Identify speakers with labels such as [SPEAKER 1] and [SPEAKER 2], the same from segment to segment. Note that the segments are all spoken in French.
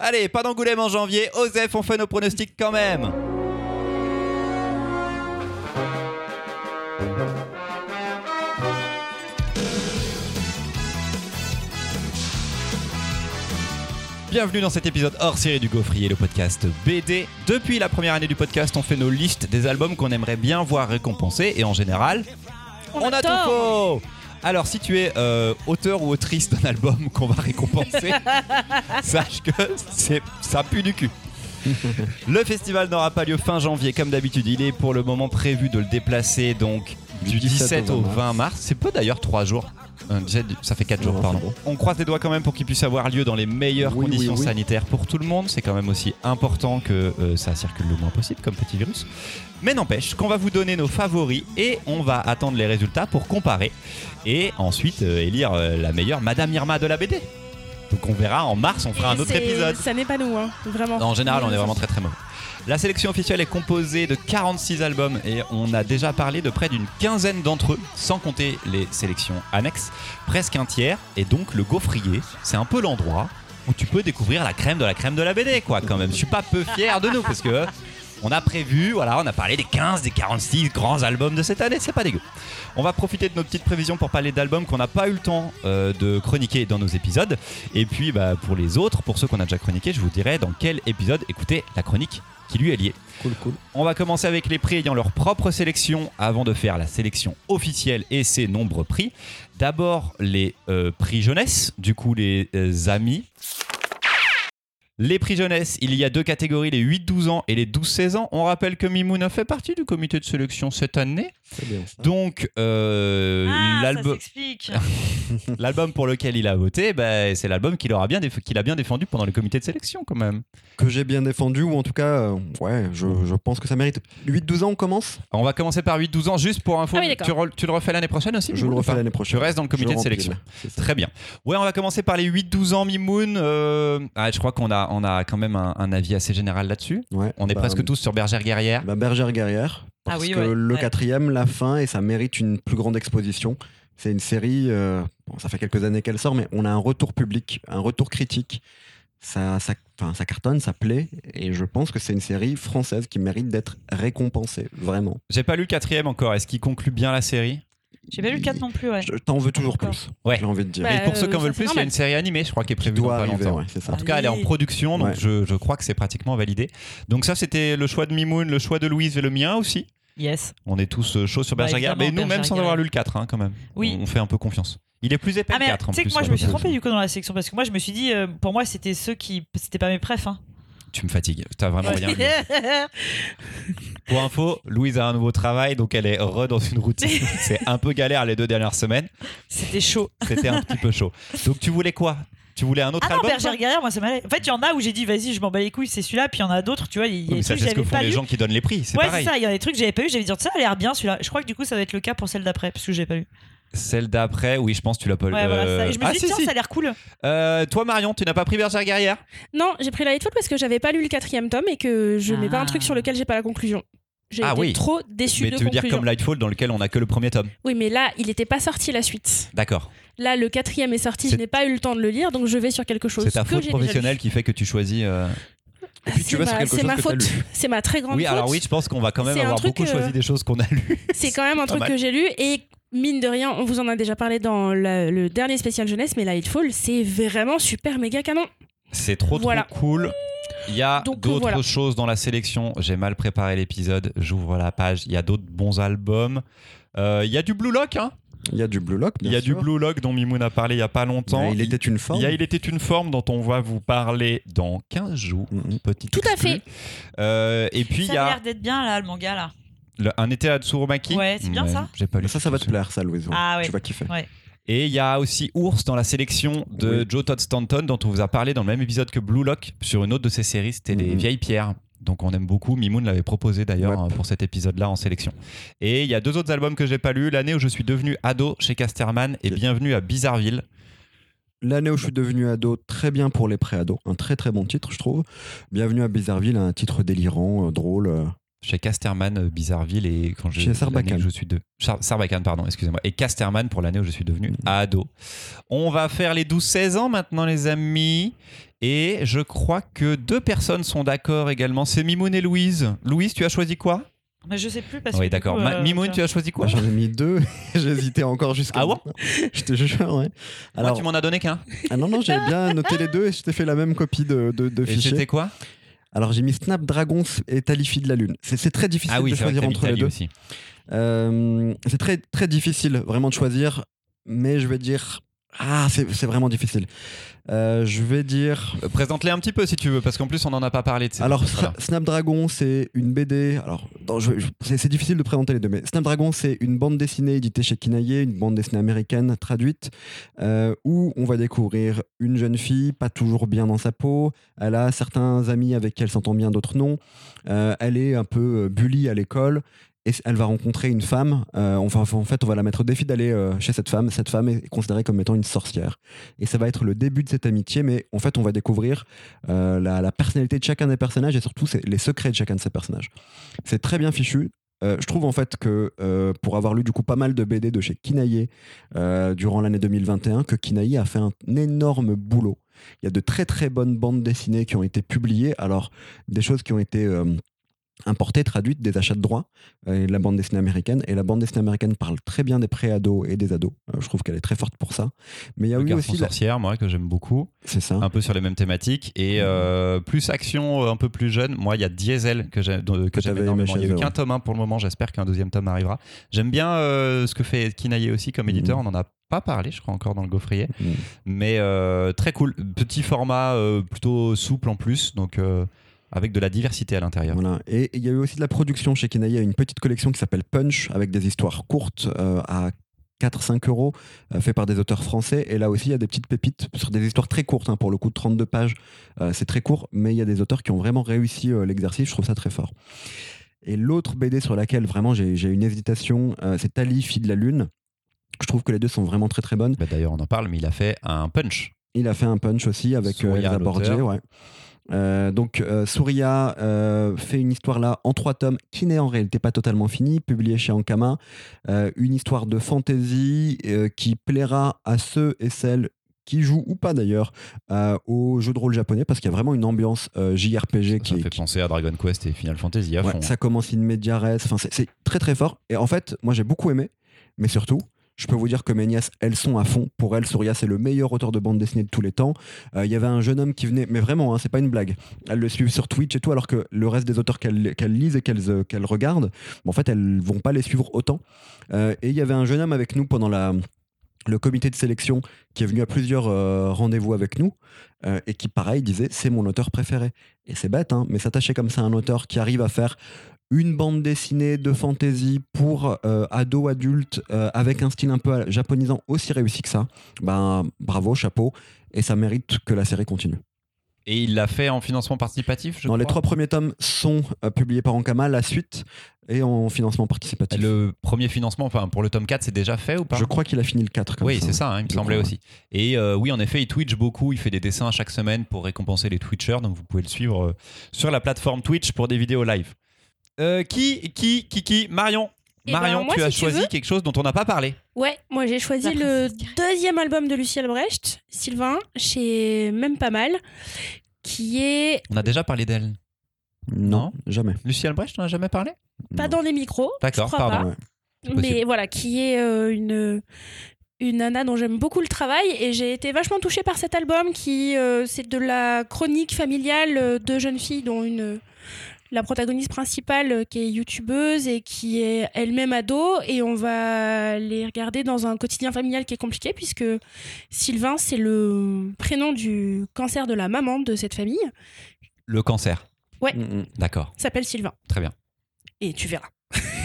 [SPEAKER 1] Allez, pas d'Angoulême en janvier. Osef, on fait nos pronostics quand même. Bienvenue dans cet épisode hors série du Gaufrier, le podcast BD. Depuis la première année du podcast, on fait nos listes des albums qu'on aimerait bien voir récompensés et en général, on, a, tout faux alors, si tu es euh, auteur ou autrice d'un album qu'on va récompenser, sache que c'est, ça pue du cul. Le festival n'aura pas lieu fin janvier, comme d'habitude. Il est pour le moment prévu de le déplacer donc du 17 au 20 mars. C'est peu d'ailleurs 3 jours. Euh, 17, ça fait 4 jours,
[SPEAKER 2] Ouais,
[SPEAKER 1] pardon.
[SPEAKER 2] c'est bon.
[SPEAKER 1] On croise les doigts quand même pour qu'il puisse avoir lieu dans les meilleures
[SPEAKER 2] Oui, oui,
[SPEAKER 1] conditions
[SPEAKER 2] oui.
[SPEAKER 1] sanitaires pour tout le monde. C'est quand même aussi important que euh, ça circule le moins possible comme petit virus. Mais n'empêche qu'on va vous donner nos favoris et on va attendre les résultats pour comparer et ensuite euh, élire euh, la meilleure Madame Irma de la BD. Donc on verra en mars, on fera un autre
[SPEAKER 3] C'est-
[SPEAKER 1] épisode.
[SPEAKER 3] Ça n'est pas nous, hein, vraiment.
[SPEAKER 1] En général, on est vraiment très très mauvais. La sélection officielle est composée de 46 albums et on a déjà parlé de près d'une quinzaine d'entre eux, sans compter les sélections annexes, presque un tiers. Et donc le gaufrier, c'est un peu l'endroit où tu peux découvrir la crème de la crème de la BD, quoi, quand même. Je suis pas peu fier de nous parce que euh, on a prévu, voilà, on a parlé des 15, des 46 grands albums de cette année, c'est pas dégueu. On va profiter de nos petites prévisions pour parler d'albums qu'on n'a pas eu le temps euh, de chroniquer dans nos épisodes. Et puis bah, pour les autres, pour ceux qu'on a déjà chroniqués, je vous dirai dans quel épisode écouter la chronique qui lui est liée.
[SPEAKER 2] Cool, cool.
[SPEAKER 1] On va commencer avec les prix ayant leur propre sélection avant de faire la sélection officielle et ses nombreux prix. D'abord les euh, prix jeunesse, du coup les euh, amis. Les prix jeunesse, il y a deux catégories, les 8-12 ans et les 12-16 ans. On rappelle que Mimoun a fait partie du comité de sélection cette année.
[SPEAKER 2] C'est bien. ça.
[SPEAKER 1] Donc, euh,
[SPEAKER 4] Ah, ça
[SPEAKER 1] l'album-
[SPEAKER 4] s'explique.
[SPEAKER 1] l'album pour lequel il a voté, bah, c'est l'album qu'il aura bien, déf- qu'il a bien défendu pendant le comité de sélection quand même.
[SPEAKER 2] Que j'ai bien défendu, ou en tout cas, euh, ouais, je, je pense que ça mérite. 8-12 ans, on commence
[SPEAKER 1] On va commencer par 8-12 ans, juste pour info.
[SPEAKER 3] Ah oui, d'accord.
[SPEAKER 1] tu, re- tu le refais l'année prochaine aussi
[SPEAKER 2] Je le
[SPEAKER 1] ou
[SPEAKER 2] refais
[SPEAKER 1] pas
[SPEAKER 2] l'année prochaine.
[SPEAKER 1] Tu restes dans le comité
[SPEAKER 2] Je
[SPEAKER 1] de
[SPEAKER 2] remplis,
[SPEAKER 1] sélection.
[SPEAKER 2] là. C'est ça.
[SPEAKER 1] Très bien. Ouais, on va commencer par les 8-12 ans, Mimoun. Euh, ah, je crois qu'on a, on a quand même un, un avis assez général là-dessus.
[SPEAKER 2] Ouais,
[SPEAKER 1] On est
[SPEAKER 2] bah,
[SPEAKER 1] presque tous sur Bergère Guerrière.
[SPEAKER 2] bah, Bergère Guerrière.
[SPEAKER 4] Ah
[SPEAKER 2] Parce
[SPEAKER 4] oui,
[SPEAKER 2] que
[SPEAKER 4] ouais,
[SPEAKER 2] le
[SPEAKER 4] ouais.
[SPEAKER 2] quatrième, la fin, et ça mérite une plus grande exposition. C'est une série, euh, bon, ça fait quelques années qu'elle sort, mais on a un retour public, un retour critique. Ça, ça, enfin, ça cartonne, ça plaît, et je pense que c'est une série française qui mérite d'être récompensée, vraiment.
[SPEAKER 1] J'ai pas lu le quatrième encore. Est-ce qu'il conclut bien la série
[SPEAKER 4] J'ai pas lu le 4 non plus, ouais.
[SPEAKER 2] Je- T'en veux toujours
[SPEAKER 4] D'accord.
[SPEAKER 2] plus,
[SPEAKER 1] Ouais.
[SPEAKER 2] j'ai envie de dire.
[SPEAKER 3] Bah,
[SPEAKER 1] Mais pour ceux qui en
[SPEAKER 3] euh,
[SPEAKER 1] veulent
[SPEAKER 3] ça, c'est
[SPEAKER 1] plus, il y a
[SPEAKER 3] normal.
[SPEAKER 1] une série animée, je crois, qui est
[SPEAKER 2] Qui
[SPEAKER 1] prévue dans
[SPEAKER 2] doit
[SPEAKER 1] pas
[SPEAKER 2] arriver,
[SPEAKER 1] longtemps.
[SPEAKER 2] ouais, c'est ça.
[SPEAKER 1] En tout cas, elle est en
[SPEAKER 4] Allez.
[SPEAKER 1] production, donc
[SPEAKER 2] Ouais.
[SPEAKER 1] je, je crois que c'est pratiquement validé. Donc ça, c'était le choix de Mimoun, le choix de Louise et le mien aussi.
[SPEAKER 4] Yes.
[SPEAKER 1] On est tous euh, chauds sur
[SPEAKER 4] Bah,
[SPEAKER 1] Bergère Guerrière, mais
[SPEAKER 4] évidemment,
[SPEAKER 1] nous, même
[SPEAKER 4] Bergère
[SPEAKER 1] sans
[SPEAKER 4] Guerrière.
[SPEAKER 1] avoir lu le 4, hein, quand même.
[SPEAKER 4] Oui.
[SPEAKER 1] On fait un peu confiance. Il est plus épais
[SPEAKER 4] Ah
[SPEAKER 1] le
[SPEAKER 4] mais
[SPEAKER 1] 4 en
[SPEAKER 4] tu sais que
[SPEAKER 1] plus, hein,
[SPEAKER 4] moi
[SPEAKER 1] ouais.
[SPEAKER 4] je me suis trompé du coup dans la sélection parce que moi je me suis dit euh, pour moi c'était ceux qui c'était pas mes préfs hein.
[SPEAKER 1] Tu me fatigues, t'as vraiment rien lu.
[SPEAKER 4] Ouais.
[SPEAKER 1] Pour info, Louise a un nouveau travail, donc elle est re dans une routine. C'est un peu galère les deux dernières semaines.
[SPEAKER 4] c'était chaud.
[SPEAKER 1] C'était un petit peu chaud. Donc tu voulais quoi Tu voulais un autre
[SPEAKER 4] Ah non
[SPEAKER 1] album
[SPEAKER 4] Bergère
[SPEAKER 1] toi
[SPEAKER 4] Guerrière moi ça m'allait. En fait il y en a où j'ai dit vas-y je m'en bats les couilles c'est celui-là puis il y en a d'autres tu vois il y a
[SPEAKER 1] Oui,
[SPEAKER 4] des
[SPEAKER 1] mais ça,
[SPEAKER 4] trucs que
[SPEAKER 1] c'est ce que
[SPEAKER 4] j'avais
[SPEAKER 1] font
[SPEAKER 4] pas
[SPEAKER 1] les
[SPEAKER 4] lu.
[SPEAKER 1] gens qui donnent les prix, c'est
[SPEAKER 4] Ouais c'est
[SPEAKER 1] pareil.
[SPEAKER 4] ça il y a des trucs que j'avais pas eu j'avais dit ça a l'air bien celui-là. Je crois que du coup ça va être le cas pour celle d'après parce que j'ai pas lu.
[SPEAKER 1] Celle d'après, oui, je pense que tu l'as pas lu.
[SPEAKER 4] Ouais voilà ça. Et je me
[SPEAKER 1] Ah,
[SPEAKER 4] suis dit
[SPEAKER 1] si,
[SPEAKER 4] tiens
[SPEAKER 1] si.
[SPEAKER 4] ça a l'air cool.
[SPEAKER 1] Euh, toi, Marion, tu n'as pas pris Bergère Guerrière
[SPEAKER 5] Non, j'ai pris Lightfoot parce que j'avais pas lu le quatrième tome et que je mets pas
[SPEAKER 4] Ah.
[SPEAKER 5] un truc sur lequel j'ai pas la conclusion. J'ai
[SPEAKER 1] Ah
[SPEAKER 5] été
[SPEAKER 1] oui.
[SPEAKER 5] trop déçu
[SPEAKER 1] Mais
[SPEAKER 5] de
[SPEAKER 1] tu veux dire
[SPEAKER 5] conclusion.
[SPEAKER 1] comme Lightfall, dans lequel on a que le premier tome.
[SPEAKER 5] Oui, mais là, il était pas sorti la suite.
[SPEAKER 1] D'accord.
[SPEAKER 5] Là, le quatrième est sorti,
[SPEAKER 1] C'est-
[SPEAKER 5] je n'ai pas eu le temps de le lire, donc je vais sur quelque chose
[SPEAKER 1] C'est ta
[SPEAKER 5] que
[SPEAKER 1] faute
[SPEAKER 5] j'ai déjà lu.
[SPEAKER 1] professionnelle qui fait que tu choisis. euh,
[SPEAKER 2] Et puis
[SPEAKER 5] C'est
[SPEAKER 2] tu vas sur
[SPEAKER 5] ma-
[SPEAKER 2] quelque
[SPEAKER 5] c'est
[SPEAKER 2] chose
[SPEAKER 5] ma
[SPEAKER 2] que t'as
[SPEAKER 5] faute.
[SPEAKER 2] lu.
[SPEAKER 5] C'est ma très grande
[SPEAKER 1] Oui,
[SPEAKER 5] faute.
[SPEAKER 1] alors oui, je pense qu'on va quand même
[SPEAKER 5] C'est un
[SPEAKER 1] avoir
[SPEAKER 5] truc,
[SPEAKER 1] beaucoup
[SPEAKER 5] euh,
[SPEAKER 1] choisi des choses qu'on a lues.
[SPEAKER 5] C'est quand même un
[SPEAKER 1] Pas
[SPEAKER 5] truc
[SPEAKER 1] mal.
[SPEAKER 5] que j'ai lu et mine de rien, on vous en a déjà parlé dans la- le dernier spécial jeunesse, mais Lightfall, c'est vraiment super méga canon.
[SPEAKER 1] C'est trop
[SPEAKER 5] Voilà.
[SPEAKER 1] trop cool. Il y a
[SPEAKER 5] Donc, euh,
[SPEAKER 1] d'autres
[SPEAKER 5] voilà.
[SPEAKER 1] choses dans la sélection. J'ai mal préparé l'épisode. J'ouvre la page. Il y a d'autres bons albums. Euh, Il y a du Blue Lock. hein.
[SPEAKER 2] Il y a du Blue Lock,
[SPEAKER 1] Il
[SPEAKER 2] bien
[SPEAKER 1] y a du
[SPEAKER 2] sûr.
[SPEAKER 1] Blue Lock dont Mimoun a parlé il y a pas
[SPEAKER 2] Il y
[SPEAKER 1] longtemps.
[SPEAKER 2] a Il était une forme.
[SPEAKER 1] Il y a Il était une forme dont on va vous parler dans 15 jours.
[SPEAKER 2] Mhm.
[SPEAKER 1] Petite
[SPEAKER 5] Tout à
[SPEAKER 1] exclue. Euh, et puis il
[SPEAKER 4] ça
[SPEAKER 1] y
[SPEAKER 4] a
[SPEAKER 1] a
[SPEAKER 4] l'air d'être bien là le manga là.
[SPEAKER 1] le- Un été à Tsurumaki.
[SPEAKER 4] Ouais, c'est bien, ça.
[SPEAKER 1] J'ai pas lu.
[SPEAKER 2] Mais ça, ça va te plaire, ça, Louise.
[SPEAKER 4] Ah ouais.
[SPEAKER 2] Tu vas kiffer.
[SPEAKER 1] Et il y a aussi Ours dans la sélection de
[SPEAKER 2] Oui.
[SPEAKER 1] Joe Todd Stanton, dont on vous a parlé dans le même épisode que Blue Lock, sur une autre de ses séries, c'était Les
[SPEAKER 2] Mhm.
[SPEAKER 1] Vieilles Pierres. Donc on aime beaucoup. Mimoun l'avait proposé d'ailleurs euh, pour cet épisode-là en sélection. Et il y a deux autres albums que j'ai pas lus l'année où je suis devenu ado chez Casterman et
[SPEAKER 2] Yes.
[SPEAKER 1] Bienvenue à Bizarreville.
[SPEAKER 2] L'année où je suis devenu ado, très bien pour les pré-ados. Un très très bon titre, je trouve. Bienvenue à Bizarreville, un titre délirant, euh, drôle, euh,
[SPEAKER 1] Chez Casterman, euh, Bizarreville et quand j'ai
[SPEAKER 2] Chez Sarbacane.
[SPEAKER 1] l'année où je suis de Char- Sarbacane pardon, excusez-moi. Et Casterman pour l'année où je suis devenu
[SPEAKER 2] Mm.
[SPEAKER 1] ado. On va faire les 12-16 ans maintenant les amis et je crois que deux personnes sont d'accord également, c'est Mimoun et Louise. Louise, tu as choisi quoi
[SPEAKER 4] Mais je sais plus parce que.
[SPEAKER 1] Oui,
[SPEAKER 4] du
[SPEAKER 1] d'accord.
[SPEAKER 4] coup,
[SPEAKER 1] Ma-
[SPEAKER 4] euh,
[SPEAKER 1] Mimoun,
[SPEAKER 4] ça-
[SPEAKER 1] tu as choisi quoi
[SPEAKER 2] Moi, J'en ai mis deux. J'hésitais encore jusqu'à.
[SPEAKER 1] Ah ouais
[SPEAKER 2] Je te jure, ouais.
[SPEAKER 1] Alors,
[SPEAKER 2] Alors,
[SPEAKER 1] tu m'en as donné qu'un.
[SPEAKER 2] ah non, non, j'ai bien noté les deux et je t'ai fait la même copie de, de, de
[SPEAKER 1] Et c'était
[SPEAKER 2] fichier.
[SPEAKER 1] quoi
[SPEAKER 2] Alors, j'ai mis Snapdragon et Talifi de la Lune. C'est c'est très difficile
[SPEAKER 1] Ah oui,
[SPEAKER 2] de
[SPEAKER 1] c'est vrai que
[SPEAKER 2] choisir
[SPEAKER 1] t'as mis
[SPEAKER 2] entre les
[SPEAKER 1] Tali
[SPEAKER 2] deux.
[SPEAKER 1] aussi.
[SPEAKER 2] Euh, c'est très, très difficile vraiment de choisir, mais je vais dire. Ah, c'est c'est vraiment difficile. Euh, je vais dire.
[SPEAKER 1] Euh, Présente-les un petit peu si tu veux, parce qu'en plus on n'en a pas parlé de ces
[SPEAKER 2] Alors,
[SPEAKER 1] voilà.
[SPEAKER 2] Sra- Snapdragon, c'est une BD. Alors, non, je- je- c'est c'est difficile de présenter les deux, mais Snapdragon, c'est une bande dessinée éditée chez Kinaye, une bande dessinée américaine traduite, euh, où on va découvrir une jeune fille, pas toujours bien dans sa peau. Elle a certains amis avec qui elle s'entend bien, d'autres non. Euh, elle est un peu euh, bully à l'école. Et elle va rencontrer une femme. Euh, on va- en fait, on va la mettre au défi d'aller euh, chez cette femme. Cette femme est considérée comme étant une sorcière. Et ça va être le début de cette amitié. Mais en fait, on va découvrir euh, la, la personnalité de chacun des personnages et surtout c'est les secrets de chacun de ces personnages. C'est très bien fichu. Euh, je trouve en fait que euh, pour avoir lu du coup pas mal de BD de chez Kinaye euh, durant l'année 2021, que Kinaye a fait un, énorme boulot. Il y a de très très bonnes bandes dessinées qui ont été publiées. Alors des choses qui ont été euh, importées, traduites, des achats de droits euh, et de la bande dessinée américaine. Et la bande dessinée américaine parle très bien des pré-ados et des ados. Euh, je trouve qu'elle est très forte pour ça. Mais il y a
[SPEAKER 1] Le
[SPEAKER 2] eu
[SPEAKER 1] garçon Ah.
[SPEAKER 2] aussi la-
[SPEAKER 1] sorcière, moi, que j'aime beaucoup,
[SPEAKER 2] c'est ça.
[SPEAKER 1] un peu sur les mêmes thématiques.
[SPEAKER 2] Mmh.
[SPEAKER 1] Et euh, plus action, euh, un peu plus jeune, moi, il y a Diesel que j'ai- de- que
[SPEAKER 2] Que
[SPEAKER 1] j'aime
[SPEAKER 2] t'avais
[SPEAKER 1] énormément.
[SPEAKER 2] aimé
[SPEAKER 1] Il n'y a
[SPEAKER 2] chez
[SPEAKER 1] eu
[SPEAKER 2] eux,
[SPEAKER 1] qu'un
[SPEAKER 2] ouais.
[SPEAKER 1] tome 1 pour le moment, j'espère qu'un deuxième tome arrivera. J'aime bien euh, ce que fait Kinaye aussi comme
[SPEAKER 2] Mmh.
[SPEAKER 1] éditeur, on n'en a pas parlé, je crois, encore dans le gaufrier.
[SPEAKER 2] Mm.
[SPEAKER 1] Mais euh, très cool, petit format euh, plutôt souple en plus, donc euh, avec de la diversité à l'intérieur.
[SPEAKER 2] Voilà. Et il y a eu aussi de la production chez Kenaï, il y a une petite collection qui s'appelle Punch, avec des histoires courtes euh, à 4-5 euros, euh, fait par des auteurs français. Et là aussi, il y a des petites pépites sur des histoires très courtes, hein, pour le coup, de 32 pages. Euh, c'est très court, mais il y a des auteurs qui ont vraiment réussi euh, l'exercice. Je trouve ça très fort. Et l'autre BD sur laquelle vraiment j'ai j'ai une hésitation, euh, c'est Tali, fille de la lune. Je trouve que les deux sont vraiment très très bonnes.
[SPEAKER 1] Bah, D'ailleurs, on en parle, mais il a fait un punch.
[SPEAKER 2] Il a fait un punch aussi avec euh,
[SPEAKER 1] Souria,
[SPEAKER 2] Elsa Borgia,
[SPEAKER 1] l'auteur.
[SPEAKER 2] ouais. Euh, donc euh, Souria euh, fait une histoire là en trois tomes qui n'est en réalité pas totalement finie, publiée chez Ankama, Euh, une histoire de fantaisie euh, qui plaira à ceux et celles qui jouent ou pas d'ailleurs euh, aux jeux de rôle japonais parce qu'il y a vraiment une ambiance euh, JRPG
[SPEAKER 1] Ça
[SPEAKER 2] qui
[SPEAKER 1] me
[SPEAKER 2] est,
[SPEAKER 1] fait
[SPEAKER 2] qui-
[SPEAKER 1] penser à Dragon Quest et Final Fantasy à
[SPEAKER 2] Ouais,
[SPEAKER 1] fond. hein.
[SPEAKER 2] ça commence in medias res. Enfin, c'est- c'est très très fort. Et en fait, moi j'ai beaucoup aimé, mais surtout, je peux vous dire que mes nièces, elles sont à fond. Pour elles, Souria, c'est le meilleur auteur de bande dessinée de tous les temps. Euh, Il y avait un jeune homme qui venait, mais vraiment, hein, c'est pas une blague. Elles le suivent sur Twitch et tout, alors que le reste des auteurs qu'elles qu'elles lisent et qu'elles euh, qu'elles regardent, bon, en fait, elles vont pas les suivre autant. Euh, et il y avait un jeune homme avec nous pendant la le comité de sélection qui est venu à plusieurs euh, rendez-vous avec nous euh, et qui, pareil, disait c'est mon auteur préféré. Et c'est bête, hein, mais s'attacher comme ça à un auteur qui arrive à faire une bande dessinée de fantasy pour euh, ados adultes euh, avec un style un peu japonisant aussi réussi que ça, ben bravo, chapeau, et ça mérite que la série continue.
[SPEAKER 1] Et il l'a fait en financement participatif, je
[SPEAKER 2] Non, les
[SPEAKER 1] crois.
[SPEAKER 2] trois premiers tomes sont euh, publiés par Ankama, la suite est en financement participatif.
[SPEAKER 1] Le premier financement, enfin pour le tome 4, c'est déjà fait ou pas
[SPEAKER 2] Je crois qu'il a fini le 4 comme
[SPEAKER 1] Oui,
[SPEAKER 2] ça.
[SPEAKER 1] c'est ça, hein, il me
[SPEAKER 2] Je
[SPEAKER 1] semblait
[SPEAKER 2] crois,
[SPEAKER 1] aussi. Et euh, oui, en effet, il Twitch beaucoup, il fait des dessins chaque semaine pour récompenser les Twitchers, donc vous pouvez le suivre euh, sur la plateforme Twitch pour des vidéos live. Euh, qui, qui, qui, qui Marion
[SPEAKER 5] Eh ben,
[SPEAKER 1] Marion,
[SPEAKER 5] moi,
[SPEAKER 1] tu as
[SPEAKER 5] si tu
[SPEAKER 1] choisi
[SPEAKER 5] veux.
[SPEAKER 1] quelque chose dont on n'a pas parlé.
[SPEAKER 5] Ouais, moi j'ai choisi
[SPEAKER 4] La
[SPEAKER 5] le
[SPEAKER 4] princesse Carré.
[SPEAKER 5] deuxième album de Luciel Brecht, Sylvain, chez Même Pas Mal, qui est
[SPEAKER 1] On a déjà parlé d'elle.
[SPEAKER 2] Non, jamais.
[SPEAKER 1] Lucie Albrecht, on n'a jamais parlé
[SPEAKER 5] pas
[SPEAKER 2] Non.
[SPEAKER 5] dans les micros,
[SPEAKER 1] D'accord,
[SPEAKER 5] Je crois
[SPEAKER 1] pardon.
[SPEAKER 2] Ouais.
[SPEAKER 1] C'est
[SPEAKER 5] mais
[SPEAKER 1] possible.
[SPEAKER 5] voilà, qui est euh, une, une nana dont j'aime beaucoup le travail et j'ai été vachement touchée par cet album qui euh, c'est de la chronique familiale euh, de jeunes filles dont une la protagoniste principale euh, qui est youtubeuse et qui est elle-même ado et on va les regarder dans un quotidien familial qui est compliqué puisque Sylvain c'est le prénom du cancer de la maman de cette famille
[SPEAKER 1] Le cancer.
[SPEAKER 2] Mm, mm.
[SPEAKER 1] D'accord,
[SPEAKER 5] s'appelle Sylvain
[SPEAKER 1] très bien.
[SPEAKER 5] et tu verras.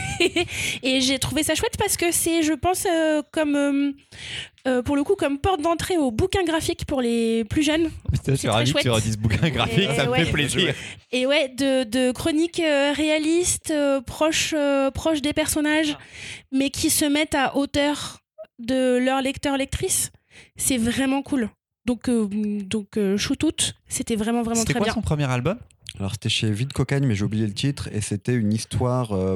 [SPEAKER 5] et j'ai trouvé ça chouette parce que c'est, je pense, euh, comme euh, euh, pour le coup, comme porte d'entrée au bouquin graphique pour les plus jeunes.
[SPEAKER 1] Je suis
[SPEAKER 5] très
[SPEAKER 1] ravi que tu
[SPEAKER 5] chouette.
[SPEAKER 1] redises bouquin graphique,
[SPEAKER 5] Et euh,
[SPEAKER 1] ça me
[SPEAKER 5] ouais.
[SPEAKER 1] fait plaisir.
[SPEAKER 5] Et ouais, de, de chroniques euh, réalistes, euh, proches, euh, proches des personnages,
[SPEAKER 4] Ah.
[SPEAKER 5] mais qui se mettent à hauteur de leurs lecteurs, lectrices. C'est vraiment cool. Donc, euh, donc euh, Choutout, c'était vraiment, vraiment
[SPEAKER 1] C'était
[SPEAKER 5] très
[SPEAKER 1] quoi
[SPEAKER 5] bien.
[SPEAKER 1] son premier album
[SPEAKER 2] Alors c'était chez Vide Cocagne, mais j'ai oublié le titre, et c'était une histoire euh,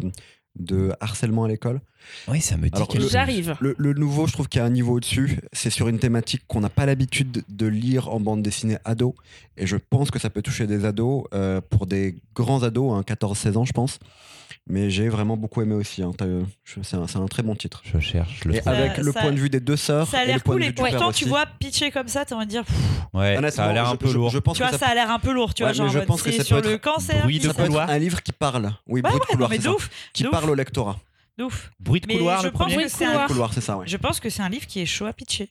[SPEAKER 2] de harcèlement à l'école.
[SPEAKER 1] Oui, ça me dit
[SPEAKER 2] Alors,
[SPEAKER 1] quelque
[SPEAKER 2] le-
[SPEAKER 1] chose.
[SPEAKER 4] J'arrive.
[SPEAKER 2] Le, le nouveau, je trouve qu'il y a un niveau au-dessus. C'est sur une thématique qu'on n'a pas l'habitude de lire en bande dessinée ado. Et je pense que ça peut toucher des ados, euh, pour des grands ados, hein, 14-16 ans, je pense. Mais j'ai vraiment beaucoup aimé aussi. hein. T'as- euh, je- C'est un, c'est un très bon titre.
[SPEAKER 1] Je cherche le
[SPEAKER 2] Et
[SPEAKER 1] trouve.
[SPEAKER 2] avec
[SPEAKER 4] Ça-
[SPEAKER 2] le
[SPEAKER 4] ça-
[SPEAKER 2] point de vue des deux sœurs.
[SPEAKER 4] Ça a
[SPEAKER 2] et le
[SPEAKER 4] l'air
[SPEAKER 2] point
[SPEAKER 4] cool
[SPEAKER 2] de
[SPEAKER 4] et
[SPEAKER 2] vue du frère
[SPEAKER 4] pourtant tu
[SPEAKER 2] aussi.
[SPEAKER 4] vois pitcher comme ça, t'as envie de dire, pff,
[SPEAKER 1] Ouais,
[SPEAKER 2] Honnêtement,
[SPEAKER 1] ça a l'air
[SPEAKER 2] je-
[SPEAKER 1] un peu
[SPEAKER 2] je-
[SPEAKER 1] lourd.
[SPEAKER 2] Je pense
[SPEAKER 4] tu
[SPEAKER 2] que
[SPEAKER 4] vois, ça,
[SPEAKER 2] ça,
[SPEAKER 4] a l'air un peu lourd, tu
[SPEAKER 2] Ouais,
[SPEAKER 4] vois, genre
[SPEAKER 2] mais je
[SPEAKER 4] en mode,
[SPEAKER 2] pense que
[SPEAKER 4] c'est
[SPEAKER 2] ça
[SPEAKER 4] sur
[SPEAKER 2] peut
[SPEAKER 4] le
[SPEAKER 2] être
[SPEAKER 4] cancer,
[SPEAKER 1] bruit de
[SPEAKER 4] c'est
[SPEAKER 2] ça peut être
[SPEAKER 1] couloir.
[SPEAKER 2] un livre qui parle. Oui, bruit
[SPEAKER 4] Ouais,
[SPEAKER 2] de
[SPEAKER 4] ouais, non,
[SPEAKER 2] couloir,
[SPEAKER 4] mais
[SPEAKER 2] c'est
[SPEAKER 4] de
[SPEAKER 2] ça.
[SPEAKER 4] ouf,
[SPEAKER 2] Qui
[SPEAKER 4] de ouf. Ah.
[SPEAKER 2] parle au lectorat.
[SPEAKER 4] de ouf.
[SPEAKER 1] Bruit de
[SPEAKER 4] Mais
[SPEAKER 1] couloir,
[SPEAKER 4] je
[SPEAKER 1] le
[SPEAKER 4] pense
[SPEAKER 1] premier.
[SPEAKER 4] que c'est un
[SPEAKER 5] Couloir.
[SPEAKER 2] Couloir, c'est ça, ouais.
[SPEAKER 4] Je pense que c'est un livre qui est chaud à pitcher.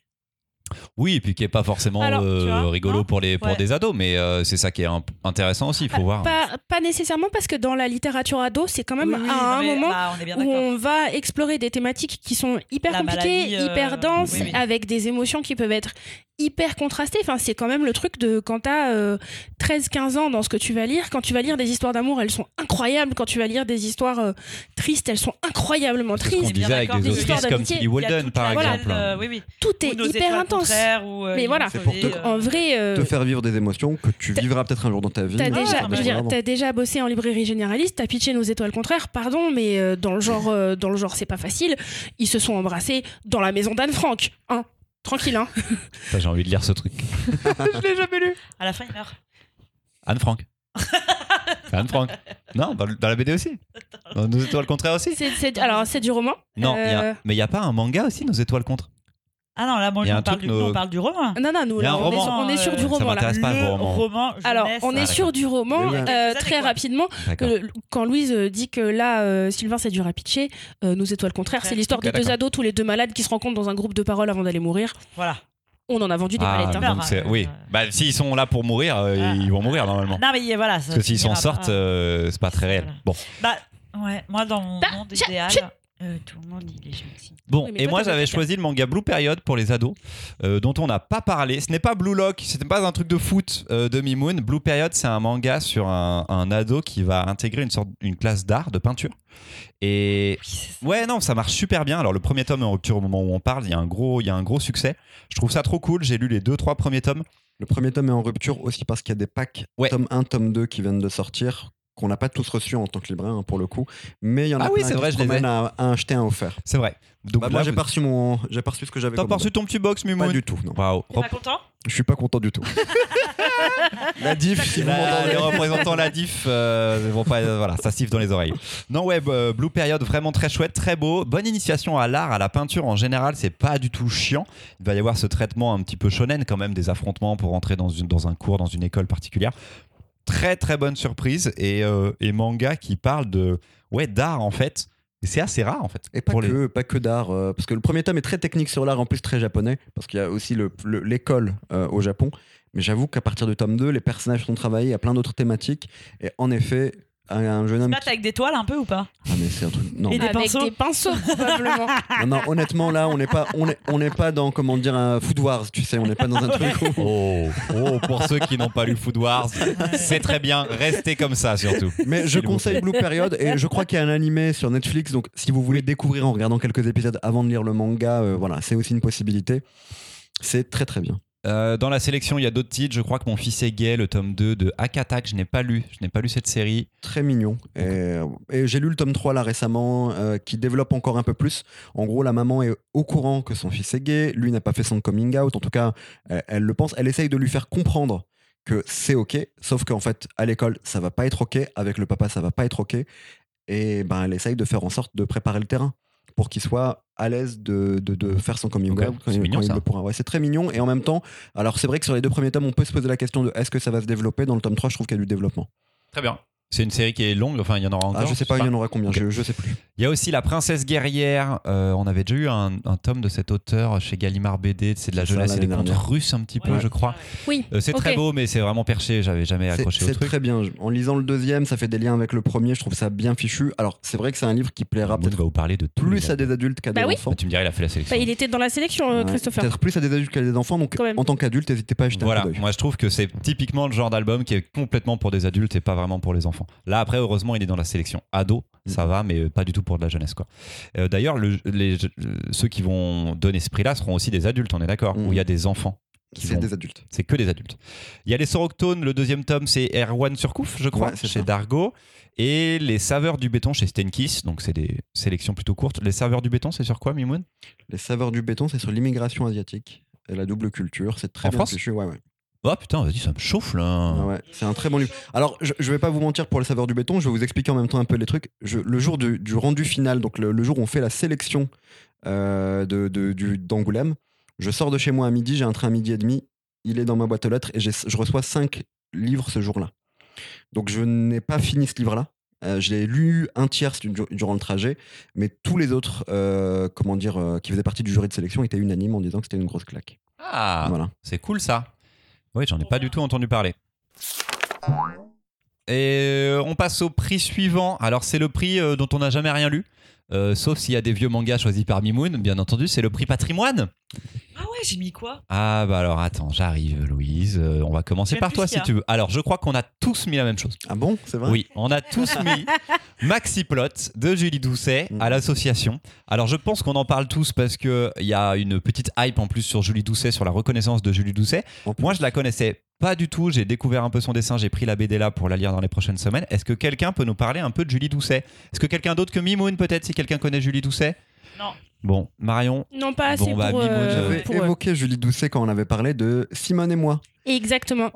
[SPEAKER 1] Oui, et puis qui est pas forcément
[SPEAKER 4] Alors, tu
[SPEAKER 1] euh,
[SPEAKER 4] vois,
[SPEAKER 1] rigolo
[SPEAKER 4] non
[SPEAKER 1] pour, les, pour
[SPEAKER 4] Ouais.
[SPEAKER 1] des ados, mais euh, c'est ça qui est imp- intéressant aussi, il faut
[SPEAKER 5] Ah,
[SPEAKER 1] voir.
[SPEAKER 5] Pas, pas nécessairement parce que dans la littérature ado, c'est quand même
[SPEAKER 4] Oui, oui, non,
[SPEAKER 5] à un
[SPEAKER 4] mais,
[SPEAKER 5] moment
[SPEAKER 4] bah, on est bien
[SPEAKER 5] où
[SPEAKER 4] d'accord.
[SPEAKER 5] on va explorer des thématiques qui sont hyper
[SPEAKER 4] La
[SPEAKER 5] compliquées,
[SPEAKER 4] maladie, euh,
[SPEAKER 5] hyper denses,
[SPEAKER 1] oui, oui.
[SPEAKER 5] avec des émotions qui peuvent être hyper contrastées. Enfin, c'est quand même le truc de quand t'as euh, 13-15 ans dans ce que tu vas lire. Quand tu vas lire des histoires d'amour, elles sont incroyables. Quand tu vas lire des histoires euh, tristes, elles sont incroyablement
[SPEAKER 1] C'est ce qu'on
[SPEAKER 5] tristes.
[SPEAKER 4] bien
[SPEAKER 1] disait avec
[SPEAKER 4] d'accord,
[SPEAKER 1] des
[SPEAKER 5] des histoires
[SPEAKER 1] autrices comme
[SPEAKER 5] d'amitié.
[SPEAKER 1] Tilly
[SPEAKER 4] Il y a
[SPEAKER 1] Walden,
[SPEAKER 4] toute
[SPEAKER 1] par
[SPEAKER 4] la
[SPEAKER 5] voilà.
[SPEAKER 1] exemple.
[SPEAKER 4] belle, euh, oui, oui.
[SPEAKER 5] Tout est
[SPEAKER 4] Ou nos
[SPEAKER 5] hyper
[SPEAKER 4] étoiles
[SPEAKER 5] intense.
[SPEAKER 4] contraires, ou, euh,
[SPEAKER 5] Mais
[SPEAKER 4] les
[SPEAKER 5] voilà.
[SPEAKER 2] C'est pour
[SPEAKER 4] sauver,
[SPEAKER 2] te-
[SPEAKER 4] euh,
[SPEAKER 5] En vrai, euh,
[SPEAKER 2] te faire vivre des émotions que tu
[SPEAKER 5] t'as-
[SPEAKER 2] vivras peut-être un jour dans ta vie.
[SPEAKER 5] T'as
[SPEAKER 2] mais
[SPEAKER 4] Ah,
[SPEAKER 5] déjà,
[SPEAKER 2] ça
[SPEAKER 5] je veux
[SPEAKER 2] marche
[SPEAKER 5] dire,
[SPEAKER 2] vraiment.
[SPEAKER 5] t'as déjà bossé en librairie généraliste, t'as pitché nos étoiles contraires, pardon, mais euh, dans le genre, euh, dans le genre, c'est pas facile. Ils se sont embrassés dans la maison d'Anne Frank, hein. Tranquille, hein.
[SPEAKER 1] Putain, J'ai envie de lire ce truc.
[SPEAKER 5] je l'ai jamais lu.
[SPEAKER 4] À la fin, il meurt.
[SPEAKER 1] Anne Frank. C'est Anne Frank. Non, dans, le- dans la BD aussi. Dans Nos étoiles contraires aussi.
[SPEAKER 5] C'est, c'est- alors, c'est du roman.
[SPEAKER 1] Non, il y a-
[SPEAKER 5] Euh,
[SPEAKER 1] mais il n'y a pas un manga aussi, Nos étoiles contre.
[SPEAKER 4] Ah non, là, moi,
[SPEAKER 1] Il y a
[SPEAKER 4] on,
[SPEAKER 1] un
[SPEAKER 4] parle
[SPEAKER 1] truc,
[SPEAKER 4] du, nous,
[SPEAKER 1] nos-
[SPEAKER 4] on parle du roman.
[SPEAKER 5] Non, non, nous,
[SPEAKER 1] Il y a
[SPEAKER 5] là,
[SPEAKER 1] un
[SPEAKER 5] on, est,
[SPEAKER 1] roman,
[SPEAKER 5] on est sur
[SPEAKER 4] euh,
[SPEAKER 5] du
[SPEAKER 4] ça
[SPEAKER 5] roman, là.
[SPEAKER 1] m'intéresse. passe pas,
[SPEAKER 4] Le
[SPEAKER 1] le roman.
[SPEAKER 5] Alors,
[SPEAKER 4] jeunesse.
[SPEAKER 5] on est
[SPEAKER 1] Ah,
[SPEAKER 5] sur du roman.
[SPEAKER 2] Oui, oui.
[SPEAKER 5] euh,
[SPEAKER 4] Vous
[SPEAKER 5] très
[SPEAKER 4] allez quoi
[SPEAKER 5] rapidement,
[SPEAKER 1] D'accord.
[SPEAKER 5] le- quand Louise euh, dit que là, euh, Sylvain, c'est dur à pitcher, euh, nos étoiles contraires,
[SPEAKER 4] Ouais.
[SPEAKER 5] c'est l'histoire
[SPEAKER 1] Ok,
[SPEAKER 5] de deux
[SPEAKER 1] d'accord.
[SPEAKER 5] ados, tous les deux malades, qui se rencontrent dans un groupe de paroles avant d'aller mourir.
[SPEAKER 4] Voilà.
[SPEAKER 5] On en a vendu des
[SPEAKER 1] Ah,
[SPEAKER 5] palettes. hein.
[SPEAKER 4] meurt,
[SPEAKER 1] donc c'est-
[SPEAKER 4] hein,
[SPEAKER 1] oui.
[SPEAKER 4] euh,
[SPEAKER 1] Bah, s'ils sont là pour mourir, euh,
[SPEAKER 4] Ah.
[SPEAKER 1] ils vont mourir normalement.
[SPEAKER 4] Non, mais il y a- voilà. ça
[SPEAKER 1] Parce que s'ils s'en
[SPEAKER 4] finira
[SPEAKER 1] sortent,
[SPEAKER 4] pas.
[SPEAKER 1] euh, c'est pas très réel. Bon.
[SPEAKER 4] Bah, ouais, moi, dans mon
[SPEAKER 5] Bah,
[SPEAKER 4] monde
[SPEAKER 5] je-
[SPEAKER 4] idéal,
[SPEAKER 5] je-
[SPEAKER 4] euh, tout le monde, il est gentil.
[SPEAKER 1] Bon,
[SPEAKER 5] Oui,
[SPEAKER 1] et
[SPEAKER 5] mais toi,
[SPEAKER 1] moi
[SPEAKER 5] t'as
[SPEAKER 1] j'avais
[SPEAKER 5] pas fait
[SPEAKER 1] choisi le manga Blue Period pour les ados, euh, dont on n'a pas parlé. Ce n'est pas Blue Lock, ce n'est pas un truc de foot euh, de Mimoun. Blue Period, c'est un manga sur un, un ado qui va intégrer une sorte une classe d'art, de peinture. Et
[SPEAKER 4] Oui, c'est ça.
[SPEAKER 1] ouais, non, ça marche super bien. Alors le premier tome est en rupture au moment où on parle, il y a un gros, il y a un gros succès. Je trouve ça trop cool. J'ai lu les deux, trois premiers tomes.
[SPEAKER 2] Le premier tome est en rupture aussi parce qu'il y a des packs,
[SPEAKER 1] Ouais.
[SPEAKER 2] tome 1, tome 2 qui viennent de sortir, qu'on n'a pas tous reçus en tant que libraire hein, pour le coup. Mais il y en a
[SPEAKER 1] Ah oui,
[SPEAKER 2] plein
[SPEAKER 1] c'est
[SPEAKER 2] qui
[SPEAKER 1] vrai,
[SPEAKER 2] se
[SPEAKER 1] je les ai.
[SPEAKER 2] promènent à, à acheter, un offert.
[SPEAKER 1] C'est vrai. Donc
[SPEAKER 2] Bah,
[SPEAKER 1] là,
[SPEAKER 2] moi, j'ai
[SPEAKER 1] vous-
[SPEAKER 2] pas reçu mon, j'ai pas reçu ce que j'avais
[SPEAKER 1] T'as pas
[SPEAKER 2] commandé.
[SPEAKER 1] reçu ton petit box,
[SPEAKER 2] Pas
[SPEAKER 1] Mimoun
[SPEAKER 2] du tout, non.
[SPEAKER 1] Waouh.
[SPEAKER 4] T'es pas content
[SPEAKER 2] Je suis pas content du tout. La diff, si vous
[SPEAKER 1] Là, les
[SPEAKER 2] m'entendez.
[SPEAKER 1] représentants la diff euh, ne vont pas euh, voilà ça siffle dans les oreilles non ouais euh, Blue Period vraiment très chouette très beau bonne initiation à l'art à la peinture en général c'est pas du tout chiant il va y avoir ce traitement un petit peu shonen quand même des affrontements pour entrer dans, une, dans un cours dans une école particulière très très bonne surprise et, euh, et manga qui parle de ouais d'art en fait et c'est assez rare en fait
[SPEAKER 2] Et pas
[SPEAKER 1] pour
[SPEAKER 2] que,
[SPEAKER 1] les-
[SPEAKER 2] pas que d'art, euh, parce que le premier tome est très technique sur l'art, en plus très japonais, parce qu'il y a aussi le- le- l'école euh, au Japon. Mais j'avoue qu'à partir du tome 2, les personnages sont travaillés à plein d'autres thématiques. Et en effet, un, un jeune homme.
[SPEAKER 4] Là, t'es avec des toiles un peu ou pas
[SPEAKER 2] Ah, mais c'est un truc. Non,
[SPEAKER 4] Et
[SPEAKER 2] mais-
[SPEAKER 4] des
[SPEAKER 5] Avec
[SPEAKER 4] pinceaux
[SPEAKER 5] des pinceaux, probablement.
[SPEAKER 2] non, non, honnêtement, là, on n'est pas, on est, on n'est pas dans, comment dire, un Food Wars, tu sais, on n'est pas dans un truc où.
[SPEAKER 1] Oh, oh, pour ceux qui n'ont pas lu Food Wars, c'est très bien, restez comme ça surtout.
[SPEAKER 2] Mais je
[SPEAKER 1] S'il vous
[SPEAKER 2] conseille Blue Period et je crois qu'il y a un animé sur Netflix. Donc, si vous voulez découvrir en regardant quelques épisodes avant de lire le manga, euh, voilà, c'est aussi une possibilité. C'est très très bien.
[SPEAKER 1] Euh, dans la sélection, il y a d'autres titres. Je crois que Mon fils est gay, le tome 2 de Akata, que je n'ai pas lu. Je n'ai pas lu cette série.
[SPEAKER 2] Très mignon. Et, euh, et j'ai lu le tome 3 là récemment euh, qui développe encore un peu plus. En gros, la maman est au courant que son fils est gay. Lui n'a pas fait son coming out. En tout cas, euh, elle le pense. Elle essaye de lui faire comprendre que c'est OK. Sauf qu'en fait, à l'école, ça va pas être OK. Avec le papa, ça va pas être OK. Et ben, elle essaye de faire en sorte de préparer le terrain pour qu'il soit à l'aise de, de- de faire son coming
[SPEAKER 1] Ok,
[SPEAKER 2] out quand,
[SPEAKER 1] c'est
[SPEAKER 2] il-
[SPEAKER 1] mignon,
[SPEAKER 2] quand il
[SPEAKER 1] ça.
[SPEAKER 2] le pourra. Ouais, c'est très mignon. Et en même temps, alors c'est vrai que sur les deux premiers tomes, on peut se poser la question de est-ce que ça va se développer. Dans le tome 3, je trouve qu'il y a du développement.
[SPEAKER 1] Très bien. C'est une série qui est longue. Enfin, il y en aura encore.
[SPEAKER 2] Ah, je sais pas, il y en aura combien,
[SPEAKER 1] Ok.
[SPEAKER 2] je, je sais plus.
[SPEAKER 1] Il y a aussi La Princesse Guerrière. Euh, on avait déjà eu un, un tome de cet auteur chez Gallimard BD. C'est de la
[SPEAKER 2] C'est ça,
[SPEAKER 1] jeunesse et
[SPEAKER 2] l'année
[SPEAKER 1] des contes
[SPEAKER 2] dernière.
[SPEAKER 1] russes un petit peu,
[SPEAKER 4] Ouais.
[SPEAKER 1] je crois.
[SPEAKER 5] Oui.
[SPEAKER 1] Euh, c'est très
[SPEAKER 5] Ok.
[SPEAKER 1] beau, mais c'est vraiment perché. J'avais jamais
[SPEAKER 2] C'est-
[SPEAKER 1] accroché au
[SPEAKER 2] C'est
[SPEAKER 1] truc.
[SPEAKER 2] très bien. En lisant le deuxième, ça fait des liens avec le premier, je trouve ça bien fichu. Alors, c'est vrai que c'est un livre qui plaira
[SPEAKER 1] Moon
[SPEAKER 2] peut-être
[SPEAKER 1] va vous parler de tout.
[SPEAKER 2] plus à des adultes qu'à des
[SPEAKER 5] Bah oui.
[SPEAKER 2] enfants.
[SPEAKER 1] tu me dirais, il a fait la sélection.
[SPEAKER 5] Bah, il était dans la sélection, euh,
[SPEAKER 2] Ouais,
[SPEAKER 5] Christopher.
[SPEAKER 2] Peut-être plus à des adultes qu'à des enfants, donc
[SPEAKER 5] Quand même.
[SPEAKER 2] en tant qu'adulte, n'hésitez pas à jeter un
[SPEAKER 1] Voilà,
[SPEAKER 2] coup d'œil.
[SPEAKER 1] moi je trouve que c'est typiquement le genre d'album qui est complètement pour des adultes et pas vraiment pour les enfants. Là après, heureusement, il est dans la sélection ado,
[SPEAKER 2] Mm.
[SPEAKER 1] ça va, mais euh, pas du tout pour de la jeunesse quoi. Euh, D'ailleurs, le- les- euh, ceux qui vont donner ce prix-là seront aussi des adultes, on est d'accord,
[SPEAKER 2] Mm.
[SPEAKER 1] où il y a des enfants qui
[SPEAKER 2] C'est
[SPEAKER 1] vont-
[SPEAKER 2] des adultes.
[SPEAKER 1] c'est que des adultes. Il y a les Soroctones, le deuxième tome, c'est Erwan Surcouf, je crois,
[SPEAKER 2] Ouais, c'est
[SPEAKER 1] chez
[SPEAKER 2] ça.
[SPEAKER 1] Dargo. Et les Saveurs du béton chez Stenkiss, donc c'est des sélections plutôt courtes. Les Saveurs du béton, c'est sur quoi, Mimoun
[SPEAKER 2] Les saveurs du béton, c'est sur l'immigration asiatique et la double culture. C'est très
[SPEAKER 1] En
[SPEAKER 2] bien
[SPEAKER 1] France
[SPEAKER 2] fichu. Ouais, ouais.
[SPEAKER 1] Oh putain, vas-y, ça me chauffe
[SPEAKER 2] Ouais,
[SPEAKER 1] là
[SPEAKER 2] ouais. C'est un très bon livre. Alors, je, je vais pas vous mentir pour les saveurs du béton. Je vais vous expliquer en même temps un peu les trucs. Je- le jour du, du rendu final, donc le, le jour où on fait la sélection euh, de- de- du- d'Angoulême, je sors de chez moi à midi. J'ai un train à midi et demi. Il est dans ma boîte aux lettres et j'ai- je reçois cinq livres ce jour-là. Donc, je n'ai pas fini ce livre-là. Euh, je l'ai lu un tiers du- du- durant le trajet, mais tous les autres, euh, comment dire, euh, qui faisaient partie du jury de sélection étaient unanimes en disant que c'était une grosse claque.
[SPEAKER 1] Ah,
[SPEAKER 2] Voilà.
[SPEAKER 1] c'est cool ça Oui, j'en ai pas du tout entendu parler. Et euh, on passe au prix suivant. Alors, c'est le prix euh, dont on n'a jamais rien lu. Euh, sauf s'il y a des vieux mangas choisis par Mimoun, bien entendu, c'est le prix patrimoine.
[SPEAKER 4] Ah ouais, j'ai mis quoi
[SPEAKER 1] Ah bah alors attends, j'arrive Louise, Euh, on va commencer
[SPEAKER 4] J'aime
[SPEAKER 1] par
[SPEAKER 4] plus
[SPEAKER 1] toi
[SPEAKER 4] ce
[SPEAKER 1] si
[SPEAKER 4] qu'il y a.
[SPEAKER 1] tu veux. Alors je crois qu'on a tous mis la même chose.
[SPEAKER 2] Ah bon, c'est vrai
[SPEAKER 1] Oui, on a tous mis Maxi Plot de Julie Doucet à
[SPEAKER 2] Mhm.
[SPEAKER 1] l'association. Alors je pense qu'on en parle tous parce que il y a une petite hype en plus sur Julie Doucet, sur la reconnaissance de Julie Doucet.
[SPEAKER 2] En plus.
[SPEAKER 1] Moi je la connaissais pas du tout, j'ai découvert un peu son dessin, j'ai pris la BD là pour la lire dans les prochaines semaines. Est-ce que quelqu'un peut nous parler un peu de Julie Doucet Est-ce que quelqu'un d'autre que Mimoun peut-être si quelqu'un connaît Julie Doucet
[SPEAKER 4] Non.
[SPEAKER 1] Bon, Marion,
[SPEAKER 5] Non, pas
[SPEAKER 1] Bon,
[SPEAKER 5] assez
[SPEAKER 1] bah,
[SPEAKER 5] pour.
[SPEAKER 1] Mimoun,
[SPEAKER 5] euh,
[SPEAKER 1] j'avais
[SPEAKER 2] J'avais
[SPEAKER 5] pour, euh,
[SPEAKER 2] évoqué Julie Doucet quand on avait parlé de Simone et moi.
[SPEAKER 5] Exactement.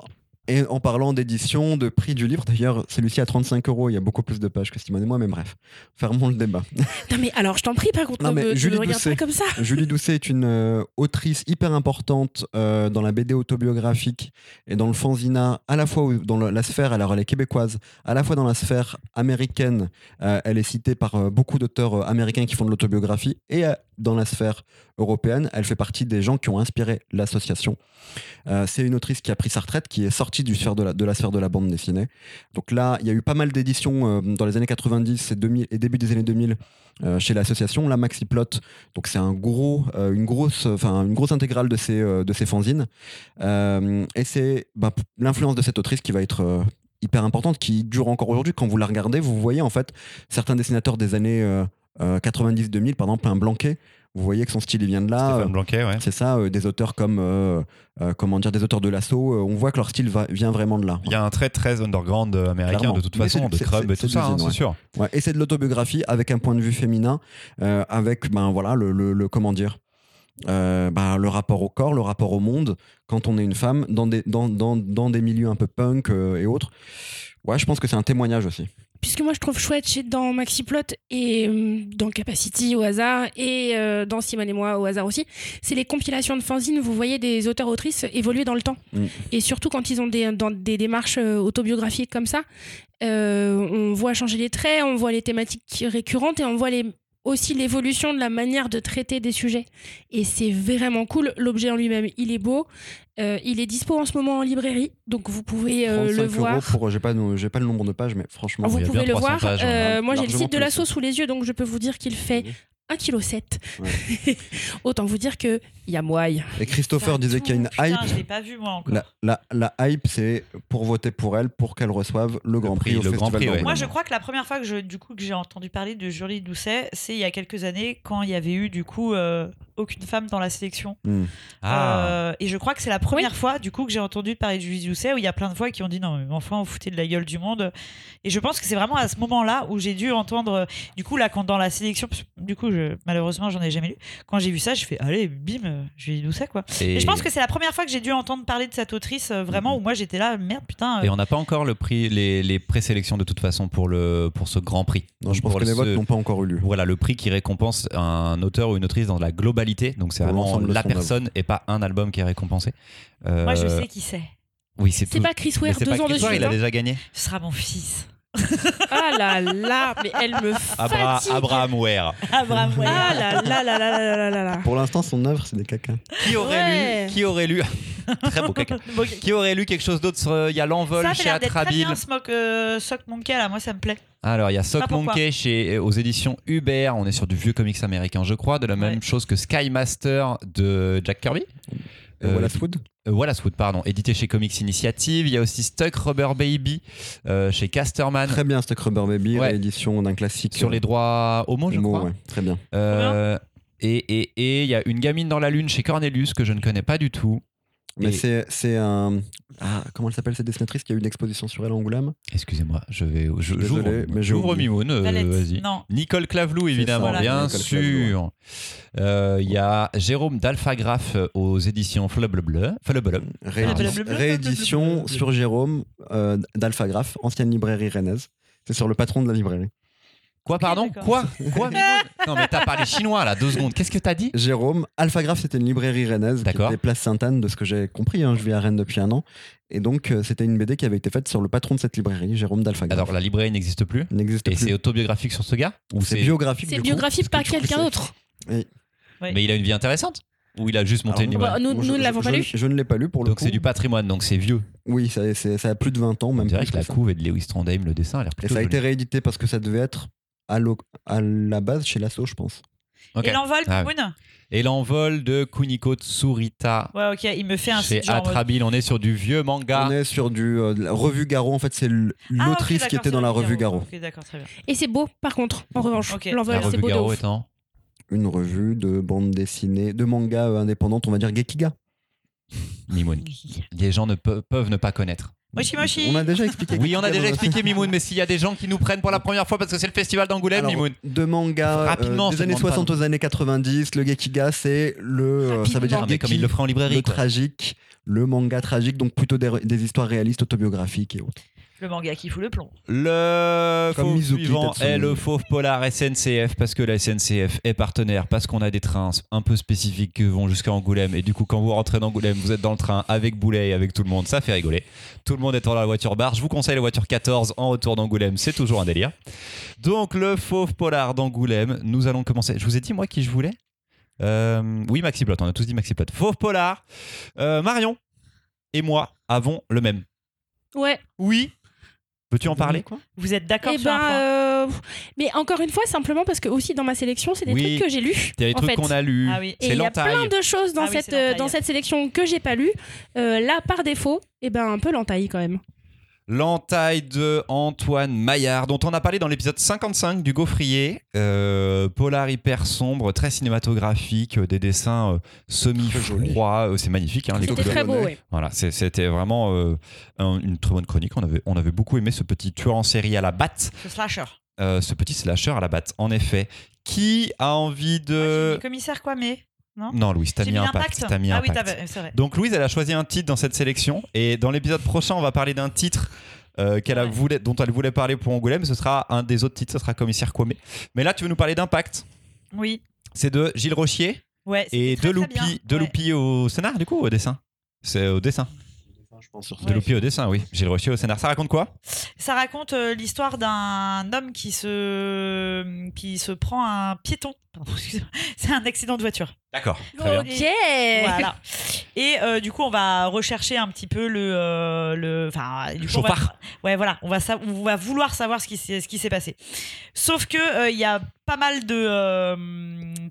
[SPEAKER 2] Et en parlant d'édition, de prix du livre, d'ailleurs, celui-ci à 35 euros, il y a beaucoup plus de pages que Simone et moi, mais bref, fermons le débat.
[SPEAKER 5] Non, mais alors, je t'en prie, par contre,
[SPEAKER 2] Non,
[SPEAKER 5] ne
[SPEAKER 2] mais
[SPEAKER 5] me- ne
[SPEAKER 2] Julie
[SPEAKER 5] me regarde
[SPEAKER 2] Doucet.
[SPEAKER 5] pas comme ça.
[SPEAKER 2] Julie Doucet est une euh, autrice hyper importante euh, dans la BD autobiographique et dans le fanzina, à la fois au- dans le- la sphère, alors elle est québécoise, à la fois dans la sphère américaine, euh, elle est citée par euh, beaucoup d'auteurs euh, américains qui font de l'autobiographie, et euh, dans la sphère européenne, elle fait partie des gens qui ont inspiré l'association. Euh, C'est une autrice qui a pris sa retraite, qui est sortie du sphère de, la, de la sphère de la bande dessinée. Donc là, il y a eu pas mal d'éditions euh, dans les années 90 et, 2000, et début des années 2000 euh, chez l'association. La Maxiplot, donc c'est un gros, euh, une grosse, enfin une grosse intégrale de ces euh, de ces fanzines. Euh, et c'est bah, p- l'influence de cette autrice qui va être euh, hyper importante, qui dure encore aujourd'hui. Quand vous la regardez, vous voyez en fait certains dessinateurs des années euh, 90-2000, par exemple un Blanquet. Vous voyez que son style il vient de là. Euh,
[SPEAKER 1] Stéphane Blanquet, ouais.
[SPEAKER 2] c'est ça, euh, des auteurs comme euh, euh, comment dire, des auteurs de l'assaut. euh, on voit que leur style va- vient vraiment de là.
[SPEAKER 1] Il y a un trait très underground euh, américain
[SPEAKER 2] Clairement.
[SPEAKER 1] de toute
[SPEAKER 2] Mais
[SPEAKER 1] façon,
[SPEAKER 2] c'est-
[SPEAKER 1] de
[SPEAKER 2] c'est-
[SPEAKER 1] Crumb
[SPEAKER 2] c'est-
[SPEAKER 1] et tout
[SPEAKER 2] c'est
[SPEAKER 1] ça,
[SPEAKER 2] l'usine,
[SPEAKER 1] hein, c'est
[SPEAKER 2] ouais.
[SPEAKER 1] sûr.
[SPEAKER 2] Ouais, et c'est de l'autobiographie avec un point de vue féminin, euh, avec ben voilà le, le- le- comment dire. euh, ben, le rapport au corps, le rapport au monde quand on est une femme dans des, dans, dans, dans des milieux un peu punk euh, et autres. Ouais, je pense que c'est un témoignage aussi.
[SPEAKER 5] Puisque moi, je trouve chouette chez dans Maxiplot et euh, dans Capacity au hasard et euh, dans Simone et moi au hasard aussi, c'est les compilations de fanzines. Vous voyez des auteurs-autrices évoluer dans le temps.
[SPEAKER 2] Mm.
[SPEAKER 5] Et surtout quand ils ont des, dans des démarches euh, autobiographiques comme ça, euh, on voit changer les traits, on voit les thématiques récurrentes et on voit les- aussi l'évolution de la manière de traiter des sujets. Et c'est vraiment cool. L'objet en lui-même, il est beau. Euh, il est dispo en ce moment en librairie, donc vous pouvez euh,
[SPEAKER 2] 35
[SPEAKER 5] le
[SPEAKER 2] euros
[SPEAKER 5] voir.
[SPEAKER 2] pour, j'ai pas, le- j'ai pas le nombre de pages, mais franchement,
[SPEAKER 5] Ah, Vous
[SPEAKER 1] il y a
[SPEAKER 5] pouvez
[SPEAKER 1] bien
[SPEAKER 5] le
[SPEAKER 1] 300
[SPEAKER 5] voir.
[SPEAKER 1] pages,
[SPEAKER 5] Euh,
[SPEAKER 1] hein,
[SPEAKER 5] moi, j'ai le
[SPEAKER 2] largement
[SPEAKER 5] site de
[SPEAKER 2] plus.
[SPEAKER 5] la sauce sous les yeux, donc je peux vous dire qu'il fait 1,7 kg. Autant vous dire que y a moille.
[SPEAKER 2] Et Christopher
[SPEAKER 4] Putain,
[SPEAKER 2] disait
[SPEAKER 4] tout.
[SPEAKER 2] qu'il y a une
[SPEAKER 4] Putain,
[SPEAKER 2] hype.
[SPEAKER 4] Je l'ai pas vu moi encore.
[SPEAKER 2] La, la, la hype, c'est pour voter pour elle, pour qu'elle reçoive le Grand
[SPEAKER 1] prix,
[SPEAKER 2] Prix, au
[SPEAKER 1] le Grand
[SPEAKER 2] Festival
[SPEAKER 1] Prix, ouais.
[SPEAKER 2] d'Angoulême.
[SPEAKER 4] Moi, je crois que la première fois que je, du coup, que j'ai entendu parler de Julie Doucet, c'est il y a quelques années quand il y avait eu du coup euh, aucune femme dans la sélection.
[SPEAKER 2] Ah.
[SPEAKER 1] Ah.
[SPEAKER 4] Euh, et je crois que c'est la première fois du coup que j'ai entendu parler de Julie Doucet où il y a plein de fois qui ont dit non mais enfin on foutait de la gueule du monde. Et je pense que c'est vraiment à ce moment-là où j'ai dû entendre euh, du coup là quand dans la sélection parce que, du coup je, malheureusement j'en ai jamais lu. Quand j'ai vu ça, je fais allez bim euh, Julie Doucet quoi. Et, je pense que c'est la première fois que j'ai dû entendre parler de cette autrice euh, vraiment
[SPEAKER 2] Mhm.
[SPEAKER 4] où moi j'étais là merde putain. euh,
[SPEAKER 1] Et on n'a pas encore le prix, les, les présélections de toute façon pour, le, pour ce grand prix.
[SPEAKER 2] Non, je pense
[SPEAKER 1] Pour
[SPEAKER 2] que les
[SPEAKER 1] ce-
[SPEAKER 2] votes n'ont pas encore eu lieu.
[SPEAKER 1] Voilà, le prix qui récompense un auteur ou une autrice dans la globalité. Donc c'est
[SPEAKER 2] Pour
[SPEAKER 1] vraiment
[SPEAKER 2] l'ensemble de
[SPEAKER 1] la
[SPEAKER 2] son œuvre.
[SPEAKER 1] personne et pas un album qui est récompensé. Euh,
[SPEAKER 4] Moi je sais qui c'est.
[SPEAKER 1] Oui, c'est
[SPEAKER 5] C'est
[SPEAKER 1] tout.
[SPEAKER 5] pas Chris
[SPEAKER 1] Mais
[SPEAKER 5] Ware,
[SPEAKER 1] c'est
[SPEAKER 5] deux
[SPEAKER 1] pas
[SPEAKER 5] ans de
[SPEAKER 1] Chris Ware,
[SPEAKER 5] suite.
[SPEAKER 1] il a
[SPEAKER 5] hein.
[SPEAKER 1] déjà gagné.
[SPEAKER 4] Ce sera mon fils.
[SPEAKER 5] Ah là là, mais elle me
[SPEAKER 1] Abra-
[SPEAKER 5] fatigue.
[SPEAKER 1] Abraham Ware.
[SPEAKER 4] Abraham Ware.
[SPEAKER 5] Ah là là là là là là là là.
[SPEAKER 2] Pour l'instant, son œuvre, c'est des cacas.
[SPEAKER 1] Qui aurait
[SPEAKER 5] Ouais.
[SPEAKER 1] lu Qui aurait lu Très beau caca.
[SPEAKER 4] Bon,
[SPEAKER 1] Qui aurait lu quelque chose d'autre sur- euh, Il y a l'envol
[SPEAKER 4] ça fait
[SPEAKER 1] chez
[SPEAKER 4] l'air d'être très
[SPEAKER 1] Atrabile.
[SPEAKER 4] bien, Smoke, euh, Sock Monkey, là, moi ça me plaît.
[SPEAKER 1] Alors, il y a Sock
[SPEAKER 4] Pas pourquoi.
[SPEAKER 1] Monkey chez, euh, aux éditions Hubert. On est sur du vieux comics américain, je crois. De la même
[SPEAKER 4] Ouais.
[SPEAKER 1] chose que Sky Master de Jack Kirby. Euh,
[SPEAKER 2] Wallace Wood
[SPEAKER 1] Euh, Wallace Wood, pardon, édité chez Comics Initiative. Il y a aussi Stuck Rubber Baby euh, chez Casterman
[SPEAKER 2] Très bien, Stuck Rubber Baby,
[SPEAKER 1] Ouais.
[SPEAKER 2] réédition d'un classique.
[SPEAKER 1] sur les droits homo, je
[SPEAKER 2] mots,
[SPEAKER 1] crois.
[SPEAKER 2] ouais, très bien.
[SPEAKER 1] Euh, et et- et il y a Une gamine dans la lune chez Cornelius que je ne connais pas du tout.
[SPEAKER 2] Mais
[SPEAKER 1] Et-
[SPEAKER 2] c'est c'est un. Ah, comment elle s'appelle cette dessinatrice qui a eu une exposition sur elle à Angoulême
[SPEAKER 1] Excusez-moi, je vais. je-
[SPEAKER 2] Désolé,
[SPEAKER 1] J'ouvre
[SPEAKER 2] mais j'ai
[SPEAKER 1] j'ouvre
[SPEAKER 2] oublié.
[SPEAKER 1] Mimoun, euh,
[SPEAKER 4] Valette.
[SPEAKER 1] vas-y.
[SPEAKER 4] Non.
[SPEAKER 1] Nicole Clavlou, évidemment,
[SPEAKER 4] ça,
[SPEAKER 1] bien
[SPEAKER 2] Nicole
[SPEAKER 1] sûr. Euh, Il y a Jérôme d'Alphagraphe aux éditions Flubblebla. Flubblebla.
[SPEAKER 2] Réédition,
[SPEAKER 4] Blablabla,
[SPEAKER 2] réédition sur Jérôme euh, d'Alphagraph, ancienne librairie rennaise. C'est sur le patron de la librairie.
[SPEAKER 1] Quoi, pardon
[SPEAKER 4] d'accord.
[SPEAKER 1] Quoi Quoi Mimoun Non, mais t'as parlé chinois là, deux secondes. Qu'est-ce que t'as dit
[SPEAKER 2] Jérôme, Alphagraph, c'était une librairie rennaise qui
[SPEAKER 1] D'accord.
[SPEAKER 2] était place Sainte-Anne, de ce que j'ai compris. hein, je vis à Rennes depuis un an. Et donc, euh, c'était une BD qui avait été faite sur le patron de cette librairie, Jérôme d'Alphagraph.
[SPEAKER 1] Alors, la librairie n'existe plus
[SPEAKER 2] Il n'existe
[SPEAKER 1] et
[SPEAKER 2] plus.
[SPEAKER 1] c'est autobiographique sur ce gars Ou
[SPEAKER 2] C'est biographique.
[SPEAKER 5] C'est
[SPEAKER 2] du coup,
[SPEAKER 5] biographique
[SPEAKER 2] parce
[SPEAKER 5] par
[SPEAKER 2] que du coup,
[SPEAKER 5] quelqu'un d'autre.
[SPEAKER 2] c'est-
[SPEAKER 1] Mais il a une vie intéressante Ou il a juste monté
[SPEAKER 2] Alors,
[SPEAKER 1] une
[SPEAKER 2] non,
[SPEAKER 1] librairie
[SPEAKER 5] Bah, nous
[SPEAKER 2] Bon,
[SPEAKER 5] nous
[SPEAKER 2] je-
[SPEAKER 5] ne l'avons
[SPEAKER 2] je-
[SPEAKER 5] pas
[SPEAKER 2] je-
[SPEAKER 5] lu.
[SPEAKER 2] Je ne l'ai pas lu pour le
[SPEAKER 1] Donc
[SPEAKER 2] coup.
[SPEAKER 1] c'est du patrimoine, donc c'est vieux.
[SPEAKER 2] Oui, ça, c'est- ça a plus de 20 ans,
[SPEAKER 1] On
[SPEAKER 2] même
[SPEAKER 1] dirait
[SPEAKER 2] plus
[SPEAKER 1] que la
[SPEAKER 2] que ça.
[SPEAKER 1] couve est de Lewis Trondheim, le dessin a l'air
[SPEAKER 2] Et
[SPEAKER 1] plutôt
[SPEAKER 2] ça a
[SPEAKER 1] joli.
[SPEAKER 2] été réédité parce que ça devait être à, l'o- à la base chez Lasso, je pense.
[SPEAKER 1] Ok.
[SPEAKER 4] Et l'envol,
[SPEAKER 1] Ah ouais.
[SPEAKER 4] Moon
[SPEAKER 1] Et l'envol de Kuniko Tsurita
[SPEAKER 4] Ouais, ok, il me fait un
[SPEAKER 1] chez
[SPEAKER 4] site genre euh, en mode-
[SPEAKER 1] Atrabile. On est sur du vieux manga.
[SPEAKER 2] On est sur du euh, de la revue Garo. En fait, c'est l-
[SPEAKER 4] Ah, ok,
[SPEAKER 2] l'autrice qui
[SPEAKER 4] d'accord,
[SPEAKER 2] était dans
[SPEAKER 4] c'est
[SPEAKER 2] la
[SPEAKER 4] vrai,
[SPEAKER 2] revue Garo.
[SPEAKER 4] Ok, d'accord, très bien.
[SPEAKER 5] Et c'est beau, par contre, en revanche.
[SPEAKER 4] Ok.
[SPEAKER 5] L'envol,
[SPEAKER 1] La
[SPEAKER 5] c'est
[SPEAKER 1] revue
[SPEAKER 5] beau de
[SPEAKER 1] Garo
[SPEAKER 5] ouf.
[SPEAKER 1] étant.
[SPEAKER 2] Une revue de bande dessinée, de manga euh, indépendante, on va dire Gekiga.
[SPEAKER 1] Mimoun. Les gens ne peu- peuvent ne pas connaître.
[SPEAKER 4] Moshi Moshi
[SPEAKER 2] On a déjà expliqué.
[SPEAKER 1] Oui, on a
[SPEAKER 2] Gekiga
[SPEAKER 1] déjà
[SPEAKER 2] dans-
[SPEAKER 1] expliqué Mimoun, mais s'il y a des gens qui nous prennent pour la première fois parce que c'est le festival d'Angoulême,
[SPEAKER 2] Alors,
[SPEAKER 1] Mimoun.
[SPEAKER 2] de manga euh,
[SPEAKER 1] Rapidement, on se
[SPEAKER 2] des années
[SPEAKER 1] demande pas,
[SPEAKER 2] 60 aux années 90, le Gekiga c'est le euh, ça veut dire
[SPEAKER 1] Ah, mais
[SPEAKER 2] Geki,
[SPEAKER 1] comme il le ferait en
[SPEAKER 2] le
[SPEAKER 1] librairie. quoi.
[SPEAKER 2] tragique, le manga tragique donc plutôt des, des histoires réalistes autobiographiques et autres.
[SPEAKER 4] Le manga qui fout le plomb.
[SPEAKER 1] Le
[SPEAKER 2] Comme
[SPEAKER 1] fauve
[SPEAKER 2] Mizuki,
[SPEAKER 1] suivant
[SPEAKER 2] Tatsumi.
[SPEAKER 1] est le fauve polar SNCF parce que la SNCF est partenaire, parce qu'on a des trains un peu spécifiques qui vont jusqu'à Angoulême. Et du coup, quand vous rentrez d'Angoulême, vous êtes dans le train avec Boulet et avec tout le monde. Ça fait rigoler. Tout le monde est dans la voiture barre. Je vous conseille la voiture 14 en retour d'Angoulême. C'est toujours un délire. Donc, le fauve polar d'Angoulême, nous allons commencer. Je vous ai dit, moi, qui je voulais Euh, Oui, Maxi Plot. On a tous dit Maxi Plot. Fauve polar. Euh, Marion et moi avons le même.
[SPEAKER 5] Ouais.
[SPEAKER 1] Oui. Peux-tu en parler
[SPEAKER 2] quoi
[SPEAKER 4] Vous êtes d'accord
[SPEAKER 5] Eh
[SPEAKER 4] sur un
[SPEAKER 5] ben,
[SPEAKER 4] point
[SPEAKER 5] euh, mais encore une fois, simplement parce que aussi dans ma sélection, c'est des
[SPEAKER 1] Oui.
[SPEAKER 5] trucs que j'ai lus.
[SPEAKER 1] Il y a des
[SPEAKER 5] en
[SPEAKER 1] trucs
[SPEAKER 5] fait.
[SPEAKER 1] qu'on a lus.
[SPEAKER 4] Ah oui.
[SPEAKER 5] Et
[SPEAKER 1] C'est
[SPEAKER 5] il y a plein
[SPEAKER 1] l'entaille.
[SPEAKER 5] de choses dans,
[SPEAKER 4] Ah oui,
[SPEAKER 5] cette,
[SPEAKER 4] c'est l'entaille.
[SPEAKER 5] euh, dans cette sélection que j'ai pas lues. Euh, là, par défaut, et ben un peu l'entaille quand même.
[SPEAKER 1] L'entaille de Antoine Maillard, dont on a parlé dans l'épisode 55 du Gaufrier. Euh, polar hyper sombre, très cinématographique, euh, des dessins euh,
[SPEAKER 2] Très
[SPEAKER 1] semi-froids. euh, c'est magnifique, hein, les
[SPEAKER 5] C'était
[SPEAKER 1] couleurs.
[SPEAKER 5] très beau,
[SPEAKER 2] Colonel.
[SPEAKER 5] ouais.
[SPEAKER 1] Voilà, c'est- c'était vraiment euh, un- une très bonne chronique. On avait, on avait beaucoup aimé ce petit tueur en série à la batte,
[SPEAKER 4] Ce slasher.
[SPEAKER 1] euh, ce petit slasher à la batte, en effet. Qui a envie
[SPEAKER 4] Moi, j'ai
[SPEAKER 1] de.
[SPEAKER 4] mis commissaire quoi, mais. Non
[SPEAKER 1] Non, Louise, euh, t'as
[SPEAKER 4] J'ai
[SPEAKER 1] mis
[SPEAKER 4] l'impact.
[SPEAKER 1] impact. T'as mis
[SPEAKER 4] ah oui,
[SPEAKER 1] impact.
[SPEAKER 4] t'avais- c'est vrai.
[SPEAKER 1] Donc Louise, elle a choisi un titre dans cette sélection et dans l'épisode prochain, on va parler d'un titre euh, qu'elle a
[SPEAKER 4] Ouais.
[SPEAKER 1] voulu- dont elle voulait parler pour Angoulême. Ce sera un des autres titres, ce sera Commissaire Kwame. Mais là, tu veux nous parler d'Impact.
[SPEAKER 4] Oui.
[SPEAKER 1] C'est de Gilles Rochier
[SPEAKER 4] Ouais,
[SPEAKER 1] et
[SPEAKER 4] c'était
[SPEAKER 1] de
[SPEAKER 4] très, très bien.
[SPEAKER 1] Loupi, de
[SPEAKER 4] Ouais.
[SPEAKER 1] Loupi au scénar, du coup, ou au dessin. C'est au dessin.
[SPEAKER 2] Je pense sur
[SPEAKER 1] De
[SPEAKER 4] Ouais.
[SPEAKER 1] Loupi au dessin, oui. Gilles Rochier au scénar. Ça raconte quoi
[SPEAKER 4] Ça raconte euh, l'histoire d'un homme qui se qui se prend un piéton. Pardon, excusez-moi. C'est un accident de voiture.
[SPEAKER 1] D'accord. Très bien.
[SPEAKER 5] Ok.
[SPEAKER 4] Voilà. Et euh, du coup, on va rechercher un petit peu le euh, le enfin du coup, on va-
[SPEAKER 1] Chauffard.
[SPEAKER 4] ouais, voilà, on va sa- on va vouloir savoir ce qui s'est ce qui s'est passé. Sauf que euh, il y a pas mal de euh,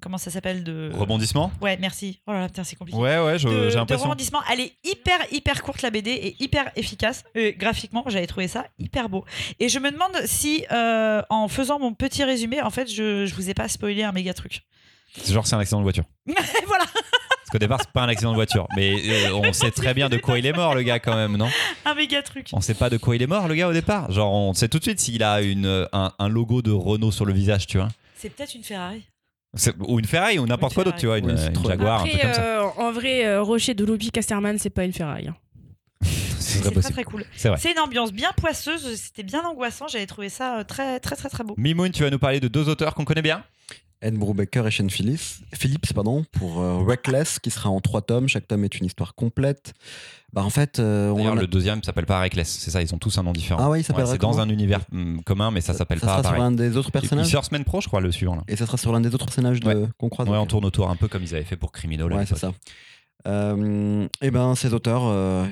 [SPEAKER 4] comment ça s'appelle de
[SPEAKER 1] Rebondissement
[SPEAKER 4] Ouais, merci. Oh là là, putain, c'est compliqué.
[SPEAKER 1] Ouais, ouais,
[SPEAKER 4] de,
[SPEAKER 1] je- Euh, j'ai
[SPEAKER 4] de
[SPEAKER 1] l'impression.
[SPEAKER 4] rebondissements. Elle est hyper, hyper courte, la BD, et hyper efficace. Euh, graphiquement, j'avais trouvé ça hyper beau. Et je me demande si, euh, en faisant mon petit résumé, en fait, je, je vous ai pas spoilé un méga truc.
[SPEAKER 1] C'est Genre, c'est un accident de voiture.
[SPEAKER 4] Et voilà,
[SPEAKER 1] Parce qu'au départ, c'est pas un accident de voiture. Mais euh, on sait très bien de quoi il est mort, le gars, quand même, non
[SPEAKER 4] un méga truc.
[SPEAKER 1] On sait pas de quoi il est mort, le gars, au départ. Genre, on sait tout de suite s'il a une, euh, un, un logo de Renault sur le visage, tu vois.
[SPEAKER 4] C'est peut-être une Ferrari.
[SPEAKER 1] C'est- Ou une Ferrari, ou n'importe
[SPEAKER 4] Une
[SPEAKER 1] quoi d'autre, tu vois. Une,
[SPEAKER 2] Ferrari. Oui,
[SPEAKER 1] euh, une
[SPEAKER 2] Citroën.
[SPEAKER 1] Jaguar, un
[SPEAKER 5] Après,
[SPEAKER 1] truc comme ça.
[SPEAKER 5] euh, en vrai, euh, Rocher de Loupi Casterman, c'est pas une ferraille. hein.
[SPEAKER 1] C'est
[SPEAKER 4] euh, C'est
[SPEAKER 1] très
[SPEAKER 4] très,
[SPEAKER 1] possible.
[SPEAKER 4] très cool.
[SPEAKER 1] C'est vrai.
[SPEAKER 4] C'est une ambiance bien poisseuse, c'était bien angoissant. J'avais trouvé ça euh, très, très, très, très beau.
[SPEAKER 1] Mimoun, tu vas nous parler de deux auteurs qu'on connaît bien.
[SPEAKER 2] Ed Brubaker et Shane Phillips, Phillips pardon, pour euh, Reckless, qui sera en trois tomes. Chaque tome est une histoire complète. Bah, en fait, euh, on
[SPEAKER 1] D'ailleurs,
[SPEAKER 2] en a-
[SPEAKER 1] le deuxième s'appelle pas Reckless. C'est ça, ils ont tous un nom différent.
[SPEAKER 2] Ah ouais, il
[SPEAKER 1] Ouais,
[SPEAKER 2] s'appelle
[SPEAKER 1] c'est dans un univers hum, commun, mais ça s'appelle pas
[SPEAKER 2] sera sur
[SPEAKER 1] pareil.
[SPEAKER 2] un des autres
[SPEAKER 1] Il
[SPEAKER 2] personnages
[SPEAKER 1] sort semaine pro, je crois, le suivant. Là.
[SPEAKER 2] et ça sera sur l'un des autres personnages de-
[SPEAKER 1] Ouais.
[SPEAKER 2] qu'on croise.
[SPEAKER 1] Ouais, on
[SPEAKER 2] Ah, Ok.
[SPEAKER 1] tourne autour un peu comme ils avaient fait pour Criminal. à
[SPEAKER 2] Ouais, c'est
[SPEAKER 1] l'époque.
[SPEAKER 2] ça. Euh, et ben, ces auteurs, euh,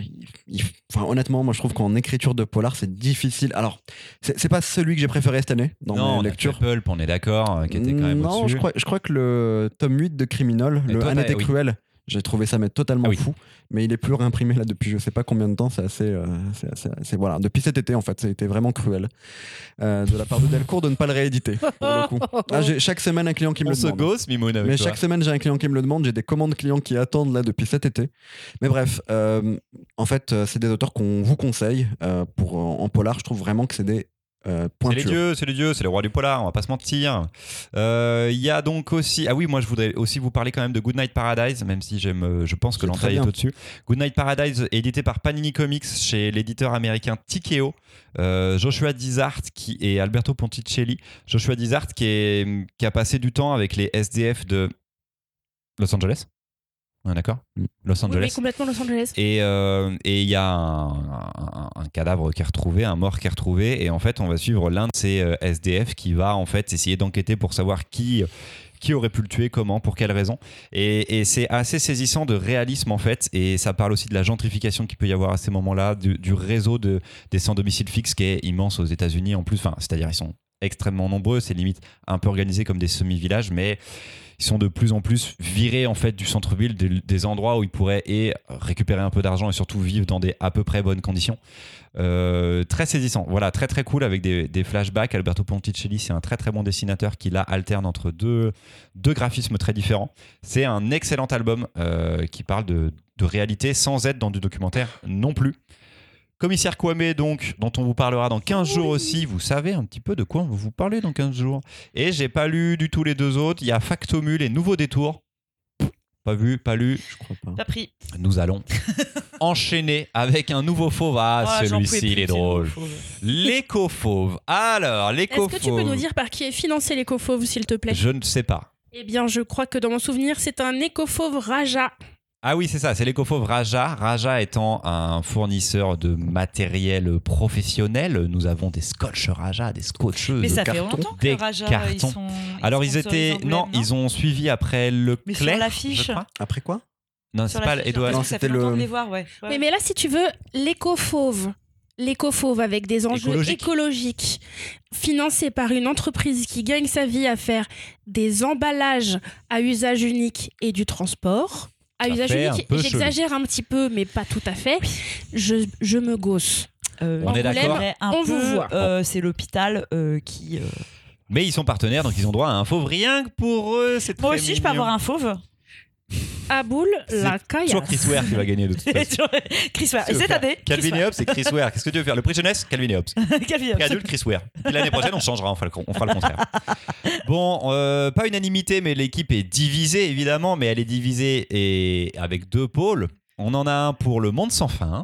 [SPEAKER 2] ils- ils- enfin, honnêtement, moi je trouve qu'en écriture de polar, c'est difficile. Alors, c'est c'est pas celui que j'ai préféré cette année dans
[SPEAKER 1] non,
[SPEAKER 2] mes
[SPEAKER 1] on a
[SPEAKER 2] lectures.
[SPEAKER 1] fait Pulp, on est d'accord, euh, qui était quand même
[SPEAKER 2] non,
[SPEAKER 1] au-dessus.
[SPEAKER 2] je crois, je crois que le tome 8 de Criminal,
[SPEAKER 1] Et
[SPEAKER 2] le
[SPEAKER 1] toi,
[SPEAKER 2] Un
[SPEAKER 1] t'as-
[SPEAKER 2] été
[SPEAKER 1] oui.
[SPEAKER 2] cruel, J'ai trouvé ça mais totalement
[SPEAKER 1] Ah oui.
[SPEAKER 2] fou. Mais il est plus réimprimé là depuis je sais pas combien de temps. C'est assez, euh, c'est assez- c'est- voilà. Depuis cet été en fait, ça a été vraiment cruel euh, de la part de Delcourt de ne pas le rééditer. pour le coup. Là, j'ai chaque semaine un client qui me
[SPEAKER 1] On
[SPEAKER 2] le
[SPEAKER 1] se
[SPEAKER 2] demande.
[SPEAKER 1] gosse, Mimoun, avec
[SPEAKER 2] Mais
[SPEAKER 1] toi.
[SPEAKER 2] chaque semaine, j'ai un client qui me le demande. J'ai des commandes clients qui attendent là depuis cet été. Mais bref, euh, en fait, euh, c'est des auteurs qu'on vous conseille euh, pour en en polar. Je trouve vraiment que c'est des euh,
[SPEAKER 1] C'est les
[SPEAKER 2] pointures.
[SPEAKER 1] dieux, c'est les dieux, c'est les rois du polar, on va pas se mentir. Euh, Il y a donc aussi. Ah oui, moi je voudrais aussi vous parler quand même de Goodnight Paradise, même si j'aime, euh, je pense que
[SPEAKER 2] C'est très
[SPEAKER 1] l'entaille est
[SPEAKER 2] bien.
[SPEAKER 1] au-dessus. Goodnight Paradise, édité par Panini Comics chez l'éditeur américain Tikeo, euh, Joshua Dizart qui, et Alberto Ponticelli. Joshua Dizart qui, est, qui a passé du temps avec les SDF de Los Angeles. On est d'accord
[SPEAKER 2] Mm.
[SPEAKER 1] Los
[SPEAKER 5] Oui,
[SPEAKER 1] Angeles.
[SPEAKER 5] oui, complètement Los Angeles.
[SPEAKER 1] Et euh, et il y a un, un- un cadavre qui est retrouvé, un mort qui est retrouvé, et en fait, on va suivre l'un de ces euh, SDF qui va en fait essayer d'enquêter pour savoir qui qui aurait pu le tuer, comment, pour quelle raison. Et, et c'est assez saisissant de réalisme en fait, et ça parle aussi de la gentrification qu'il peut y avoir à ces moments-là, du, du réseau de, des sans-domicile fixe qui est immense aux États-Unis en plus, enfin, c'est-à-dire ils sont extrêmement nombreux, c'est limite un peu organisé comme des semi-villages, mais ils sont de plus en plus virés en fait du centre-ville, des, des endroits où ils pourraient et récupérer un peu d'argent et surtout vivre dans des à peu près bonnes conditions. Euh, très saisissant, voilà, très très cool avec des, des flashbacks. Alberto Ponticelli, c'est un très très bon dessinateur qui là alterne entre deux, deux graphismes très différents. C'est un excellent album euh, qui parle de, de réalité sans être dans du documentaire non plus. Commissaire Kwame, donc, dont on vous parlera dans 15 jours aussi, vous savez un petit peu de quoi on va vous parler dans 15 jours. Et j'ai pas lu du tout les deux autres. Il y a Factomule et Nouveau Détour. Pas vu, pas lu.
[SPEAKER 2] Je crois pas.
[SPEAKER 4] Pas pris.
[SPEAKER 1] Nous allons enchaîner avec un nouveau fauve. Ah,
[SPEAKER 4] Ah, j'en pouvais
[SPEAKER 1] celui-ci,
[SPEAKER 4] plus,
[SPEAKER 1] il est
[SPEAKER 4] c'est
[SPEAKER 1] drôle.
[SPEAKER 4] nouveau.
[SPEAKER 1] L'éco-fauve. Alors,
[SPEAKER 5] Est-ce
[SPEAKER 1] l'éco-fauve.
[SPEAKER 5] que tu peux nous dire par qui est financé l'écofauve, s'il te plaît
[SPEAKER 1] Je ne sais pas.
[SPEAKER 5] Eh bien, je crois que dans mon souvenir, c'est un écofauve Raja.
[SPEAKER 1] Ah oui, c'est ça, c'est l'écofauve Raja. Raja étant un fournisseur de matériel professionnel, nous avons des scotch Raja, des scotcheuses.
[SPEAKER 4] Mais ça fait
[SPEAKER 2] carton.
[SPEAKER 4] longtemps
[SPEAKER 1] Des
[SPEAKER 4] que Raja, ils
[SPEAKER 1] cartons.
[SPEAKER 4] sont.
[SPEAKER 1] Alors ils étaient
[SPEAKER 4] sponsorisent
[SPEAKER 1] non,
[SPEAKER 4] Emblem,
[SPEAKER 1] ils ont suivi après le
[SPEAKER 4] Mais sur
[SPEAKER 1] Claire,
[SPEAKER 4] l'affiche.
[SPEAKER 1] je crois.
[SPEAKER 2] Après quoi
[SPEAKER 1] Non,
[SPEAKER 4] Sur
[SPEAKER 1] c'est
[SPEAKER 4] la
[SPEAKER 1] pas
[SPEAKER 4] fiche,
[SPEAKER 1] Edouard.
[SPEAKER 4] parce
[SPEAKER 2] Non,
[SPEAKER 4] que ça
[SPEAKER 2] c'était
[SPEAKER 4] fait
[SPEAKER 2] le-
[SPEAKER 4] longtemps de les voir, ouais. ouais.
[SPEAKER 5] Oui, mais là, si tu veux, l'écofauve, l'écofauve avec des enjeux
[SPEAKER 1] Écologique.
[SPEAKER 5] écologiques, financé par une entreprise qui gagne sa vie à faire des emballages à usage unique et du transport. À
[SPEAKER 1] Ça
[SPEAKER 5] usage
[SPEAKER 1] fait un
[SPEAKER 5] unique,
[SPEAKER 1] peu
[SPEAKER 5] j'exagère un petit peu, mais pas tout à fait. Je, je me gosse.
[SPEAKER 4] Euh,
[SPEAKER 1] On est
[SPEAKER 4] Angoulême,
[SPEAKER 1] d'accord.
[SPEAKER 4] est un
[SPEAKER 5] On
[SPEAKER 4] peu,
[SPEAKER 5] vous voit.
[SPEAKER 4] euh, c'est l'hôpital euh, qui. euh,
[SPEAKER 1] Mais ils sont partenaires, donc ils ont droit à un fauve rien que pour eux. C'est
[SPEAKER 4] Moi
[SPEAKER 1] très
[SPEAKER 4] aussi, je peux
[SPEAKER 1] mignon.
[SPEAKER 4] avoir un fauve.
[SPEAKER 5] À boule,
[SPEAKER 1] C'est
[SPEAKER 5] la caillasse.
[SPEAKER 1] Toujours Chris Ware qui va gagner de toute façon.
[SPEAKER 4] hein. Chris Ware. Et cette
[SPEAKER 1] offert.
[SPEAKER 4] année, Chris
[SPEAKER 1] Calvin et Hobbes, c'est Chris Ware. Qu'est-ce que tu veux faire Le prix jeunesse, Calvin et Hobbes.
[SPEAKER 4] Ware. Calvin
[SPEAKER 1] Prix adulte, Chris Ware. Et L'année prochaine, on changera, on fera le, con- on fera le contraire. Bon, euh, pas unanimité, mais l'équipe est divisée, évidemment, mais elle est divisée et avec deux pôles. On en a un pour le monde sans fin.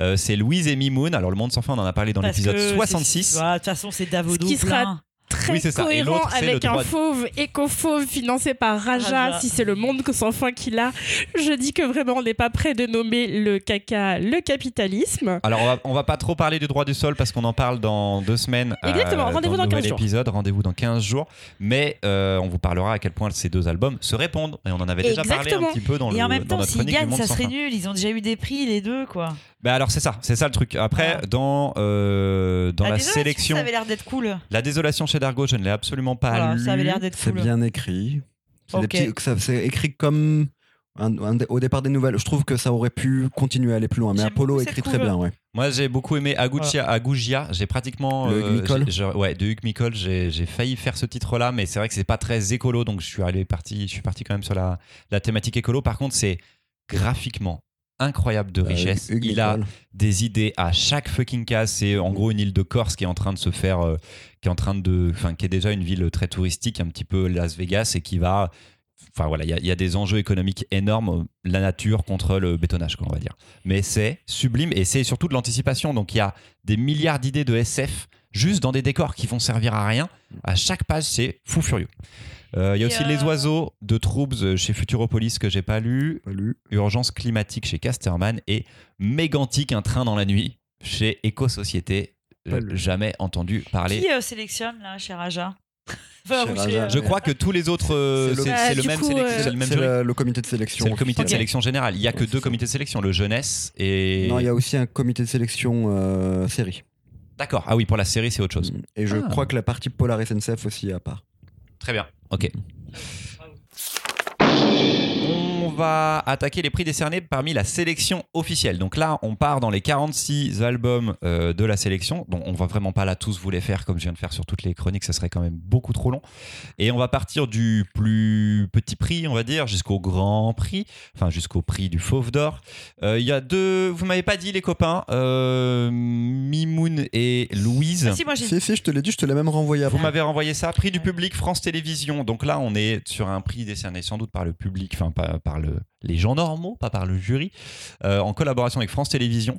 [SPEAKER 1] Euh, c'est Louise et Mimoun. Alors, le monde sans fin, on en a parlé dans
[SPEAKER 4] Parce
[SPEAKER 1] l'épisode
[SPEAKER 4] que c'est-
[SPEAKER 1] 66.
[SPEAKER 4] voilà, De toute façon, c'est Davodo.
[SPEAKER 5] Ce qui sera
[SPEAKER 4] plein.
[SPEAKER 5] Très
[SPEAKER 1] Oui, c'est ça. Et
[SPEAKER 5] cohérent
[SPEAKER 1] l'autre, c'est le
[SPEAKER 5] avec
[SPEAKER 1] droit
[SPEAKER 5] un
[SPEAKER 1] de-
[SPEAKER 5] fauve, écofauve financé par Raja,
[SPEAKER 4] Raja.
[SPEAKER 5] si c'est le monde que sans fin qu'il a. Je dis que vraiment, on n'est pas prêt de nommer le caca le capitalisme.
[SPEAKER 1] Alors, on va, on va pas trop parler du droit du sol parce qu'on en parle dans deux semaines.
[SPEAKER 5] Exactement, rendez-vous
[SPEAKER 1] dans
[SPEAKER 5] dans
[SPEAKER 1] le
[SPEAKER 5] 15
[SPEAKER 1] nouvel
[SPEAKER 5] jours.
[SPEAKER 1] épisode. Rendez-vous dans 15 jours. Mais euh, on vous parlera à quel point ces deux albums se répondent. Et on en avait déjà parlé
[SPEAKER 5] Exactement.
[SPEAKER 1] un petit peu dans,
[SPEAKER 4] Et
[SPEAKER 1] le,
[SPEAKER 4] en même
[SPEAKER 1] dans
[SPEAKER 4] temps,
[SPEAKER 1] notre
[SPEAKER 4] s'ils
[SPEAKER 1] chronique du
[SPEAKER 4] gagnent,
[SPEAKER 1] monde
[SPEAKER 4] ça
[SPEAKER 1] sans
[SPEAKER 4] serait
[SPEAKER 1] fin.
[SPEAKER 4] nul. Ils ont déjà eu des prix, les deux, quoi.
[SPEAKER 1] Bah alors c'est ça, c'est ça le truc. Après,
[SPEAKER 4] Voilà.
[SPEAKER 1] dans, euh, dans
[SPEAKER 4] Ah,
[SPEAKER 1] la
[SPEAKER 4] déjà,
[SPEAKER 1] sélection,
[SPEAKER 4] Ça avait l'air d'être cool.
[SPEAKER 1] La désolation chez Dargo, je ne l'ai absolument pas
[SPEAKER 4] Voilà,
[SPEAKER 1] lu.
[SPEAKER 4] ça avait l'air d'être
[SPEAKER 2] C'est
[SPEAKER 4] cool.
[SPEAKER 2] bien écrit. C'est des
[SPEAKER 4] Ok.
[SPEAKER 2] petits- ça- C'est écrit comme un- un dé- au départ des nouvelles. Je trouve que ça aurait pu continuer à aller plus loin. Mais
[SPEAKER 4] J'aime
[SPEAKER 2] Apollo
[SPEAKER 4] beaucoup cette
[SPEAKER 2] écrit très
[SPEAKER 4] couleur.
[SPEAKER 2] bien, ouais.
[SPEAKER 1] Moi j'ai beaucoup aimé Aguchia, Agugia. J'ai pratiquement. euh,
[SPEAKER 2] Le Hugues Nicole.
[SPEAKER 1] j'ai- j'ai- ouais, de Hugues Nicole, j'ai j'ai failli faire ce titre-là, mais c'est vrai que c'est pas très écolo, donc je suis, allé parti, je suis parti quand même sur la, la thématique écolo. Par contre, c'est graphiquement incroyable de richesse.
[SPEAKER 2] Euh, Hugues
[SPEAKER 1] Il a
[SPEAKER 2] Nicole.
[SPEAKER 1] des idées à chaque fucking case. C'est en gros une île de Corse qui est en train de se faire, euh, qui est en train de, enfin qui est déjà une ville très touristique, un petit peu Las Vegas et qui va, enfin voilà, il y a- il y, a des enjeux économiques énormes, euh, la nature contre le bétonnage, quoi, on va dire. Mais c'est sublime et c'est surtout de l'anticipation. Donc il y a des milliards d'idées de SF juste dans des décors qui vont servir à rien. À chaque page, c'est fou furieux. Euh, Il y a
[SPEAKER 4] Et
[SPEAKER 1] aussi
[SPEAKER 4] euh,
[SPEAKER 1] Les Oiseaux de Troubs euh, chez Futuropolis que j'ai pas lu.
[SPEAKER 2] Pas lu.
[SPEAKER 1] Urgence climatique chez Casterman et Mégantic, un train dans la nuit chez Éco-Société.
[SPEAKER 2] Pas
[SPEAKER 1] Euh,
[SPEAKER 2] le-
[SPEAKER 1] Jamais entendu parler.
[SPEAKER 4] Qui euh, sélectionne, là, chez Raja Enfin,
[SPEAKER 2] Chez
[SPEAKER 4] ou
[SPEAKER 2] Raja,
[SPEAKER 4] euh,
[SPEAKER 1] Je crois que tous les autres, euh,
[SPEAKER 2] C'est
[SPEAKER 1] c'est
[SPEAKER 2] le-
[SPEAKER 1] c'est
[SPEAKER 5] Euh,
[SPEAKER 1] le,
[SPEAKER 5] du
[SPEAKER 1] même
[SPEAKER 5] coup,
[SPEAKER 1] sélection-
[SPEAKER 5] euh,
[SPEAKER 1] c'est le même
[SPEAKER 2] C'est
[SPEAKER 1] jury.
[SPEAKER 2] le, le comité de sélection.
[SPEAKER 1] C'est le comité de
[SPEAKER 4] Ok.
[SPEAKER 1] sélection générale. Il n'y a que
[SPEAKER 2] Ouais,
[SPEAKER 1] deux
[SPEAKER 2] c'est
[SPEAKER 1] comités de sélection, le jeunesse et.
[SPEAKER 2] Non, il y a aussi un comité de sélection euh, série.
[SPEAKER 1] D'accord. Ah oui, pour la série, c'est autre chose.
[SPEAKER 2] Et je
[SPEAKER 1] Ah.
[SPEAKER 2] crois que la partie Polar SNCF aussi est à part.
[SPEAKER 1] Très bien. Ok. On on va attaquer les prix décernés parmi la sélection officielle. Donc là, on part dans les 46 albums euh, de la sélection. Bon, on va vraiment pas là tous vous les faire comme je viens de faire sur toutes les chroniques, ça serait quand même beaucoup trop long. Et on va partir du plus petit prix, on va dire, jusqu'au grand prix, enfin jusqu'au prix du fauve d'or. Euh, Il y a deux, vous m'avez pas dit les copains, euh, Mimoun et Louise.
[SPEAKER 4] Ah, si, moi j'ai
[SPEAKER 2] Si, si, je te l'ai dit, je te l'ai même renvoyé
[SPEAKER 1] Vous
[SPEAKER 2] avant.
[SPEAKER 1] m'avez renvoyé ça, prix du public France Télévisions. Donc là, on est sur un prix décerné sans doute par le public, enfin pas par le, les gens normaux, pas par le jury, euh, en collaboration avec France Télévisions.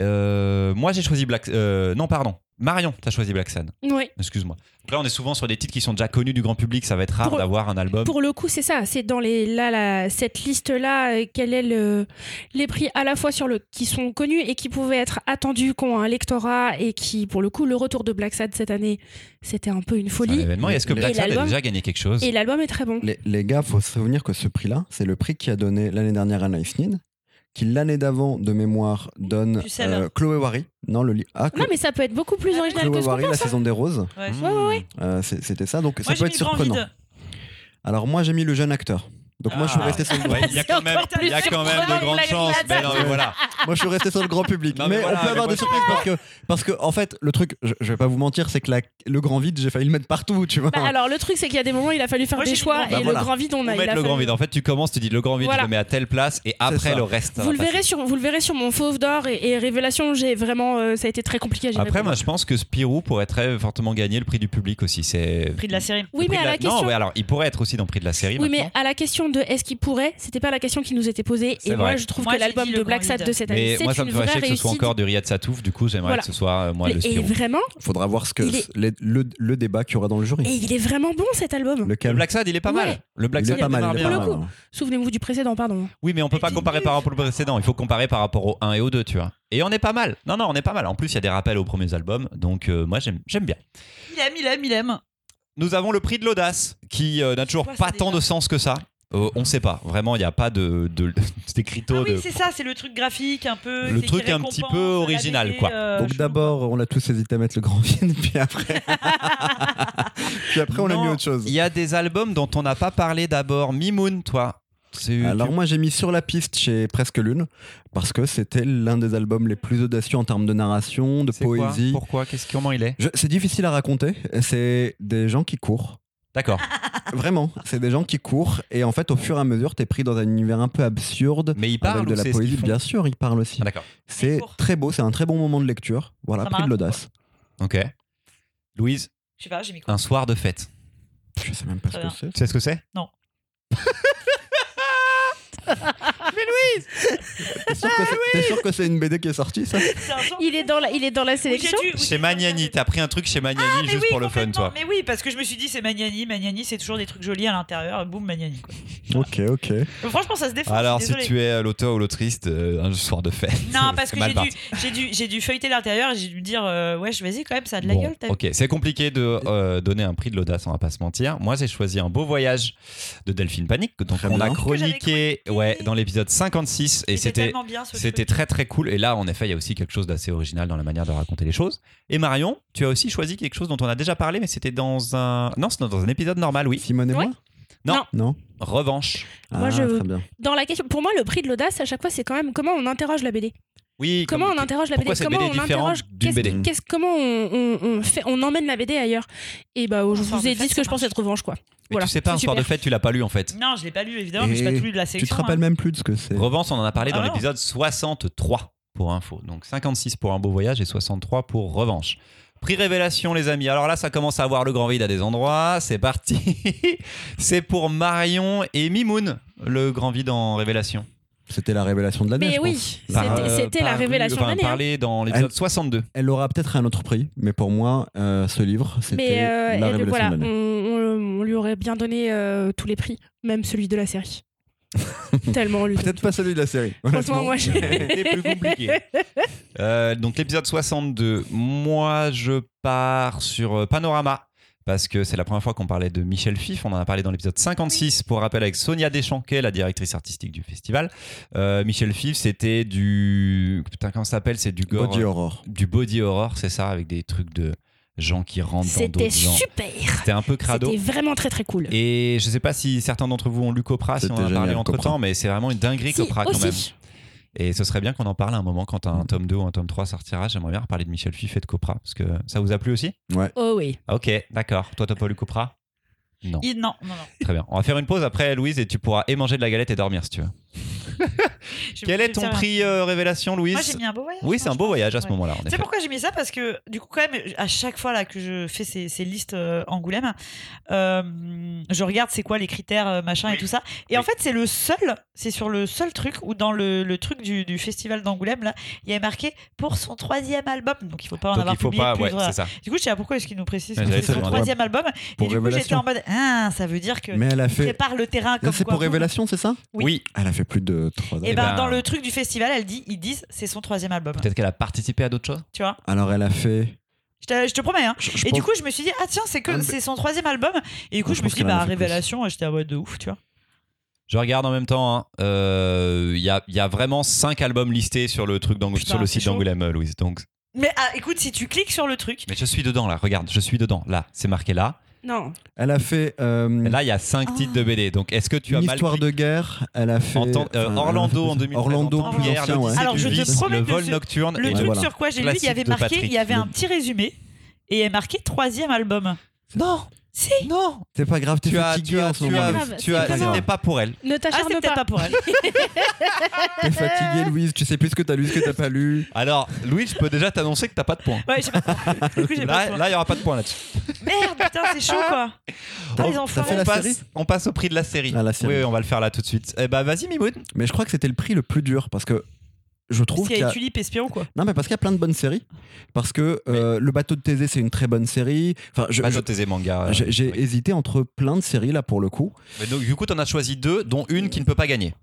[SPEAKER 1] Euh, moi, j'ai choisi Black. euh, non, pardon. Marion, t'as choisi Black Sun.
[SPEAKER 5] Oui.
[SPEAKER 1] Excuse-moi. Donc là, on est souvent sur des titres qui sont déjà connus du grand public. Ça va être rare
[SPEAKER 5] Pour-
[SPEAKER 1] d'avoir un album.
[SPEAKER 5] Pour le coup, c'est ça. C'est dans les là, là, cette liste là, quel est le les prix à la fois sur le qui sont connus et qui pouvaient être attendus, qui ont un lectorat et qui, pour le coup, le retour de Black Sad cette année, c'était un peu une
[SPEAKER 1] C'est un
[SPEAKER 5] folie.
[SPEAKER 1] événement. Et Est-ce que
[SPEAKER 2] Et
[SPEAKER 1] Black Sun a
[SPEAKER 5] l'album
[SPEAKER 1] déjà gagné quelque chose
[SPEAKER 5] Et l'album est très bon.
[SPEAKER 2] Les, les gars, faut se souvenir que ce prix-là, c'est le prix qui a donné l'année dernière à Nice Nin, qui l'année d'avant, de mémoire, donne
[SPEAKER 4] Pucelle.
[SPEAKER 2] euh, Chloé Wari. Non, le li- ah,
[SPEAKER 5] Non, mais ça peut être beaucoup plus
[SPEAKER 4] Ah,
[SPEAKER 5] original
[SPEAKER 2] Chloé
[SPEAKER 5] que ce qu'on
[SPEAKER 2] Wari, la
[SPEAKER 5] pense.
[SPEAKER 2] saison des roses.
[SPEAKER 4] Ouais.
[SPEAKER 1] Mmh.
[SPEAKER 5] Ouais, ouais, ouais.
[SPEAKER 2] Euh, c'est- C'était ça, donc
[SPEAKER 4] Moi
[SPEAKER 2] ça peut
[SPEAKER 4] j'ai
[SPEAKER 2] être
[SPEAKER 4] mis grand
[SPEAKER 2] surprenant.
[SPEAKER 4] vide.
[SPEAKER 2] Alors moi, j'ai mis le jeune acteur. Donc moi, je suis
[SPEAKER 1] Ah.
[SPEAKER 2] resté sur le grand
[SPEAKER 1] Ouais, Il y a quand même, il y a quand même de grandes chances. Mais non, mais voilà.
[SPEAKER 2] Moi, je suis resté sur le grand public.
[SPEAKER 1] Non, mais
[SPEAKER 2] mais
[SPEAKER 1] voilà,
[SPEAKER 2] on peut
[SPEAKER 1] mais
[SPEAKER 2] avoir
[SPEAKER 1] moi,
[SPEAKER 2] des surprises parce que, parce que, en fait, le truc, je, je vais pas vous mentir, c'est que la- le grand vide, j'ai failli le mettre partout, tu vois.
[SPEAKER 5] Bah, alors le truc c'est qu'il y a des moments il a fallu faire
[SPEAKER 4] Moi,
[SPEAKER 5] des
[SPEAKER 4] j'ai mis
[SPEAKER 5] choix et
[SPEAKER 4] le grand
[SPEAKER 5] le
[SPEAKER 2] vide. Voilà.
[SPEAKER 5] grand vide on
[SPEAKER 1] Ou
[SPEAKER 5] a il a
[SPEAKER 1] mettre le grand
[SPEAKER 5] fallu-
[SPEAKER 1] vide. En fait, tu commences, tu dis le grand vide,
[SPEAKER 5] Voilà.
[SPEAKER 1] je le mets à telle place, et après
[SPEAKER 2] ça.
[SPEAKER 1] le reste. ça
[SPEAKER 5] Vous
[SPEAKER 1] va
[SPEAKER 5] le
[SPEAKER 1] passer.
[SPEAKER 5] verrez sur vous le verrez sur mon fauve d'or et, et révélation j'ai vraiment euh, ça a été très compliqué. à gérer.
[SPEAKER 1] Après, moi, je pense que Spirou pourrait très fortement gagner le prix du public aussi. C'est
[SPEAKER 4] Prix de la série.
[SPEAKER 5] oui
[SPEAKER 1] Le prix
[SPEAKER 5] mais à
[SPEAKER 1] de
[SPEAKER 5] la, question
[SPEAKER 1] Non, ouais, alors il pourrait être aussi dans le prix de la série.
[SPEAKER 5] Oui, mais
[SPEAKER 1] maintenant.
[SPEAKER 5] à la question de est-ce qu'il pourrait, c'était pas la question qui nous était posée.
[SPEAKER 1] C'est
[SPEAKER 5] Et moi,
[SPEAKER 1] vrai.
[SPEAKER 5] je trouve
[SPEAKER 4] Moi,
[SPEAKER 5] que
[SPEAKER 4] j'ai
[SPEAKER 5] l'album
[SPEAKER 4] dit
[SPEAKER 5] de
[SPEAKER 4] le
[SPEAKER 5] Black
[SPEAKER 4] candidat.
[SPEAKER 5] Sad de cette année, c'est
[SPEAKER 1] moi, ça me
[SPEAKER 5] une
[SPEAKER 1] ferait
[SPEAKER 5] vraie
[SPEAKER 1] chier que ce soit
[SPEAKER 5] réussite.
[SPEAKER 1] encore du Riyad Satouf. Du coup, j'aimerais
[SPEAKER 5] Voilà.
[SPEAKER 1] que ce soit euh, moi le
[SPEAKER 5] Et
[SPEAKER 1] Spirou.
[SPEAKER 5] vraiment,
[SPEAKER 2] Faudra voir ce que
[SPEAKER 5] Il est-
[SPEAKER 2] les- le, le débat qu'il y aura dans le
[SPEAKER 5] et
[SPEAKER 2] jury.
[SPEAKER 5] il est vraiment bon cet album.
[SPEAKER 1] Le
[SPEAKER 2] Lequel
[SPEAKER 1] Black Sad, il est pas
[SPEAKER 5] Ouais.
[SPEAKER 1] mal. Le Black
[SPEAKER 2] Il
[SPEAKER 1] Sad,
[SPEAKER 2] est pas mal.
[SPEAKER 1] démarre
[SPEAKER 2] il est
[SPEAKER 1] bien.
[SPEAKER 2] pas
[SPEAKER 5] Pour le
[SPEAKER 2] mal. hein.
[SPEAKER 5] Souvenez-vous du précédent, pardon.
[SPEAKER 1] Oui, mais on peut pas comparer par rapport au précédent. Il faut comparer par rapport au 1 et au 2, tu vois. Et on est pas mal. Non, non, on est pas mal. En plus, il y a des rappels aux premiers albums, donc euh, moi, j'aime j'aime bien.
[SPEAKER 4] Il aime, il aime, il aime.
[SPEAKER 1] Nous avons le prix de l'audace, qui euh, n'a toujours
[SPEAKER 4] Quoi, ça,
[SPEAKER 1] pas tant
[SPEAKER 4] déjà
[SPEAKER 1] de sens que ça. Euh, on sait pas. Vraiment, il n'y a pas de, de, d'écriteau
[SPEAKER 4] Ah oui,
[SPEAKER 1] de
[SPEAKER 4] c'est ça, c'est le truc graphique un peu.
[SPEAKER 1] Le
[SPEAKER 4] qui- qui
[SPEAKER 1] truc un petit peu
[SPEAKER 4] récompense la
[SPEAKER 1] original,
[SPEAKER 4] BD,
[SPEAKER 1] quoi.
[SPEAKER 4] euh,
[SPEAKER 2] Donc
[SPEAKER 4] chelou.
[SPEAKER 2] d'abord, on a tous hésité à mettre le grand vide, puis après, puis après, on a
[SPEAKER 1] Non.
[SPEAKER 2] mis autre chose.
[SPEAKER 1] Il y a des albums dont on n'a pas parlé d'abord. Mimoun, toi. C'est-
[SPEAKER 2] Alors moi, j'ai mis sur la piste chez Presque Lune parce que c'était l'un des albums les plus audacieux en termes de narration, de
[SPEAKER 1] c'est quoi
[SPEAKER 2] poésie.
[SPEAKER 1] Pourquoi Qu'est-ce comment il est
[SPEAKER 2] Je- C'est difficile à raconter. C'est des gens qui courent.
[SPEAKER 1] D'accord.
[SPEAKER 2] Ah, Vraiment, c'est des gens qui courent et en fait, au fur et à mesure, t'es pris dans un univers un peu absurde.
[SPEAKER 1] Mais il
[SPEAKER 2] avec
[SPEAKER 1] parle
[SPEAKER 2] de
[SPEAKER 1] ou
[SPEAKER 2] la
[SPEAKER 1] c'est ce
[SPEAKER 2] poésie,
[SPEAKER 1] qu'ils font
[SPEAKER 2] bien sûr, il parle aussi.
[SPEAKER 1] Ah, D'accord.
[SPEAKER 2] C'est
[SPEAKER 4] Ils courent.
[SPEAKER 2] très beau, c'est un très bon moment de lecture. Voilà,
[SPEAKER 4] Ça
[SPEAKER 2] pris de
[SPEAKER 4] marche,
[SPEAKER 2] l'audace.
[SPEAKER 1] Ok. Louise,
[SPEAKER 4] Je sais pas, j'ai mis quoi
[SPEAKER 1] un soir de fête.
[SPEAKER 2] Je sais même pas ce
[SPEAKER 4] Très
[SPEAKER 2] que
[SPEAKER 4] bien.
[SPEAKER 2] c'est.
[SPEAKER 1] Tu sais ce que c'est
[SPEAKER 2] T'es
[SPEAKER 1] Ah
[SPEAKER 2] sûr, que c'est- t'es sûr que c'est une BD qui est sortie, ça
[SPEAKER 4] C'est un genre-
[SPEAKER 5] Il est dans la, il est dans la
[SPEAKER 4] Oui, j'ai
[SPEAKER 5] sélection.
[SPEAKER 4] dû- oui, j'ai
[SPEAKER 1] Chez
[SPEAKER 4] dû
[SPEAKER 1] Magnani.
[SPEAKER 4] regarder.
[SPEAKER 1] T'as pris un truc chez Magnani
[SPEAKER 4] Ah, Mais
[SPEAKER 1] juste
[SPEAKER 4] oui,
[SPEAKER 1] pour le fun,
[SPEAKER 4] complètement.
[SPEAKER 1] toi.
[SPEAKER 4] Mais oui, parce que je me suis dit, c'est Magnani. Magnani, c'est toujours des trucs jolis à l'intérieur. Boum, Magnani. quoi.
[SPEAKER 2] Ok, ok.
[SPEAKER 4] Mais franchement, ça se défend.
[SPEAKER 1] Alors,
[SPEAKER 4] je
[SPEAKER 1] si
[SPEAKER 4] suis désolée.
[SPEAKER 1] tu es euh, l'auteur ou l'autrice d'un soir de fête.
[SPEAKER 4] Non, parce que
[SPEAKER 1] c'est mal
[SPEAKER 4] j'ai dû,
[SPEAKER 1] parti.
[SPEAKER 4] j'ai dû, j'ai dû feuilleter l'intérieur et j'ai dû me dire, euh, ouais, je- vas-y, quand même, ça a de la
[SPEAKER 1] Bon,
[SPEAKER 4] gueule, t'as vu.
[SPEAKER 1] ok, c'est compliqué de euh, donner un prix de l'audace, on va pas se mentir. Moi, j'ai choisi un beau voyage de Delphine Panique, donc
[SPEAKER 2] Très
[SPEAKER 1] on a
[SPEAKER 2] bien.
[SPEAKER 1] chroniqué ouais, dans l'épisode 56 et c'était
[SPEAKER 4] tellement bien ce
[SPEAKER 1] C'était
[SPEAKER 4] truc.
[SPEAKER 1] très très cool. Et là, en effet, il y a aussi quelque chose d'assez original dans la manière de raconter les choses. Et Marion, tu as aussi choisi quelque chose dont on a déjà parlé, mais c'était dans un. Non, c'était dans un épisode normal, oui.
[SPEAKER 2] Simone et
[SPEAKER 5] Ouais.
[SPEAKER 2] moi
[SPEAKER 1] Non.
[SPEAKER 2] Non
[SPEAKER 1] Revanche.
[SPEAKER 5] Moi,
[SPEAKER 2] Ah,
[SPEAKER 5] je-
[SPEAKER 2] Très bien.
[SPEAKER 5] Dans la question, pour moi, le prix de l'audace à chaque fois, c'est quand même comment on interroge la BD.
[SPEAKER 1] Oui.
[SPEAKER 5] Comment
[SPEAKER 1] comme-
[SPEAKER 5] on interroge la BD.
[SPEAKER 1] Pourquoi cette
[SPEAKER 5] Comment
[SPEAKER 1] BD est
[SPEAKER 5] on
[SPEAKER 1] différente
[SPEAKER 5] interroge
[SPEAKER 1] d'une
[SPEAKER 5] qu'est-ce-
[SPEAKER 1] BD
[SPEAKER 5] qu'est-ce- comment on, on- on fait, on emmène la BD ailleurs. Et bah, je
[SPEAKER 4] soir
[SPEAKER 5] vous
[SPEAKER 4] de
[SPEAKER 5] ai
[SPEAKER 4] fête,
[SPEAKER 5] dit ce
[SPEAKER 4] ça
[SPEAKER 5] que je pensais de revanche quoi.
[SPEAKER 1] Mais
[SPEAKER 5] Voilà,
[SPEAKER 1] tu sais pas,
[SPEAKER 5] c'est
[SPEAKER 1] un soir de
[SPEAKER 5] super.
[SPEAKER 1] fête, tu l'as pas lu en fait.
[SPEAKER 4] Non, je l'ai pas lu, évidemment, mais je
[SPEAKER 2] Et
[SPEAKER 4] n'ai pas tout lu de la
[SPEAKER 2] Tu
[SPEAKER 4] sélection.
[SPEAKER 2] te rappelles
[SPEAKER 4] hein.
[SPEAKER 2] même plus de ce que c'est
[SPEAKER 1] Revanche, on en a parlé dans
[SPEAKER 4] Ah non.
[SPEAKER 1] l'épisode 63 pour info. Donc 56 pour un beau voyage et 63 pour revanche. Prix révélation, les amis. Alors là, ça commence à avoir le grand vide à des endroits. C'est parti. c'est pour Marion et Mimoun, le grand vide en révélation.
[SPEAKER 2] C'était la révélation de l'année.
[SPEAKER 5] Mais
[SPEAKER 2] je
[SPEAKER 5] oui,
[SPEAKER 2] pense.
[SPEAKER 1] Par-
[SPEAKER 5] c'était
[SPEAKER 1] euh,
[SPEAKER 5] c'était la
[SPEAKER 1] paru-
[SPEAKER 5] révélation de
[SPEAKER 1] enfin,
[SPEAKER 5] l'année. hein.
[SPEAKER 1] parlé dans l'épisode 62.
[SPEAKER 2] Elle aura peut-être un autre prix, mais pour moi, euh, ce livre, c'était
[SPEAKER 5] Mais euh,
[SPEAKER 2] la
[SPEAKER 5] et donc,
[SPEAKER 2] révélation
[SPEAKER 5] voilà,
[SPEAKER 2] de
[SPEAKER 5] on,
[SPEAKER 2] l'année.
[SPEAKER 5] on- on lui aurait bien donné euh, tous les prix, même celui de la série. Tellement on lui donne.
[SPEAKER 2] Peut-être pas celui de la série.
[SPEAKER 5] Franchement, moi, je-
[SPEAKER 1] C'était plus compliqué. Euh, donc l'épisode 62, moi je pars sur euh, Panorama. Parce que c'est la première fois qu'on parlait de Michel Fif. On en a parlé dans l'épisode 56, pour rappel, avec Sonia Deschanquet, la directrice artistique du festival. Euh, Michel Fif, c'était du. Putain, comment ça s'appelle C'est du gore.
[SPEAKER 2] Body Aurore.
[SPEAKER 1] Du body horror, c'est ça, avec des trucs de gens qui rentrent dans
[SPEAKER 5] C'était
[SPEAKER 1] d'autres gens.
[SPEAKER 5] super.
[SPEAKER 1] C'était un peu crado.
[SPEAKER 5] C'était vraiment très très cool.
[SPEAKER 1] Et je sais pas si certains d'entre vous ont lu Copra, si on en a
[SPEAKER 2] C'était
[SPEAKER 1] parlé
[SPEAKER 2] génial,
[SPEAKER 1] entre temps,
[SPEAKER 2] Copra.
[SPEAKER 1] mais c'est vraiment une dinguerie
[SPEAKER 5] Si,
[SPEAKER 1] Copra quand même.
[SPEAKER 5] aussi.
[SPEAKER 1] Et ce serait bien qu'on en parle à un moment quand
[SPEAKER 2] Mm.
[SPEAKER 1] un tome 2 ou un tome 3 sortira. J'aimerais bien reparler de Michel Fiff et de Copra, parce que ça vous a plu aussi
[SPEAKER 5] Oh oui.
[SPEAKER 1] Ah, Ok, d'accord. Toi, t'as pas lu Copra Non.
[SPEAKER 4] Il- Non, non, non.
[SPEAKER 1] Très bien. On va faire une pause après, Louise, et tu pourras et manger de la galette et dormir si tu veux.
[SPEAKER 4] Je
[SPEAKER 1] Quel
[SPEAKER 4] vais
[SPEAKER 1] est
[SPEAKER 4] vous
[SPEAKER 1] ton
[SPEAKER 4] dire un-
[SPEAKER 1] prix euh, révélation, Louise
[SPEAKER 4] Moi, j'ai mis un beau voyage.
[SPEAKER 1] Oui, c'est
[SPEAKER 4] hein,
[SPEAKER 1] un
[SPEAKER 4] je
[SPEAKER 1] beau
[SPEAKER 4] pense.
[SPEAKER 1] voyage à ce
[SPEAKER 4] Ouais.
[SPEAKER 1] moment-là. en
[SPEAKER 4] Tu sais
[SPEAKER 1] effet.
[SPEAKER 4] pourquoi j'ai mis ça Parce que du coup, quand même, à chaque fois là que je fais ces, ces listes euh, Angoulême, euh, je regarde c'est quoi les critères, euh, machin et tout ça. Et en fait, c'est le seul, c'est sur le seul truc où dans le, le truc du, du festival d'Angoulême là, il y a marqué pour son troisième album. Donc il faut pas en
[SPEAKER 1] Donc
[SPEAKER 4] avoir
[SPEAKER 1] il faut
[SPEAKER 4] publié
[SPEAKER 1] pas,
[SPEAKER 4] plus,
[SPEAKER 1] ouais,
[SPEAKER 4] voilà.
[SPEAKER 1] c'est ça.
[SPEAKER 4] Du coup, je sais pas pourquoi est-ce qu'ils nous précisent
[SPEAKER 1] Ouais,
[SPEAKER 4] que
[SPEAKER 1] j'allais
[SPEAKER 4] c'est
[SPEAKER 1] te
[SPEAKER 4] son
[SPEAKER 1] demander.
[SPEAKER 4] troisième album.
[SPEAKER 2] Pour
[SPEAKER 4] et du coup, j'étais
[SPEAKER 2] Révélation.
[SPEAKER 4] en mode ah, ça veut dire que
[SPEAKER 2] Mais elle a
[SPEAKER 4] on
[SPEAKER 2] fait.
[SPEAKER 4] prépare le terrain
[SPEAKER 2] Là,
[SPEAKER 4] comme
[SPEAKER 2] C'est
[SPEAKER 4] quoi.
[SPEAKER 2] pour Révélation, c'est ça
[SPEAKER 4] Oui.
[SPEAKER 1] Oui,
[SPEAKER 2] Elle a fait plus de 3 ans.
[SPEAKER 4] Et
[SPEAKER 1] Eh
[SPEAKER 4] ben,
[SPEAKER 1] ben-
[SPEAKER 4] dans le truc du festival, elle dit ils disent c'est son troisième album.
[SPEAKER 1] peut-être qu'elle a participé à d'autres choses.
[SPEAKER 4] Tu vois
[SPEAKER 2] Alors elle a fait.
[SPEAKER 4] Je te, je te promets, hein.
[SPEAKER 2] je- je
[SPEAKER 4] Et
[SPEAKER 2] pense-
[SPEAKER 4] du coup, je me suis dit, ah tiens, c'est
[SPEAKER 2] Ah,
[SPEAKER 4] que
[SPEAKER 2] mais-
[SPEAKER 4] c'est son troisième album. Et du coup,
[SPEAKER 2] Moi,
[SPEAKER 4] je,
[SPEAKER 2] je
[SPEAKER 4] me
[SPEAKER 2] pense
[SPEAKER 4] suis dit,
[SPEAKER 2] qu'elle en a fait
[SPEAKER 4] bah,
[SPEAKER 2] plus.
[SPEAKER 4] révélation, et j'étais en mode de ouf, tu vois.
[SPEAKER 1] Je regarde en même temps. hein. Euh, Il y, a, il y a vraiment 5 albums listés sur le truc d'Angoulême,
[SPEAKER 4] Putain,
[SPEAKER 1] sur le
[SPEAKER 4] c'est
[SPEAKER 1] site
[SPEAKER 4] chaud.
[SPEAKER 1] d'Angoulême, euh, Louise. Donc,
[SPEAKER 4] Mais ah, écoute, si tu cliques sur le truc,
[SPEAKER 1] mais je suis dedans là. Regarde, je suis dedans. Là, c'est marqué là.
[SPEAKER 5] Non.
[SPEAKER 2] Elle a fait. euh,
[SPEAKER 1] Et Là, il y a 5
[SPEAKER 4] Ah.
[SPEAKER 1] titres de BD. Donc, est-ce que tu as
[SPEAKER 2] une
[SPEAKER 1] mal
[SPEAKER 2] histoire
[SPEAKER 1] pris
[SPEAKER 2] de guerre, elle a fait.
[SPEAKER 1] En temps- euh,
[SPEAKER 2] enfin, elle a
[SPEAKER 1] Orlando
[SPEAKER 2] fait-
[SPEAKER 1] en 2013,
[SPEAKER 2] Orlando
[SPEAKER 1] en temps
[SPEAKER 4] plus
[SPEAKER 1] de guerre,
[SPEAKER 2] ancien,
[SPEAKER 1] le
[SPEAKER 2] ouais.
[SPEAKER 1] Disque
[SPEAKER 4] Alors,
[SPEAKER 1] du
[SPEAKER 4] je te
[SPEAKER 1] Vice,
[SPEAKER 4] promets
[SPEAKER 1] le
[SPEAKER 4] de
[SPEAKER 1] vol
[SPEAKER 4] ce-
[SPEAKER 1] nocturne.
[SPEAKER 4] le
[SPEAKER 1] et-
[SPEAKER 2] Ouais,
[SPEAKER 4] truc
[SPEAKER 2] voilà.
[SPEAKER 4] sur quoi j'ai lu, il
[SPEAKER 1] Classique
[SPEAKER 4] y avait
[SPEAKER 1] de
[SPEAKER 4] marqué,
[SPEAKER 1] Patrick.
[SPEAKER 4] il y avait un
[SPEAKER 1] Le-
[SPEAKER 4] petit résumé et il y avait marqué troisième album.
[SPEAKER 1] Non,
[SPEAKER 4] Si.
[SPEAKER 1] non.
[SPEAKER 2] C'est pas grave, t'es
[SPEAKER 1] Tu as,
[SPEAKER 2] fatigué
[SPEAKER 1] tu as,
[SPEAKER 2] en ce
[SPEAKER 1] tu
[SPEAKER 2] moment.
[SPEAKER 5] grave,
[SPEAKER 1] as, tu
[SPEAKER 5] c'est
[SPEAKER 1] as.
[SPEAKER 5] pas
[SPEAKER 1] C'était
[SPEAKER 2] grave.
[SPEAKER 1] pas pour elle.
[SPEAKER 5] Ne
[SPEAKER 4] Ah,
[SPEAKER 5] t'acharne
[SPEAKER 4] c'est peut-être
[SPEAKER 5] pas.
[SPEAKER 4] pas pour elle.
[SPEAKER 2] T'es fatigué, Louise, tu sais plus ce que t'as lu, ce que t'as pas lu.
[SPEAKER 1] Alors, Louis, je peux déjà t'annoncer que t'as pas de points.
[SPEAKER 4] Ouais, j'ai pas. Du coup, j'ai pas
[SPEAKER 1] Là,
[SPEAKER 4] de
[SPEAKER 1] là, il y aura pas de points là-dessus.
[SPEAKER 4] point. Merde, putain, c'est chaud quoi. Ah, les
[SPEAKER 2] Oh, T'as
[SPEAKER 4] enfoirés.
[SPEAKER 2] fait
[SPEAKER 1] on,
[SPEAKER 2] la
[SPEAKER 1] passe,
[SPEAKER 2] série
[SPEAKER 1] on passe au prix de la série.
[SPEAKER 2] Ah, la série.
[SPEAKER 1] Oui, oui, on va le faire là tout de suite. Eh bah, vas-y, Mimoun.
[SPEAKER 2] Mais je crois que c'était le prix le plus dur parce que je trouve
[SPEAKER 4] Parce
[SPEAKER 2] qu'il
[SPEAKER 4] qu'il
[SPEAKER 2] y a.
[SPEAKER 4] Tulip Espion quoi.
[SPEAKER 2] Non, mais parce qu'il y a plein de bonnes séries. Parce que euh, Le bateau de Thésée, c'est une très bonne série. Enfin, je-
[SPEAKER 1] Pas
[SPEAKER 2] je-
[SPEAKER 1] de tes mangas. euh,
[SPEAKER 2] j'ai j'ai hésité entre plein de séries là pour le coup.
[SPEAKER 1] Mais donc, du coup, t'en as choisi deux, dont une qui ne peut pas gagner.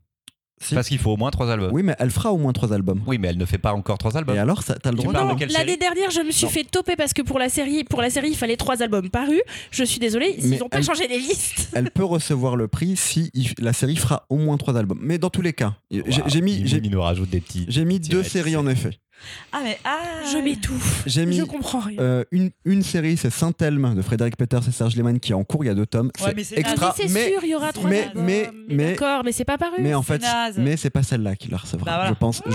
[SPEAKER 2] Si.
[SPEAKER 1] Parce qu'il faut au moins trois albums. Oui.
[SPEAKER 2] Oui, mais elle fera au moins trois albums.
[SPEAKER 1] mais elle ne fait pas encore trois albums.
[SPEAKER 2] Et alors, ça- t'as le
[SPEAKER 1] bah. Tu
[SPEAKER 2] droit
[SPEAKER 1] parles
[SPEAKER 2] de-
[SPEAKER 1] de quelle série
[SPEAKER 5] L'année dernière, je me suis
[SPEAKER 2] Non.
[SPEAKER 5] fait toper parce que pour la série, pour la série, il fallait trois albums parus. Je suis désolée,
[SPEAKER 2] Mais
[SPEAKER 5] ils n'ont pas
[SPEAKER 2] elle-
[SPEAKER 5] changé les listes.
[SPEAKER 2] Elle peut recevoir le prix si il- la série fera au moins trois albums. Mais dans tous les cas, j'ai- j'ai mis, j'ai-
[SPEAKER 1] Il nous rajoute des petits.
[SPEAKER 2] j'ai mis
[SPEAKER 1] Tu
[SPEAKER 2] deux
[SPEAKER 1] vas être-
[SPEAKER 2] séries en effet.
[SPEAKER 4] Ah, mais ah.
[SPEAKER 5] Je m'étouffe.
[SPEAKER 2] J'ai mis
[SPEAKER 5] Je comprends rien.
[SPEAKER 2] Euh, une, une série, c'est Saint-Elme de Frédéric Peters et Serge Lehmann qui est en cours, il y a deux tomes.
[SPEAKER 4] Ouais, mais c'est
[SPEAKER 2] extra.
[SPEAKER 5] Ah oui, c'est
[SPEAKER 2] mais,
[SPEAKER 5] sûr, il y aura trois
[SPEAKER 2] mais-
[SPEAKER 5] albums.
[SPEAKER 2] mais- mais-
[SPEAKER 5] d'accord, mais c'est pas paru.
[SPEAKER 2] mais en fait,
[SPEAKER 4] naze.
[SPEAKER 2] mais c'est pas celle-là qui la recevra.
[SPEAKER 4] Bah voilà.
[SPEAKER 2] Je pense, je,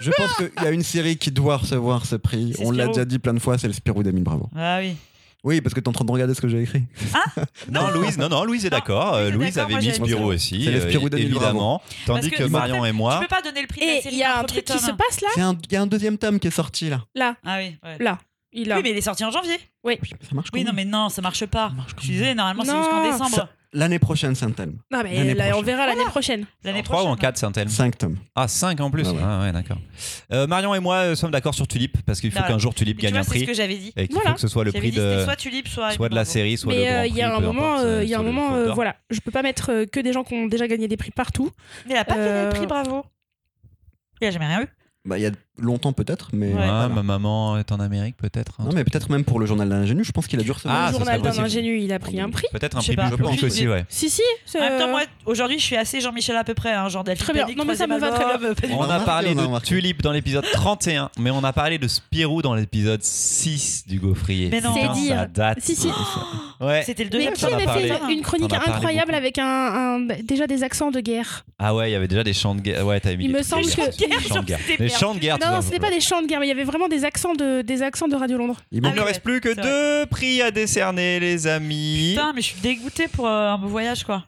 [SPEAKER 2] je pense qu'il y a une série qui doit recevoir ce prix.
[SPEAKER 4] C'est
[SPEAKER 2] On l'a
[SPEAKER 4] Spirou.
[SPEAKER 2] déjà dit plein de fois, c'est le Spirou d'Emile Bravo.
[SPEAKER 4] Ah oui.
[SPEAKER 2] Oui, parce que t'es en train de regarder ce que j'ai écrit.
[SPEAKER 1] Non, Louise, non, non, Louise est
[SPEAKER 4] Non,
[SPEAKER 1] d'accord. Euh,
[SPEAKER 4] Louise est
[SPEAKER 1] Louise
[SPEAKER 4] d'accord,
[SPEAKER 1] avait
[SPEAKER 4] moi,
[SPEAKER 1] mis
[SPEAKER 4] j'avais mis
[SPEAKER 1] Spirou
[SPEAKER 4] Spirou.
[SPEAKER 1] aussi.
[SPEAKER 2] C'est le
[SPEAKER 1] euh,
[SPEAKER 2] Spirou d'Emile
[SPEAKER 1] évidemment. Tandis
[SPEAKER 4] Parce
[SPEAKER 1] que
[SPEAKER 4] que
[SPEAKER 1] Marion et
[SPEAKER 4] Tu
[SPEAKER 1] moi.
[SPEAKER 4] peux pas donner le prix de la
[SPEAKER 5] Et
[SPEAKER 4] série
[SPEAKER 5] il y a
[SPEAKER 4] d'un
[SPEAKER 5] un
[SPEAKER 4] premier
[SPEAKER 5] truc qui se
[SPEAKER 4] tome.
[SPEAKER 5] passe là,
[SPEAKER 2] C'est un- Il y a un deuxième tome qui est sorti là.
[SPEAKER 5] là,
[SPEAKER 4] Ah oui. ouais.
[SPEAKER 5] là, il a.
[SPEAKER 4] Oui, mais il est sorti en janvier.
[SPEAKER 2] Oui, mais ça marche
[SPEAKER 4] Oui,
[SPEAKER 2] quand
[SPEAKER 4] non,
[SPEAKER 2] même.
[SPEAKER 4] mais non, ça marche pas.
[SPEAKER 2] marche
[SPEAKER 4] Je disais, normalement, c'est
[SPEAKER 5] Non.
[SPEAKER 4] jusqu'en décembre.
[SPEAKER 2] Ça- L'année prochaine, Saint-Elme.
[SPEAKER 5] Non, mais
[SPEAKER 2] L'année
[SPEAKER 5] là, on
[SPEAKER 2] prochaine.
[SPEAKER 5] verra l'année prochaine.
[SPEAKER 4] L'année
[SPEAKER 1] En Ah, trois ou en
[SPEAKER 4] prochaine. hein.
[SPEAKER 1] quatre, c'est un tel.
[SPEAKER 2] Cinq tomes.
[SPEAKER 1] Ah, 5 en plus.
[SPEAKER 2] Ah ouais.
[SPEAKER 1] Ah ouais, d'accord. Euh, Marion et moi euh, sommes d'accord sur Tulip parce qu'il faut
[SPEAKER 4] Voilà.
[SPEAKER 1] qu'un jour Tulip
[SPEAKER 4] Mais Tu
[SPEAKER 1] gagne
[SPEAKER 4] vois,
[SPEAKER 1] un
[SPEAKER 4] c'est ce
[SPEAKER 1] prix
[SPEAKER 4] que j'avais dit.
[SPEAKER 1] et qu'il
[SPEAKER 5] Voilà.
[SPEAKER 1] faut que ce soit le
[SPEAKER 4] J'avais
[SPEAKER 1] prix
[SPEAKER 4] dit c'était
[SPEAKER 1] de
[SPEAKER 4] soit Tulip, soit.
[SPEAKER 1] soit de la E série, soit le
[SPEAKER 5] mais
[SPEAKER 1] Grand
[SPEAKER 5] euh, il y a
[SPEAKER 1] Prix,
[SPEAKER 5] un
[SPEAKER 1] peu
[SPEAKER 5] moment,
[SPEAKER 1] importe,
[SPEAKER 5] euh,
[SPEAKER 1] euh,
[SPEAKER 5] il y a un
[SPEAKER 1] soit le
[SPEAKER 5] moment,
[SPEAKER 1] Fauve
[SPEAKER 5] euh,
[SPEAKER 1] d'Or.
[SPEAKER 5] voilà, je peux pas mettre euh, que des gens qui ont déjà gagné des prix partout.
[SPEAKER 4] Mais il a pas gagné le
[SPEAKER 5] Euh,
[SPEAKER 4] prix, bravo. Il a jamais rien eu.
[SPEAKER 2] Bah, il y a longtemps peut-être, mais.
[SPEAKER 4] Ouais.
[SPEAKER 1] Ouais,
[SPEAKER 2] voilà.
[SPEAKER 1] ma maman est en Amérique peut-être. un
[SPEAKER 2] Non, mais peut-être même pour le journal d'un ingénu, je pense qu'il a dû recevoir.
[SPEAKER 1] Ah,
[SPEAKER 5] le
[SPEAKER 1] ça Ah,
[SPEAKER 5] journal
[SPEAKER 1] serait
[SPEAKER 5] d'un
[SPEAKER 1] possible.
[SPEAKER 5] ingénu, il a pris un prix.
[SPEAKER 1] Peut-être un
[SPEAKER 4] Je sais
[SPEAKER 1] prix
[SPEAKER 4] pas,
[SPEAKER 1] public
[SPEAKER 4] public.
[SPEAKER 1] aussi, ouais.
[SPEAKER 5] Si si. c'est- euh,
[SPEAKER 4] En même temps, moi, aujourd'hui, je suis assez Jean-Michel à peu près, hein, genre Delphine.
[SPEAKER 5] Très bien.
[SPEAKER 4] Panic,
[SPEAKER 5] Non, mais ça me
[SPEAKER 4] troisième
[SPEAKER 5] va très
[SPEAKER 4] album, pas du
[SPEAKER 1] On
[SPEAKER 2] On
[SPEAKER 1] a parlé
[SPEAKER 2] a remarqué, on a
[SPEAKER 1] de
[SPEAKER 2] remarqué.
[SPEAKER 1] Tulip dans l'épisode 31, mais on a parlé de Spirou dans l'épisode 6 du Gaufrier.
[SPEAKER 4] Mais non.
[SPEAKER 1] Putain,
[SPEAKER 5] C'est dire.
[SPEAKER 1] Ça date.
[SPEAKER 5] Si
[SPEAKER 4] Ah,
[SPEAKER 5] si.
[SPEAKER 1] Ouais.
[SPEAKER 4] C'était le
[SPEAKER 5] Mais
[SPEAKER 4] deuxième.
[SPEAKER 5] qui
[SPEAKER 1] on en a
[SPEAKER 5] avait
[SPEAKER 1] parlé.
[SPEAKER 5] fait
[SPEAKER 1] On
[SPEAKER 5] une
[SPEAKER 1] en
[SPEAKER 5] chronique
[SPEAKER 1] a parlé
[SPEAKER 5] incroyable
[SPEAKER 1] beaucoup.
[SPEAKER 5] avec un, un- bah, déjà des accents de guerre
[SPEAKER 1] Ah ouais, il y avait déjà des chants de guerre. Ouais, t'as mis
[SPEAKER 5] Il
[SPEAKER 1] des
[SPEAKER 5] me
[SPEAKER 1] trucs
[SPEAKER 5] semble
[SPEAKER 1] de guerre.
[SPEAKER 5] que-
[SPEAKER 1] Des chants de guerre.
[SPEAKER 4] C'était
[SPEAKER 1] Des
[SPEAKER 4] merde.
[SPEAKER 1] chants de guerre.
[SPEAKER 5] Non,
[SPEAKER 1] tu
[SPEAKER 5] ce
[SPEAKER 1] vois.
[SPEAKER 5] n'est pas des chants de guerre, mais il y avait vraiment des accents de des accents de Radio Londres.
[SPEAKER 2] Il
[SPEAKER 1] Il
[SPEAKER 2] manque
[SPEAKER 1] ne
[SPEAKER 4] Ah
[SPEAKER 1] reste
[SPEAKER 4] ouais,
[SPEAKER 1] plus que
[SPEAKER 4] c'est vrai.
[SPEAKER 1] deux prix à décerner, les amis.
[SPEAKER 4] Putain, mais je suis dégoûtée pour euh, un beau voyage, quoi.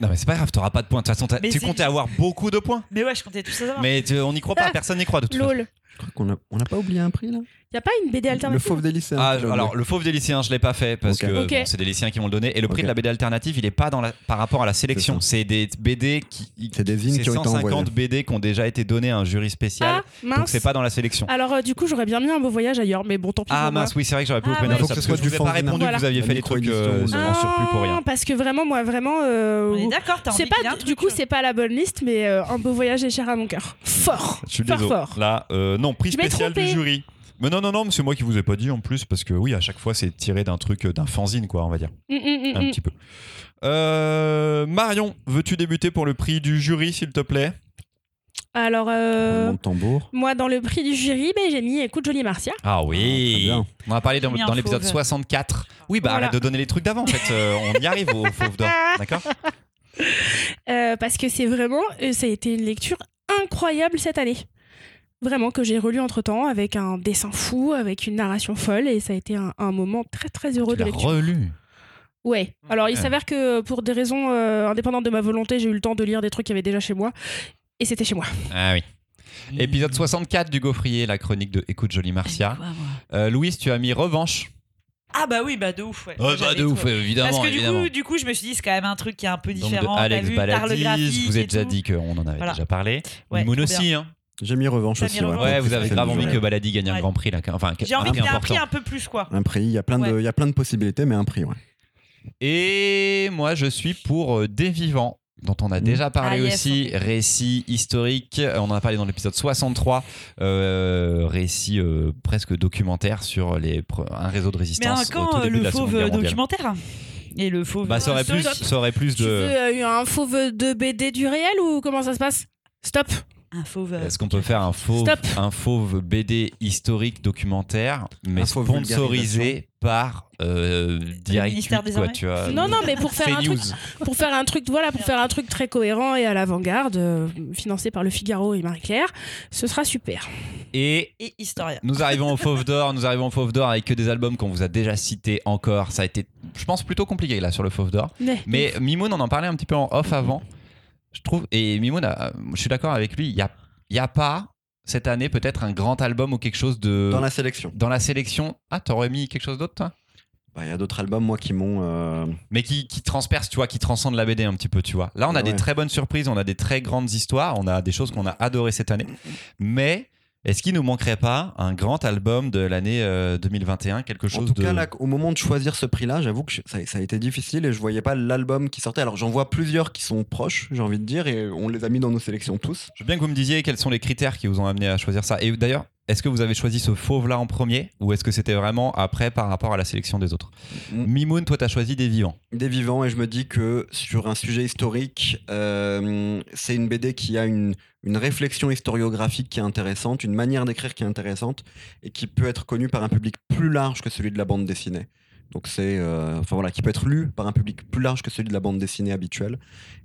[SPEAKER 1] Non, mais c'est pas grave, t'auras pas de points. De toute façon, t'as-
[SPEAKER 4] Mais
[SPEAKER 1] tu
[SPEAKER 4] c'est-
[SPEAKER 1] comptais avoir beaucoup de points.
[SPEAKER 4] Mais ouais, je comptais tout ça. savoir.
[SPEAKER 1] Mais tu- on n'y croit pas, personne n'y croit de toute façon.
[SPEAKER 5] Ah, Lol.
[SPEAKER 2] qu'on a- on n'a pas oublié un prix là
[SPEAKER 5] Y a pas une BD
[SPEAKER 2] Le
[SPEAKER 5] alternative
[SPEAKER 2] fauve des lycéens.
[SPEAKER 1] Ah,
[SPEAKER 2] tu l'as
[SPEAKER 1] alors
[SPEAKER 2] oublié.
[SPEAKER 1] le fauve des lycéens, je l'ai pas fait parce
[SPEAKER 2] Ok.
[SPEAKER 1] que
[SPEAKER 5] Ok.
[SPEAKER 1] bon, c'est des lycéens qui vont le donner. Et le prix
[SPEAKER 2] Ok.
[SPEAKER 1] de la BD alternative, il est pas dans la, par rapport à la sélection. C'est des BD qui.
[SPEAKER 2] c'est des zines
[SPEAKER 1] C'est
[SPEAKER 2] qui ont été envoyées.
[SPEAKER 1] 150 BD qui ont déjà été donnés à un jury spécial.
[SPEAKER 5] Ah mince.
[SPEAKER 1] donc c'est pas dans la sélection.
[SPEAKER 5] Alors euh, du coup, j'aurais bien mis un beau voyage ailleurs, mais bon, tant pis.
[SPEAKER 1] Ah
[SPEAKER 5] pour moi.
[SPEAKER 1] mince, oui, c'est vrai que j'aurais pu vous
[SPEAKER 4] Ah
[SPEAKER 1] prévenir
[SPEAKER 4] ouais.
[SPEAKER 1] de
[SPEAKER 2] Faut
[SPEAKER 1] ça
[SPEAKER 2] que
[SPEAKER 1] parce
[SPEAKER 2] ce
[SPEAKER 1] que
[SPEAKER 2] soit
[SPEAKER 1] je vous
[SPEAKER 2] du
[SPEAKER 1] ai pas
[SPEAKER 2] Fanzine.
[SPEAKER 1] répondu que
[SPEAKER 5] Voilà.
[SPEAKER 1] vous aviez
[SPEAKER 2] La
[SPEAKER 1] fait les trucs euh,
[SPEAKER 2] micro-édition,
[SPEAKER 1] en surplus pour rien.
[SPEAKER 5] Ah, Parce que vraiment, moi, vraiment. euh,
[SPEAKER 4] On est d'accord, t'as envie
[SPEAKER 5] c'est
[SPEAKER 4] de dire un
[SPEAKER 5] pas,
[SPEAKER 4] truc,
[SPEAKER 5] du coup,
[SPEAKER 4] euh.
[SPEAKER 5] c'est pas la bonne liste, mais euh, un beau voyage est cher à mon cœur. Fort.
[SPEAKER 1] Je suis
[SPEAKER 5] fort,
[SPEAKER 1] désolé.
[SPEAKER 5] fort.
[SPEAKER 1] Là, euh, non, prix
[SPEAKER 5] Je m'ai
[SPEAKER 1] spécial du
[SPEAKER 5] trompée.
[SPEAKER 1] jury. Mais non, non, non, mais c'est moi qui vous ai pas dit en plus parce que oui, à chaque fois c'est tiré d'un truc, euh, d'un fanzine quoi, on va dire.
[SPEAKER 5] Mm, mm, mm,
[SPEAKER 1] Un
[SPEAKER 5] mm.
[SPEAKER 1] petit peu. Euh, Marion, veux-tu débuter pour le prix du jury s'il te plaît
[SPEAKER 5] Alors,
[SPEAKER 2] Le
[SPEAKER 5] euh,
[SPEAKER 2] monde tambour.
[SPEAKER 5] moi, dans le prix du jury, ben, j'ai mis Écoute Jolie Martia.
[SPEAKER 1] Ah
[SPEAKER 2] Ah,
[SPEAKER 1] oui
[SPEAKER 2] très bien.
[SPEAKER 1] On en a parlé dans,
[SPEAKER 4] J'ai mis un
[SPEAKER 1] dans l'épisode
[SPEAKER 4] fauve.
[SPEAKER 1] 64. Oui, bah
[SPEAKER 5] Voilà.
[SPEAKER 1] arrête de donner les trucs d'avant en fait. Euh, on y arrive au fauve d'or. D'accord
[SPEAKER 5] Euh, parce que c'est vraiment, euh, ça a été une lecture incroyable cette année. Vraiment, que j'ai relu entre temps avec un dessin fou, avec une narration folle, et ça a été un, un moment très très heureux
[SPEAKER 1] Tu
[SPEAKER 5] de
[SPEAKER 1] l'as
[SPEAKER 5] lecture.
[SPEAKER 1] relu.
[SPEAKER 5] Ouais. Alors, il
[SPEAKER 1] Ouais.
[SPEAKER 5] s'avère que euh, pour des raisons euh, indépendantes de ma volonté, j'ai eu le temps de lire des trucs qu'il y avait déjà chez moi, et c'était chez moi.
[SPEAKER 1] Ah oui. Épisode 64 du Gaufrier, la chronique de Écoute Jolie Marcia.
[SPEAKER 4] Quoi, moi
[SPEAKER 1] Euh, Louise, tu as mis Revanche.
[SPEAKER 4] Ah bah oui, bah de ouf. Ouais.
[SPEAKER 1] Ah, bah,
[SPEAKER 4] J'avais
[SPEAKER 1] de ouf,
[SPEAKER 4] trouvé.
[SPEAKER 1] évidemment.
[SPEAKER 4] Parce que du
[SPEAKER 1] évidemment.
[SPEAKER 4] coup, du coup, je me suis dit, c'est quand même un truc qui est un peu
[SPEAKER 1] Donc
[SPEAKER 4] différent.
[SPEAKER 1] de Alex
[SPEAKER 4] T'as vu, par le
[SPEAKER 1] Baladis,
[SPEAKER 4] graphique
[SPEAKER 1] vous
[SPEAKER 4] et
[SPEAKER 1] avez déjà
[SPEAKER 4] tout.
[SPEAKER 1] dit qu'on en avait
[SPEAKER 4] Voilà.
[SPEAKER 1] déjà parlé.
[SPEAKER 4] Ouais,
[SPEAKER 1] Moon
[SPEAKER 4] trop
[SPEAKER 1] aussi, hein.
[SPEAKER 2] J'ai mis revanche
[SPEAKER 4] T'as
[SPEAKER 2] aussi.
[SPEAKER 4] mis Revanche.
[SPEAKER 1] Ouais,
[SPEAKER 2] pour
[SPEAKER 1] vous avez
[SPEAKER 2] faire
[SPEAKER 1] grave
[SPEAKER 2] le
[SPEAKER 1] envie
[SPEAKER 2] jeu.
[SPEAKER 1] que Baladi gagne un
[SPEAKER 4] Ouais.
[SPEAKER 1] grand prix là. Enfin,
[SPEAKER 4] J'ai
[SPEAKER 1] un
[SPEAKER 4] envie qu'il y ait un
[SPEAKER 1] important.
[SPEAKER 4] prix un peu plus, quoi.
[SPEAKER 2] Un prix, il y a plein de,
[SPEAKER 4] Ouais.
[SPEAKER 2] il y a plein de possibilités, mais un prix, ouais.
[SPEAKER 1] Et moi, je suis pour euh, Des Vivants, dont on a
[SPEAKER 2] Mm.
[SPEAKER 1] déjà parlé
[SPEAKER 4] Ah, yes.
[SPEAKER 1] aussi. Récit historique, euh, on en a parlé dans l'épisode 63. euh, récit euh, presque documentaire sur les, pre- un réseau de
[SPEAKER 4] Mais un
[SPEAKER 1] résistance au tout
[SPEAKER 4] quand euh,
[SPEAKER 1] début de
[SPEAKER 4] le
[SPEAKER 1] la Seconde
[SPEAKER 4] fauve
[SPEAKER 1] Guerre
[SPEAKER 4] euh,
[SPEAKER 1] mondiale.
[SPEAKER 4] documentaire et le fauve.
[SPEAKER 1] Bah, ça aurait
[SPEAKER 5] Ce-
[SPEAKER 1] plus, ça aurait plus
[SPEAKER 5] Tu
[SPEAKER 1] de.
[SPEAKER 5] veux euh, un fauve de BD du réel ou comment ça se passe Stop
[SPEAKER 4] Un fauve. euh,
[SPEAKER 1] Est-ce qu'on peut faire un fauve,
[SPEAKER 5] Stop.
[SPEAKER 1] un fauve BD historique documentaire, mais
[SPEAKER 2] Un fauve
[SPEAKER 1] sponsorisé par euh, Direct
[SPEAKER 4] ministère des
[SPEAKER 1] quoi,
[SPEAKER 4] Armées
[SPEAKER 1] tu vois,
[SPEAKER 5] Non, non, mais pour faire, un truc,
[SPEAKER 1] CNews.
[SPEAKER 5] pour faire un truc, voilà, pour faire un truc très cohérent et à l'avant-garde, euh, financé par Le Figaro et Marie-Claire, ce sera super.
[SPEAKER 1] Et
[SPEAKER 4] Et Historia.
[SPEAKER 1] Nous arrivons au Fauve d'Or, nous arrivons au Fauve d'Or avec que des albums qu'on vous a déjà cités encore. Ça a été, je pense, plutôt compliqué là sur le Fauve d'Or.
[SPEAKER 5] Mais,
[SPEAKER 1] Mais Mimoun, on en parlait un petit peu en off avant, je trouve. Et Mimoun, a- je suis d'accord avec lui, il n'y a, il y a pas cette année peut-être un grand album ou quelque chose de.
[SPEAKER 2] Dans la sélection.
[SPEAKER 1] dans la sélection. Ah, t'aurais mis quelque chose d'autre, toi
[SPEAKER 2] Bah, Il y a d'autres albums, moi, qui m'ont. euh,
[SPEAKER 1] Mais qui, qui transperce, tu vois, qui transcende la BD un petit peu, tu vois. Là, on a
[SPEAKER 2] Ouais,
[SPEAKER 1] des
[SPEAKER 2] ouais.
[SPEAKER 1] très bonnes surprises, on a des très grandes histoires, on a des choses qu'on a adorées cette année. Mais. Est-ce qu'il nous manquerait pas un grand album de l'année euh, 2021, quelque chose
[SPEAKER 2] En tout
[SPEAKER 1] de
[SPEAKER 2] cas, là, au moment de choisir ce prix-là, j'avoue que je- ça, ça a été difficile et je voyais pas l'album qui sortait. Alors j'en vois plusieurs qui sont proches, j'ai envie de dire, et on les a mis dans nos sélections tous.
[SPEAKER 1] Je veux bien que vous me disiez quels sont les critères qui vous ont amené à choisir ça. Et d'ailleurs, est-ce que vous avez choisi ce fauve-là en premier ou est-ce que c'était vraiment après par rapport à la sélection des autres
[SPEAKER 2] Mm.
[SPEAKER 1] Mimoun, toi, t'as choisi des vivants.
[SPEAKER 2] Des vivants, et je me dis que sur un sujet historique, euh, c'est une BD qui a une, une réflexion historiographique qui est intéressante, une manière d'écrire qui est intéressante, et qui peut être connue par un public plus large que celui de la bande dessinée. Donc c'est, euh, enfin voilà, qui peut être lu par un public plus large que celui de la bande dessinée habituelle,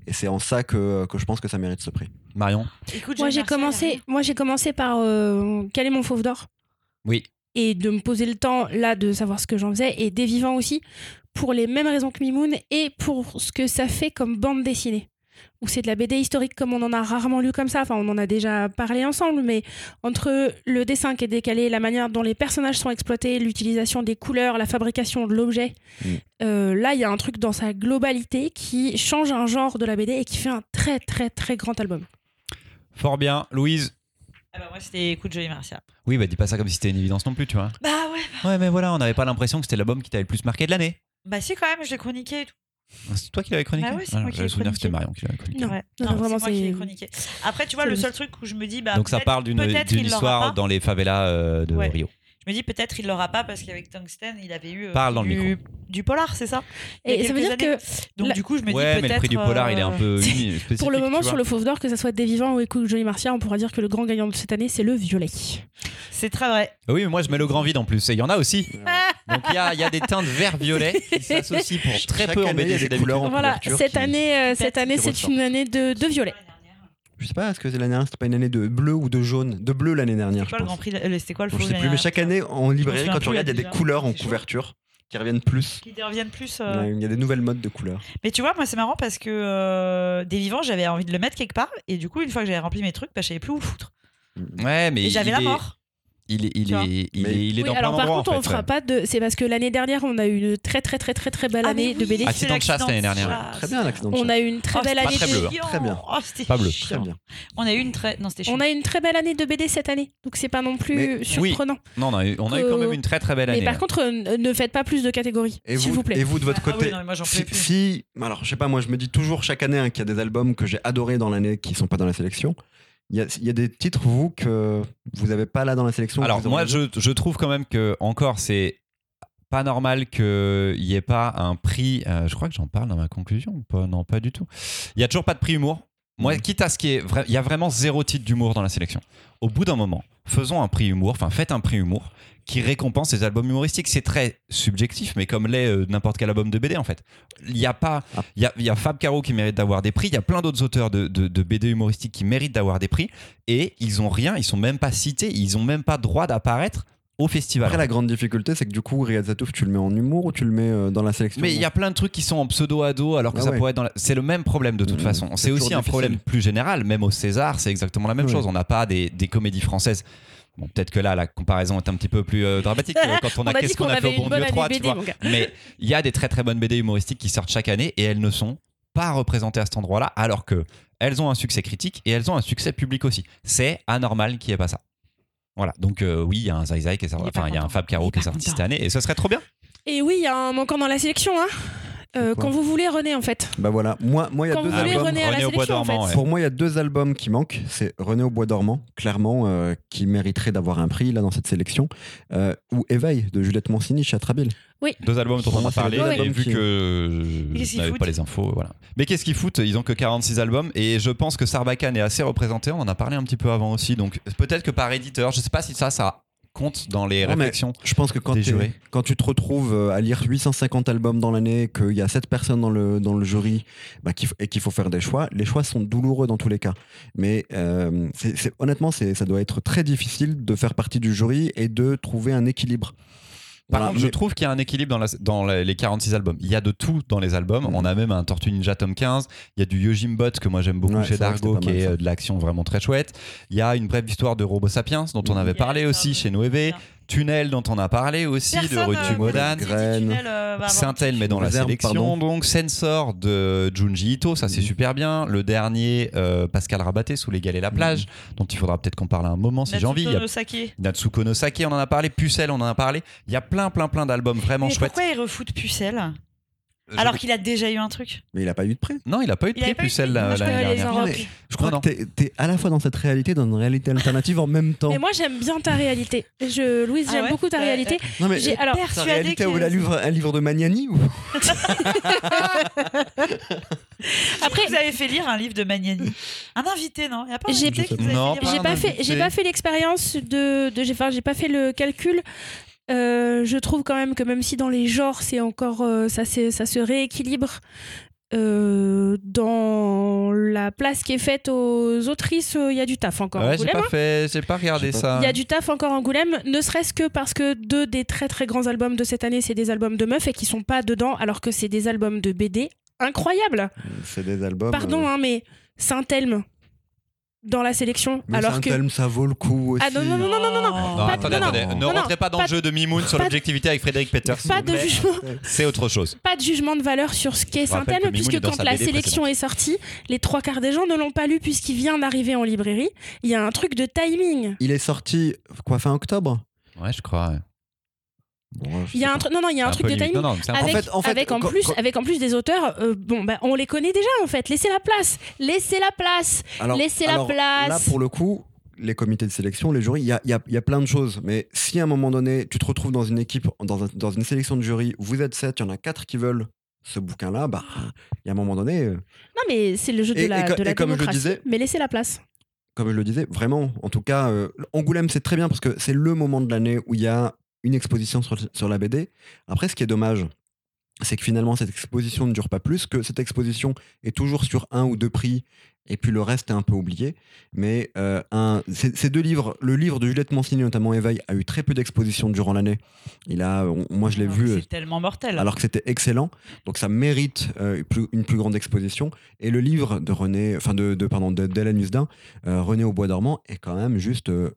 [SPEAKER 2] et c'est en ça que, que je pense que ça mérite ce prix.
[SPEAKER 1] Marion
[SPEAKER 4] Écoute, hein.
[SPEAKER 5] moi,
[SPEAKER 4] Jeanne
[SPEAKER 5] j'ai
[SPEAKER 4] Marcel, elle
[SPEAKER 5] commencé,
[SPEAKER 4] arrive.
[SPEAKER 5] moi, j'ai commencé par euh, quel est mon fauve d'or
[SPEAKER 1] Oui.
[SPEAKER 5] et de me poser le temps là de savoir ce que j'en faisais et des vivants aussi pour les mêmes raisons que Mimoun et pour ce que ça fait comme bande dessinée où c'est de la BD historique comme on en a rarement lu comme ça enfin on en a déjà parlé ensemble mais entre le dessin qui est décalé la manière dont les personnages sont exploités l'utilisation des couleurs la fabrication de l'objet
[SPEAKER 2] Mm.
[SPEAKER 5] euh, là il y a un truc dans sa globalité qui change un genre de la BD et qui fait un très très très grand album
[SPEAKER 1] Fort bien. Louise
[SPEAKER 4] Ah bah moi c'était écoute Jolie Marcia.
[SPEAKER 1] Oui, bah dis pas ça comme si c'était une évidence non plus, tu vois.
[SPEAKER 4] Bah ouais.
[SPEAKER 1] Ouais, mais voilà, on n'avait pas l'impression que c'était l'album qui t'avait le plus marqué de l'année. Ah,
[SPEAKER 4] Bah si quand même, je l'ai chroniqué et tout.
[SPEAKER 1] C'est toi qui l'avais chroniqué
[SPEAKER 4] Bah ouais, c'est moi
[SPEAKER 1] Ah,
[SPEAKER 4] qui
[SPEAKER 1] j'avais
[SPEAKER 4] l'ai
[SPEAKER 1] le souvenir que c'était
[SPEAKER 4] chroniqué.
[SPEAKER 1] Marion qui l'avait chroniqué.
[SPEAKER 5] Non,
[SPEAKER 4] Ouais.
[SPEAKER 5] non,
[SPEAKER 4] c'est
[SPEAKER 5] vraiment,
[SPEAKER 4] moi qui
[SPEAKER 5] c'est-
[SPEAKER 4] l'ai chroniqué. Après tu vois
[SPEAKER 5] c'est
[SPEAKER 4] le
[SPEAKER 5] le-
[SPEAKER 4] seul truc où je me dis bah
[SPEAKER 1] Donc ça
[SPEAKER 4] peut-être-
[SPEAKER 1] parle d'une
[SPEAKER 4] peut-être
[SPEAKER 1] d'une
[SPEAKER 4] il l'aura
[SPEAKER 1] histoire
[SPEAKER 4] pas.
[SPEAKER 1] dans les favelas euh, de
[SPEAKER 4] Ouais.
[SPEAKER 1] Rio.
[SPEAKER 4] Je me dis peut-être qu'il l'aura pas parce qu'avec Tungsten, il avait eu euh,
[SPEAKER 1] Parle dans le
[SPEAKER 4] du, du polar, c'est ça Il y a
[SPEAKER 5] et ça veut dire
[SPEAKER 4] quelques
[SPEAKER 5] que
[SPEAKER 4] années. Donc
[SPEAKER 5] la-
[SPEAKER 4] du coup, je me
[SPEAKER 1] Ouais,
[SPEAKER 4] dis
[SPEAKER 1] mais
[SPEAKER 4] peut-être
[SPEAKER 1] le prix du polar, il est un
[SPEAKER 4] euh,
[SPEAKER 1] peu uni- spécifique.
[SPEAKER 5] Pour le moment,
[SPEAKER 1] tu vois.
[SPEAKER 5] sur le Fauve d'Or, que ça soit Des Vivants ou Écoute Jolie Martia, on pourra dire que le grand gagnant de cette année, c'est le violet.
[SPEAKER 4] C'est très vrai.
[SPEAKER 1] Oui, mais moi je mets le grand vide en plus. Et il y en a aussi.
[SPEAKER 2] Euh,
[SPEAKER 1] Donc il y a, il y a des teintes vert-violet qui s'associent pour très
[SPEAKER 2] Chaque
[SPEAKER 1] peu en
[SPEAKER 2] année, il y a
[SPEAKER 1] BD.
[SPEAKER 2] des
[SPEAKER 1] c'est
[SPEAKER 2] couleurs
[SPEAKER 1] d'habitude.
[SPEAKER 2] en
[SPEAKER 5] Voilà,
[SPEAKER 2] couverture
[SPEAKER 5] cette
[SPEAKER 2] qui-
[SPEAKER 5] année, euh, cette
[SPEAKER 4] Peut-être
[SPEAKER 5] année,
[SPEAKER 2] qui
[SPEAKER 5] c'est
[SPEAKER 2] ressort.
[SPEAKER 5] une année de, de violet.
[SPEAKER 2] Je sais pas, est-ce que c'est l'année dernière, c'était pas une année de bleu ou de jaune De bleu l'année dernière, je
[SPEAKER 4] C'était quoi le
[SPEAKER 2] pense.
[SPEAKER 4] Grand Prix euh, C'était quoi le
[SPEAKER 2] Bon, je
[SPEAKER 4] faux
[SPEAKER 2] sais plus, mais chaque année en librairie,
[SPEAKER 4] souviens
[SPEAKER 2] quand
[SPEAKER 4] plus,
[SPEAKER 2] tu regardes, il y a des
[SPEAKER 4] déjà.
[SPEAKER 2] couleurs en
[SPEAKER 4] C'est chaud.
[SPEAKER 2] couverture qui reviennent plus.
[SPEAKER 4] Qui reviennent plus.
[SPEAKER 2] Il y
[SPEAKER 4] euh,
[SPEAKER 2] a- il y a des nouvelles modes de couleurs.
[SPEAKER 4] Mais tu vois, moi c'est marrant parce que euh, des vivants, j'avais envie de le mettre quelque part. Et du coup, une fois que j'avais rempli mes trucs, bah, je savais plus où le foutre.
[SPEAKER 1] Ouais, mais
[SPEAKER 4] Et,
[SPEAKER 1] il
[SPEAKER 4] j'avais la
[SPEAKER 1] est-
[SPEAKER 4] mort.
[SPEAKER 1] Il est, il
[SPEAKER 4] Tu vois.
[SPEAKER 1] est, il
[SPEAKER 2] Mais-
[SPEAKER 1] est, il est
[SPEAKER 5] Oui,
[SPEAKER 1] dans plein
[SPEAKER 5] alors par
[SPEAKER 1] d'endroits,
[SPEAKER 5] contre,
[SPEAKER 1] en fait.
[SPEAKER 5] on fera pas de. C'est parce que l'année dernière, on a eu une très très très très très belle
[SPEAKER 4] Ah,
[SPEAKER 5] année
[SPEAKER 4] mais
[SPEAKER 5] de
[SPEAKER 4] oui,
[SPEAKER 5] BD.
[SPEAKER 4] c'est
[SPEAKER 1] Accident de chasse l'année dernière.
[SPEAKER 4] chasse.
[SPEAKER 2] Très bien, l'accident de
[SPEAKER 5] Ah, On
[SPEAKER 2] chasse.
[SPEAKER 5] a eu une très
[SPEAKER 4] Oh,
[SPEAKER 5] belle
[SPEAKER 4] c'était
[SPEAKER 5] année.
[SPEAKER 1] très
[SPEAKER 5] de-
[SPEAKER 1] bleu,
[SPEAKER 4] chiant.
[SPEAKER 2] Très bien.
[SPEAKER 4] Oh, c'était
[SPEAKER 1] Pas bleu.
[SPEAKER 4] chiant.
[SPEAKER 2] Très bien.
[SPEAKER 4] On a eu une très. Non, c'était chiant.
[SPEAKER 5] On a eu une très belle année de BD cette année, donc c'est pas non plus
[SPEAKER 2] Mais-
[SPEAKER 5] surprenant.
[SPEAKER 1] Non, non, on a eu quand même une très très belle année. hein.
[SPEAKER 5] Mais par contre, euh, ne faites pas plus de catégories,
[SPEAKER 2] Et
[SPEAKER 5] s'il
[SPEAKER 2] vous,
[SPEAKER 5] vous plaît.
[SPEAKER 2] et vous de votre
[SPEAKER 4] Ah oui,
[SPEAKER 2] côté,
[SPEAKER 4] non, mais moi, j'en
[SPEAKER 2] si,
[SPEAKER 4] pouvais plus.
[SPEAKER 2] si- alors je sais pas, moi je me dis toujours chaque année hein, qu'il y a des albums que j'ai adorés dans l'année qui sont pas dans la sélection. Il y, a, il y a des titres vous que vous avez pas là dans la sélection.
[SPEAKER 1] Alors
[SPEAKER 2] vous
[SPEAKER 1] moi,
[SPEAKER 2] auriez-
[SPEAKER 1] je, je trouve quand même que encore c'est pas normal qu'il n'y ait pas un prix. euh, je crois que j'en parle dans ma conclusion. ou pas non, pas du tout. Il y a toujours pas de prix humour. Moi, quitte à ce qui est vrai, il y a vraiment zéro titre d'humour dans la sélection. Au bout d'un moment, faisons un prix humour, enfin faites un prix humour qui récompense les albums humoristiques. C'est très subjectif, mais comme l'est euh, n'importe quel album de BD en fait. Il y a pas,
[SPEAKER 2] Ah.
[SPEAKER 1] il y a, il y a Fab Caro qui mérite d'avoir des prix. Il y a plein d'autres auteurs de, de- de BD humoristiques qui méritent d'avoir des prix et ils ont rien, ils sont même pas cités, ils ont même pas droit d'apparaître au festival.
[SPEAKER 2] Après, la grande difficulté, c'est que du coup, Riyad Zatouf, tu le mets en humour ou tu le mets euh, dans la sélection
[SPEAKER 1] Mais il y a plein de trucs qui sont en pseudo ado alors que
[SPEAKER 2] Ah
[SPEAKER 1] ça
[SPEAKER 2] ouais.
[SPEAKER 1] pourrait être dans la... c'est le même problème de toute
[SPEAKER 2] Mmh,
[SPEAKER 1] façon.
[SPEAKER 2] c'est
[SPEAKER 1] C'est aussi
[SPEAKER 2] toujours
[SPEAKER 1] un problème plus général même au César, c'est exactement la même
[SPEAKER 2] Ouais.
[SPEAKER 1] chose, on n'a pas des, des comédies françaises. Bon, peut-être que là la comparaison est un petit peu plus euh, dramatique euh, quand on a,
[SPEAKER 5] a dit
[SPEAKER 1] qu'est-ce
[SPEAKER 5] qu'on
[SPEAKER 1] qu'on a fait
[SPEAKER 5] avait
[SPEAKER 1] au bon
[SPEAKER 5] une
[SPEAKER 1] Dieu
[SPEAKER 5] bonne
[SPEAKER 1] 3,
[SPEAKER 5] année
[SPEAKER 1] tu
[SPEAKER 5] BD,
[SPEAKER 1] vois.
[SPEAKER 5] mon gars.
[SPEAKER 1] Mais il y a des très très bonnes BD humoristiques qui sortent chaque année et elles ne sont pas représentées à cet endroit-là alors que elles ont un succès critique et elles ont un succès public aussi. C'est anormal qu'il n'y ait pas ça. Voilà, donc euh, oui, il y a un Zai Zai qui est sorti,
[SPEAKER 4] Il est pas
[SPEAKER 1] enfin il y a un
[SPEAKER 4] content.
[SPEAKER 1] Fab
[SPEAKER 4] Il
[SPEAKER 1] Caro
[SPEAKER 4] est
[SPEAKER 1] qui est
[SPEAKER 4] pas
[SPEAKER 1] sorti
[SPEAKER 4] content.
[SPEAKER 1] cette année et ce serait trop bien.
[SPEAKER 5] Et oui, il y a un manquant dans la sélection, hein. Euh,
[SPEAKER 2] Quoi
[SPEAKER 5] quand vous voulez, René, en fait.
[SPEAKER 2] Bah voilà, moi, moi, il y a
[SPEAKER 5] Quand
[SPEAKER 2] deux
[SPEAKER 5] vous voulez,
[SPEAKER 2] albums.
[SPEAKER 5] René à la
[SPEAKER 1] René au Bois
[SPEAKER 5] sélection, en
[SPEAKER 1] dormant,
[SPEAKER 5] fait.
[SPEAKER 1] ouais.
[SPEAKER 2] Pour moi, il y a deux albums qui manquent. C'est René au Bois dormant, clairement, euh, qui mériterait d'avoir un prix là dans cette sélection, euh, ou Éveil de Juliette Mancini chez Atrabile.
[SPEAKER 1] Deux albums dont on
[SPEAKER 2] Moi,
[SPEAKER 1] a
[SPEAKER 2] c'est
[SPEAKER 1] parlé,
[SPEAKER 2] les deux
[SPEAKER 1] et
[SPEAKER 2] albums
[SPEAKER 1] vu
[SPEAKER 2] qui-
[SPEAKER 1] que
[SPEAKER 4] euh, Qu'est-ce
[SPEAKER 1] je
[SPEAKER 4] qu'ils
[SPEAKER 1] n'avais
[SPEAKER 4] foutent
[SPEAKER 1] pas les infos, voilà. Mais qu'est-ce qu'ils foutent Ils ont que 46 albums, et je pense que Sarbacane est assez représenté, on en a parlé un petit peu avant aussi, donc peut-être que par éditeur, je sais pas si ça, ça compte dans les
[SPEAKER 2] Ouais, mais-
[SPEAKER 1] réflexions.
[SPEAKER 2] Je pense que quand,
[SPEAKER 1] Des
[SPEAKER 2] t'es-
[SPEAKER 1] jurés.
[SPEAKER 2] quand tu te retrouves euh, à lire 850 albums dans l'année, qu'il y a 7 personnes dans le, dans le jury bah, qu'il f- et qu'il faut faire des choix, les choix sont douloureux dans tous les cas. Mais euh, c'est- c'est- honnêtement, c'est- ça doit être très difficile de faire partie du jury et de trouver un équilibre.
[SPEAKER 1] Par
[SPEAKER 2] Voilà,
[SPEAKER 1] contre, je
[SPEAKER 2] mais-
[SPEAKER 1] trouve qu'il y a un équilibre dans, la- dans la- les 46 albums. Il y a de tout dans les albums.
[SPEAKER 2] Mhm.
[SPEAKER 1] On a même un Tortue Ninja tome 15. Il y a du Yojim Bot que moi j'aime beaucoup
[SPEAKER 2] Ouais,
[SPEAKER 1] chez
[SPEAKER 2] c'est vrai que
[SPEAKER 1] Dargo,
[SPEAKER 2] c'était
[SPEAKER 1] qui est
[SPEAKER 2] pas mal, ça.
[SPEAKER 1] euh, de l'action vraiment très chouette. Il y a une brève histoire de Robo Sapiens dont on
[SPEAKER 2] Mhm.
[SPEAKER 1] avait
[SPEAKER 4] Yes,
[SPEAKER 1] parlé aussi
[SPEAKER 4] pardon.
[SPEAKER 1] chez Noévé.
[SPEAKER 4] Bien.
[SPEAKER 1] Tunnel dont on a parlé aussi de
[SPEAKER 4] Personne,
[SPEAKER 1] Rutu
[SPEAKER 4] euh,
[SPEAKER 1] Modan.
[SPEAKER 4] Petit
[SPEAKER 2] Graines.
[SPEAKER 4] Tunnel, euh, va avoir-
[SPEAKER 1] Saint-El mais dans la
[SPEAKER 2] Réserve,
[SPEAKER 1] sélection
[SPEAKER 2] pardon.
[SPEAKER 1] donc Sensor de Junji Ito ça c'est
[SPEAKER 2] Mhm.
[SPEAKER 1] super bien le dernier euh, Pascal Rabaté sous les galets la plage
[SPEAKER 2] Mhm.
[SPEAKER 1] dont il faudra peut-être qu'on parle à un moment si j'ai
[SPEAKER 4] Natsuko
[SPEAKER 1] envie Il y a
[SPEAKER 4] Nosaki.
[SPEAKER 1] Natsuko no Sake on en a parlé Pucelle on en a parlé il y a plein plein plein d'albums vraiment
[SPEAKER 4] Mais
[SPEAKER 1] chouettes
[SPEAKER 4] pourquoi il refoute Pucelle
[SPEAKER 1] Je-
[SPEAKER 4] alors qu'il a déjà eu un truc
[SPEAKER 2] Mais il n'a pas eu de prix.
[SPEAKER 1] non il a pas eu de
[SPEAKER 4] Il
[SPEAKER 1] prix
[SPEAKER 4] a pas eu de
[SPEAKER 1] Pucelle
[SPEAKER 4] prix. Moi,
[SPEAKER 1] la-
[SPEAKER 4] je
[SPEAKER 1] l'année
[SPEAKER 4] croyais
[SPEAKER 5] les
[SPEAKER 1] dernière
[SPEAKER 5] Europe.
[SPEAKER 2] Mais je crois
[SPEAKER 1] non.
[SPEAKER 2] que t'es- t'es à la fois dans cette réalité, dans une réalité alternative en même temps.
[SPEAKER 5] Mais moi, j'aime bien ta réalité. Je, Louise,
[SPEAKER 4] Ah
[SPEAKER 5] j'aime
[SPEAKER 4] ouais
[SPEAKER 5] beaucoup ta
[SPEAKER 4] Ouais,
[SPEAKER 5] réalité.
[SPEAKER 2] non, mais
[SPEAKER 5] J'ai- alors,
[SPEAKER 2] ta
[SPEAKER 4] Persuadé
[SPEAKER 2] réalité
[SPEAKER 4] qu'il-
[SPEAKER 2] où la livre, un livre de Magnani ou...
[SPEAKER 4] Après, vous avez fait lire un livre de Magnani. Un invité, non Il y a pas un
[SPEAKER 5] J'ai-
[SPEAKER 4] invité que vous avez
[SPEAKER 1] Non,
[SPEAKER 4] fait lire
[SPEAKER 1] pas un
[SPEAKER 5] J'ai pas
[SPEAKER 4] un
[SPEAKER 5] fait,
[SPEAKER 1] invité.
[SPEAKER 5] j'ai pas fait l'expérience de, de j'ai, enfin, j'ai pas fait le calcul. Euh, je trouve quand même que même si dans les genres c'est encore euh, ça, c'est, ça se rééquilibre euh, dans la place qui est faite aux autrices, euh, il y a du taf encore.
[SPEAKER 1] ouais j'ai
[SPEAKER 5] Angoulême,
[SPEAKER 1] pas fait j'ai pas regardé
[SPEAKER 2] J'ai
[SPEAKER 1] ça
[SPEAKER 5] Il y a du taf encore Angoulême, ne serait-ce que parce que deux des très très grands albums de cette année, c'est des albums de meufs et qui sont pas dedans, alors que c'est des albums de BD incroyables.
[SPEAKER 2] C'est des albums. euh,
[SPEAKER 5] Pardon, hein, mais Saint-Elme dans la sélection,
[SPEAKER 2] Mais
[SPEAKER 5] alors que.
[SPEAKER 2] Saint-Elme, ça vaut le coup aussi.
[SPEAKER 5] Ah non, non, non, non, non, non, non.
[SPEAKER 4] Oh.
[SPEAKER 1] non,
[SPEAKER 5] pas-
[SPEAKER 1] attendez,
[SPEAKER 5] non,
[SPEAKER 1] attendez. Ne
[SPEAKER 2] non.
[SPEAKER 5] Non, non,
[SPEAKER 1] rentrez pas dans
[SPEAKER 5] pas-
[SPEAKER 1] le jeu de Mimoun sur
[SPEAKER 5] pas-
[SPEAKER 1] l'objectivité avec Frédéric Peters.
[SPEAKER 5] Pas de
[SPEAKER 1] Mais
[SPEAKER 5] jugement,
[SPEAKER 1] C'est autre chose.
[SPEAKER 5] pas de jugement de valeur sur ce qu'est
[SPEAKER 1] Je rappelle que
[SPEAKER 5] Saint-Elme,
[SPEAKER 1] Mimoun est
[SPEAKER 5] puisque
[SPEAKER 1] dans
[SPEAKER 5] quand
[SPEAKER 1] sa
[SPEAKER 5] la
[SPEAKER 1] BD
[SPEAKER 5] sélection est sortie, les trois quarts des gens ne l'ont pas lu puisqu'il vient d'arriver en librairie. Il y a un truc de timing.
[SPEAKER 2] Il est sorti quoi fin octobre
[SPEAKER 1] Ouais, je crois. ouais.
[SPEAKER 2] Bon, je
[SPEAKER 5] Il y a
[SPEAKER 2] sais
[SPEAKER 5] un truc, non, non, il y a un,
[SPEAKER 1] C'est
[SPEAKER 5] truc
[SPEAKER 1] peu
[SPEAKER 5] de
[SPEAKER 1] limite.
[SPEAKER 5] timing.
[SPEAKER 1] Non, non, c'est un
[SPEAKER 5] Avec,
[SPEAKER 2] En fait- en fait,
[SPEAKER 5] avec en
[SPEAKER 2] quand-
[SPEAKER 5] plus,
[SPEAKER 2] quand-
[SPEAKER 5] avec en plus des auteurs, euh, bon, bah, on les connaît déjà en fait. Laissez la place, laissez la place.
[SPEAKER 2] pas. Alors-
[SPEAKER 5] Laissez la
[SPEAKER 2] alors,
[SPEAKER 5] place.
[SPEAKER 2] Là, pour le coup, les comités de sélection, les jurys, il y a, il y a- il y a plein de choses. Mais si à un moment donné, tu te retrouves dans une équipe, dans, un- dans une sélection de jury, vous êtes sept, il y en a quatre qui veulent ce bouquin-là, bah, il y a un moment donné, euh,
[SPEAKER 5] Non, mais c'est le jeu de
[SPEAKER 2] Et-
[SPEAKER 5] la,
[SPEAKER 2] et co-
[SPEAKER 5] de la
[SPEAKER 2] et comme je le
[SPEAKER 5] démocratie.
[SPEAKER 2] disais-
[SPEAKER 5] mais laissez la place.
[SPEAKER 2] comme je le disais, vraiment, en tout cas, euh, Angoulême, c'est très bien parce que c'est le moment de l'année où il y a une exposition sur, sur la BD. Après, ce qui est dommage, c'est que finalement, cette exposition ne dure pas plus, que cette exposition est toujours sur un ou deux prix, et puis le reste est un peu oublié. Mais euh, un- ces ces deux livres, le livre de Juliette Mancini, notamment Éveil, a eu très peu d'expositions durant l'année. Il a, on- moi, je l'ai
[SPEAKER 4] Non,
[SPEAKER 2] vu. euh,
[SPEAKER 4] C'est tellement mortel.
[SPEAKER 2] alors que c'était excellent. Donc ça mérite euh, plus- une plus grande exposition. Et le livre de René, enfin de, de pardon, de- d'Hélène Husdin, euh, René au bois dormant, est quand même juste euh,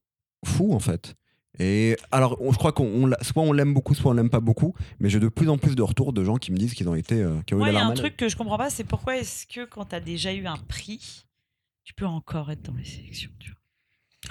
[SPEAKER 2] fou en fait. Et alors, on- je crois qu'on on l'a- soit on l'aime beaucoup, soit on l'aime pas beaucoup, mais j'ai de plus en plus de retours de gens qui me disent qu'ils ont été, euh, qui ont eu
[SPEAKER 4] Moi,
[SPEAKER 2] la
[SPEAKER 4] il y a
[SPEAKER 2] larme à
[SPEAKER 4] un
[SPEAKER 2] l'œil.
[SPEAKER 4] truc que je comprends pas, c'est pourquoi est-ce que quand t'as déjà eu un prix, tu peux encore être dans les sélections tu vois.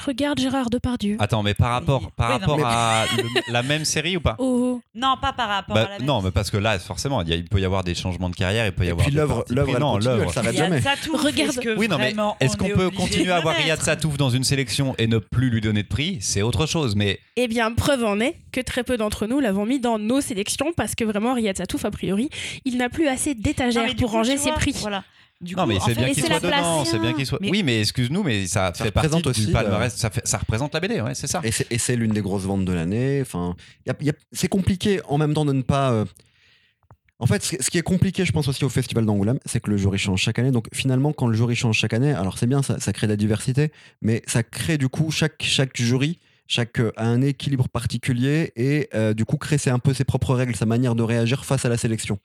[SPEAKER 5] Regarde Gérard Depardieu.
[SPEAKER 2] Ah.
[SPEAKER 1] Attends, mais par rapport,
[SPEAKER 4] Oui.
[SPEAKER 1] par
[SPEAKER 4] Oui, non,
[SPEAKER 1] rapport
[SPEAKER 4] mais-
[SPEAKER 1] à le- la même série ou pas
[SPEAKER 5] Oh,
[SPEAKER 4] Non, pas par rapport
[SPEAKER 1] Bah,
[SPEAKER 4] à la même
[SPEAKER 1] Non, mais parce que là, forcément, il, y a- il peut y avoir des changements de carrière, il peut y
[SPEAKER 2] Et
[SPEAKER 1] avoir.
[SPEAKER 2] puis
[SPEAKER 1] des
[SPEAKER 2] l'œuvre,
[SPEAKER 1] partis
[SPEAKER 2] l'œuvre,
[SPEAKER 1] pris.
[SPEAKER 2] elle
[SPEAKER 1] non,
[SPEAKER 2] continue, elle
[SPEAKER 1] l'œuvre.
[SPEAKER 2] s'arrête
[SPEAKER 4] Regarde
[SPEAKER 2] jamais.
[SPEAKER 4] ça tout.
[SPEAKER 5] Regarde.
[SPEAKER 4] Est-ce que
[SPEAKER 1] Oui, non, mais
[SPEAKER 4] vraiment
[SPEAKER 1] Est-ce
[SPEAKER 4] on
[SPEAKER 1] qu'on
[SPEAKER 4] est
[SPEAKER 1] peut
[SPEAKER 4] obligé de
[SPEAKER 1] continuer à
[SPEAKER 4] le
[SPEAKER 1] avoir Riyad
[SPEAKER 4] mettre
[SPEAKER 1] Satouf dans une sélection et ne plus lui donner de prix C'est autre chose, mais
[SPEAKER 5] Eh bien, preuve en est que très peu d'entre nous l'avons mis dans nos sélections parce que vraiment, Riyad Satouf, a priori, il n'a plus assez
[SPEAKER 4] Non,
[SPEAKER 5] d'étagères
[SPEAKER 4] mais du
[SPEAKER 5] pour
[SPEAKER 4] coup,
[SPEAKER 5] ranger
[SPEAKER 4] tu
[SPEAKER 5] ses
[SPEAKER 4] vois,
[SPEAKER 5] prix.
[SPEAKER 4] Voilà. Du
[SPEAKER 1] Non,
[SPEAKER 4] coup,
[SPEAKER 1] mais
[SPEAKER 4] en
[SPEAKER 1] c'est
[SPEAKER 4] fait,
[SPEAKER 1] bien
[SPEAKER 5] et
[SPEAKER 1] qu'il
[SPEAKER 5] c'est
[SPEAKER 1] soit
[SPEAKER 5] la place, hein.
[SPEAKER 1] dedans,
[SPEAKER 5] c'est
[SPEAKER 1] c'est bien
[SPEAKER 5] un-
[SPEAKER 1] qu'il soit.
[SPEAKER 4] Mais-
[SPEAKER 1] Oui, mais excuse-nous, mais ça, fait partie
[SPEAKER 2] représente
[SPEAKER 1] du
[SPEAKER 2] aussi, euh,
[SPEAKER 1] palmarès, ça, fait- ça représente la BD, ouais, c'est ça.
[SPEAKER 2] Et c'est, et c'est l'une des grosses ventes de l'année. Enfin, y a- y a- c'est compliqué en même temps de ne pas. euh, En fait, ce ce qui est compliqué, je pense aussi au Festival d'Angoulême, c'est que le jury change chaque année. Donc finalement, quand le jury change chaque année, alors c'est bien, ça, ça crée de la diversité, mais ça crée du coup chaque, chaque jury. Chaque euh, a un équilibre particulier et euh, du coup crée ses- un peu ses propres règles, sa manière de réagir face à la sélection.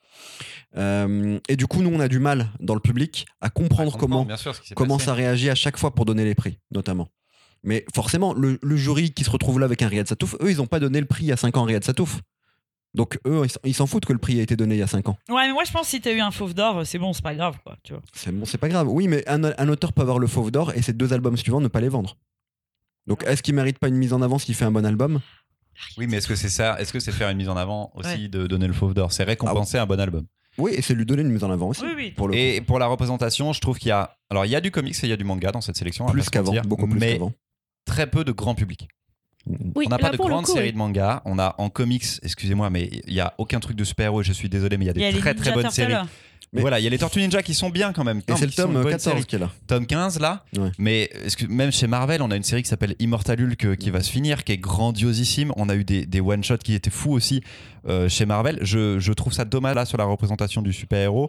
[SPEAKER 2] Euh, et du coup, nous, on a du mal dans le public à comprendre comment
[SPEAKER 1] bien sûr, ce qui s'est
[SPEAKER 2] comment
[SPEAKER 1] passé.
[SPEAKER 2] ça réagit à chaque fois pour donner les prix, notamment. Mais forcément, le, le jury qui se retrouve là avec un Riyad Satouf, eux, ils n'ont pas donné le prix il y a 5 ans à Riyad Satouf. Donc, eux, ils s'en- ils s'en foutent que le prix a été donné il y a 5 ans.
[SPEAKER 4] Ouais, mais moi je pense que si t'as eu un fauve d'or, c'est bon, c'est pas grave quoi. Tu vois.
[SPEAKER 2] C'est bon, c'est pas grave. Oui, mais un, un auteur peut avoir le fauve d'or et ses deux albums suivants ne pas les vendre. Donc, est-ce qu'il mérite pas une mise en avant s'il fait un bon album
[SPEAKER 1] Oui, mais est-ce que c'est ça Est-ce que c'est faire une mise en avant aussi
[SPEAKER 4] Ouais.
[SPEAKER 1] de donner le fauve d'or
[SPEAKER 2] Ah
[SPEAKER 1] C'est récompenser un bon album.
[SPEAKER 2] Oui, et c'est lui donner une mise en avant aussi.
[SPEAKER 4] Oui, oui.
[SPEAKER 2] Pour le
[SPEAKER 1] Et pour la représentation, je trouve qu'il y a. Alors, il y a du comics et il y a du manga dans cette sélection.
[SPEAKER 2] coup.
[SPEAKER 1] à pas
[SPEAKER 2] plus
[SPEAKER 1] se
[SPEAKER 2] qu'avant,
[SPEAKER 1] mentir,
[SPEAKER 2] beaucoup plus
[SPEAKER 1] mais
[SPEAKER 2] qu'avant.
[SPEAKER 1] très peu de grand public.
[SPEAKER 5] Oui,
[SPEAKER 1] on n'a
[SPEAKER 5] là,
[SPEAKER 1] pas de
[SPEAKER 5] pour le
[SPEAKER 1] grande
[SPEAKER 5] coup,
[SPEAKER 1] série
[SPEAKER 5] oui.
[SPEAKER 1] de mangas. On a en comics, excusez-moi, mais il n'y a aucun truc de super-héros. Je suis désolé, mais il y a
[SPEAKER 4] Il
[SPEAKER 1] des
[SPEAKER 4] y a les
[SPEAKER 1] très très
[SPEAKER 4] Ninja
[SPEAKER 1] bonnes
[SPEAKER 4] Turtles.
[SPEAKER 1] séries.
[SPEAKER 2] Mais-
[SPEAKER 1] Voilà, il y a les Tortues Ninja qui sont bien quand même.
[SPEAKER 2] Et
[SPEAKER 1] Non,
[SPEAKER 2] c'est
[SPEAKER 1] mais
[SPEAKER 2] le
[SPEAKER 1] qui sont une
[SPEAKER 2] tome
[SPEAKER 1] bonne
[SPEAKER 2] 14
[SPEAKER 1] série.
[SPEAKER 2] qui est là.
[SPEAKER 1] Tome 15 là.
[SPEAKER 2] Ouais.
[SPEAKER 1] Mais excuse- même chez Marvel, on a une série qui s'appelle Immortal Hulk euh, qui va se finir, qui est grandiosissime. On a eu des, des one-shots qui étaient fous aussi euh, chez Marvel. Je, je trouve ça dommage là sur la représentation du super-héros.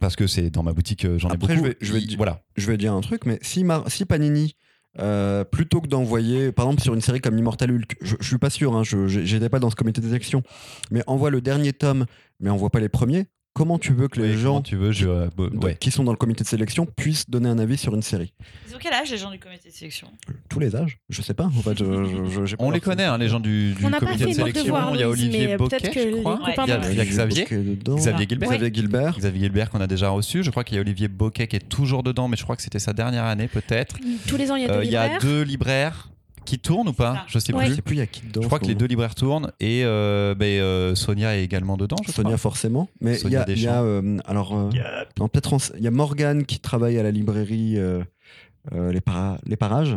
[SPEAKER 1] Parce que c'est dans ma boutique, euh, j'en ai
[SPEAKER 2] Après,
[SPEAKER 1] beaucoup.
[SPEAKER 2] je vais- je vais
[SPEAKER 1] Il-
[SPEAKER 2] dire-
[SPEAKER 1] voilà.
[SPEAKER 2] je vais dire un truc, mais si, Mar- si Panini, euh, plutôt que d'envoyer, par exemple, sur une série comme Immortal Hulk, je, je suis pas sûr, hein, je je- j'étais pas dans ce comité de sélection, mais envoie le dernier tome, mais envoie pas les premiers, comment tu veux que les
[SPEAKER 1] Oui, comment
[SPEAKER 2] gens
[SPEAKER 1] tu veux, je, euh, bo-
[SPEAKER 2] de-
[SPEAKER 1] ouais.
[SPEAKER 2] qui sont dans le comité de sélection puissent donner un avis sur une série
[SPEAKER 4] Ils ont quel âge les gens du comité de sélection
[SPEAKER 2] Tous les âges Je sais pas, en fait, je- je- je- j'ai pas
[SPEAKER 1] On les
[SPEAKER 2] leur-
[SPEAKER 1] connaît, hein, les gens du, du
[SPEAKER 5] On n'a pas
[SPEAKER 1] comité
[SPEAKER 5] fait
[SPEAKER 1] de
[SPEAKER 5] notre
[SPEAKER 1] sélection.
[SPEAKER 5] devoir,
[SPEAKER 1] il y a
[SPEAKER 5] Louise, mais
[SPEAKER 1] Olivier
[SPEAKER 5] peut-être
[SPEAKER 1] Boquet,
[SPEAKER 5] que
[SPEAKER 1] je
[SPEAKER 5] les
[SPEAKER 1] crois.
[SPEAKER 5] copains
[SPEAKER 1] Il y a,
[SPEAKER 5] n'ont
[SPEAKER 1] il y a
[SPEAKER 2] Olivier
[SPEAKER 1] Xavier.
[SPEAKER 2] Bosquet dedans.
[SPEAKER 1] Xavier Gilbert.
[SPEAKER 2] Xavier
[SPEAKER 5] Ah.
[SPEAKER 2] Gilbert.
[SPEAKER 1] Xavier Gilbert qu'on a déjà reçu. Je crois qu'il y a Olivier Boquet qui est toujours dedans, mais je crois que c'était sa dernière année peut-être.
[SPEAKER 5] Tous les ans, il y a
[SPEAKER 1] Euh,
[SPEAKER 5] deux
[SPEAKER 1] Il y a
[SPEAKER 5] libraires.
[SPEAKER 1] deux libraires qui tournent ou pas Je sais
[SPEAKER 5] Ouais.
[SPEAKER 1] plus.
[SPEAKER 2] Je sais plus, il y a qui dedans
[SPEAKER 1] Je crois
[SPEAKER 2] en
[SPEAKER 1] que
[SPEAKER 2] ce
[SPEAKER 1] les
[SPEAKER 2] moment.
[SPEAKER 1] deux libraires tournent et euh, ben, euh, Sonia est également dedans. Je
[SPEAKER 2] Sonia forcément, mais il y
[SPEAKER 1] Sonia
[SPEAKER 2] a, il y a, euh, alors euh, non, peut-être on s- il y a Morgane qui travaille à la librairie euh, euh, les, Para- les parages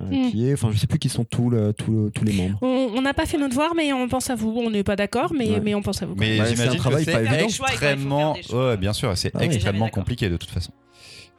[SPEAKER 2] euh,
[SPEAKER 5] Hmm.
[SPEAKER 2] qui est, enfin je sais plus qui sont tous le- tous le- tous les membres.
[SPEAKER 5] On on n'a pas fait notre devoir, mais on pense à vous. On n'est pas d'accord, mais,
[SPEAKER 2] Ouais.
[SPEAKER 5] mais on pense à vous.
[SPEAKER 1] Mais
[SPEAKER 2] Bah, c'est
[SPEAKER 1] j'imagine
[SPEAKER 2] un travail
[SPEAKER 1] que
[SPEAKER 2] pas
[SPEAKER 1] c'est
[SPEAKER 2] évident.
[SPEAKER 1] extrêmement.
[SPEAKER 4] Il faut faire des choix.
[SPEAKER 1] Ouais, bien sûr, c'est
[SPEAKER 2] Ah oui.
[SPEAKER 1] extrêmement
[SPEAKER 4] Jamais d'accord.
[SPEAKER 1] compliqué de toute façon.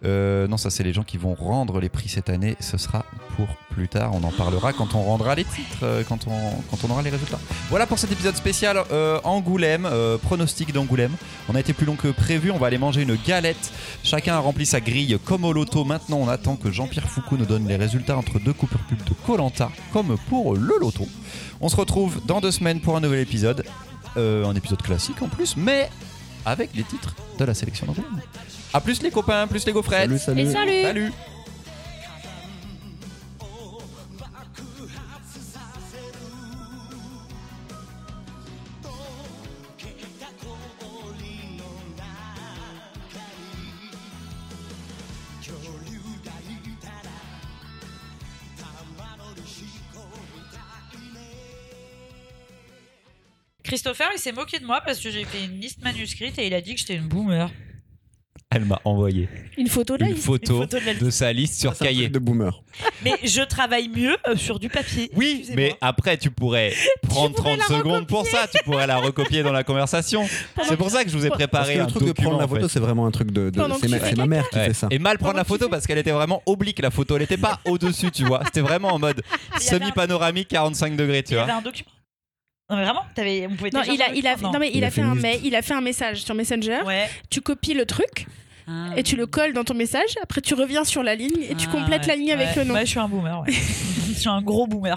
[SPEAKER 1] Euh, non, ça c'est les gens qui vont rendre les prix cette année. Ce sera pour plus tard. On en parlera quand on rendra les titres, euh, quand on, quand on aura les résultats. Voilà pour cet épisode spécial euh, Angoulême, euh, pronostic d'Angoulême. On a été plus long que prévu. On va aller manger une galette. Chacun a rempli sa grille comme au loto. Maintenant, on attend que Jean-Pierre Foucault nous donne les résultats entre deux coupures pub de Colanta, comme pour le loto. On se retrouve dans deux semaines pour un nouvel épisode. Euh, un épisode classique en plus, mais avec les titres de la sélection d'Angoulême. A plus les copains, plus les gaufrettes.
[SPEAKER 2] Salut,
[SPEAKER 5] Et
[SPEAKER 2] salut.
[SPEAKER 5] salut
[SPEAKER 1] Salut.
[SPEAKER 4] Christopher, il s'est moqué de moi parce que j'ai fait une liste manuscrite et il a dit que j'étais une boomer.
[SPEAKER 1] Elle m'a envoyé
[SPEAKER 5] Une photo de la
[SPEAKER 1] une
[SPEAKER 5] liste.
[SPEAKER 1] photo,
[SPEAKER 4] une photo de la
[SPEAKER 1] de sa liste sur
[SPEAKER 2] C'est un
[SPEAKER 1] cahier.
[SPEAKER 2] truc de boomer.
[SPEAKER 4] Mais je travaille mieux euh, sur du papier.
[SPEAKER 1] Oui,
[SPEAKER 4] Excusez-moi.
[SPEAKER 1] mais après tu pourrais prendre
[SPEAKER 5] pourrais
[SPEAKER 1] 30
[SPEAKER 5] la
[SPEAKER 1] secondes pour ça, tu pourrais la recopier dans la conversation. C'est pour ça que je vous ai
[SPEAKER 2] Parce
[SPEAKER 1] préparé
[SPEAKER 2] que
[SPEAKER 1] un
[SPEAKER 2] le truc de
[SPEAKER 1] document,
[SPEAKER 2] prendre la
[SPEAKER 1] en fait.
[SPEAKER 2] photo, c'est vraiment un truc de, de-
[SPEAKER 5] Pendant que
[SPEAKER 2] c'est ma,
[SPEAKER 5] tu fais
[SPEAKER 2] c'est ma mère qui
[SPEAKER 1] Ouais.
[SPEAKER 2] fait ça.
[SPEAKER 1] Et mal prendre
[SPEAKER 5] Pendant
[SPEAKER 1] la
[SPEAKER 5] que tu
[SPEAKER 1] photo
[SPEAKER 5] fais-
[SPEAKER 1] parce qu'elle était vraiment oblique la photo, elle n'était pas au-dessus, tu vois. C'était vraiment en mode
[SPEAKER 4] Il y avait un-
[SPEAKER 1] semi-panoramique 45 degrés, tu
[SPEAKER 4] Il y
[SPEAKER 1] vois.
[SPEAKER 4] avait un document. Non, mais vraiment t'avais- On pouvait
[SPEAKER 5] Non,
[SPEAKER 4] télécharger
[SPEAKER 5] il a,
[SPEAKER 4] un
[SPEAKER 5] il a,
[SPEAKER 4] document,
[SPEAKER 5] non, mais il, a fait, un
[SPEAKER 2] une
[SPEAKER 5] mail, il a fait un message sur Messenger.
[SPEAKER 4] Ouais.
[SPEAKER 5] Tu copies le truc et tu le colles dans ton message. Après, tu reviens sur la ligne et tu
[SPEAKER 4] Ah,
[SPEAKER 5] complètes
[SPEAKER 4] ouais. Bah,
[SPEAKER 5] la ligne avec le
[SPEAKER 4] Ouais.
[SPEAKER 5] nom.
[SPEAKER 4] Moi, je suis un boomer. ouais. je suis un gros boomer.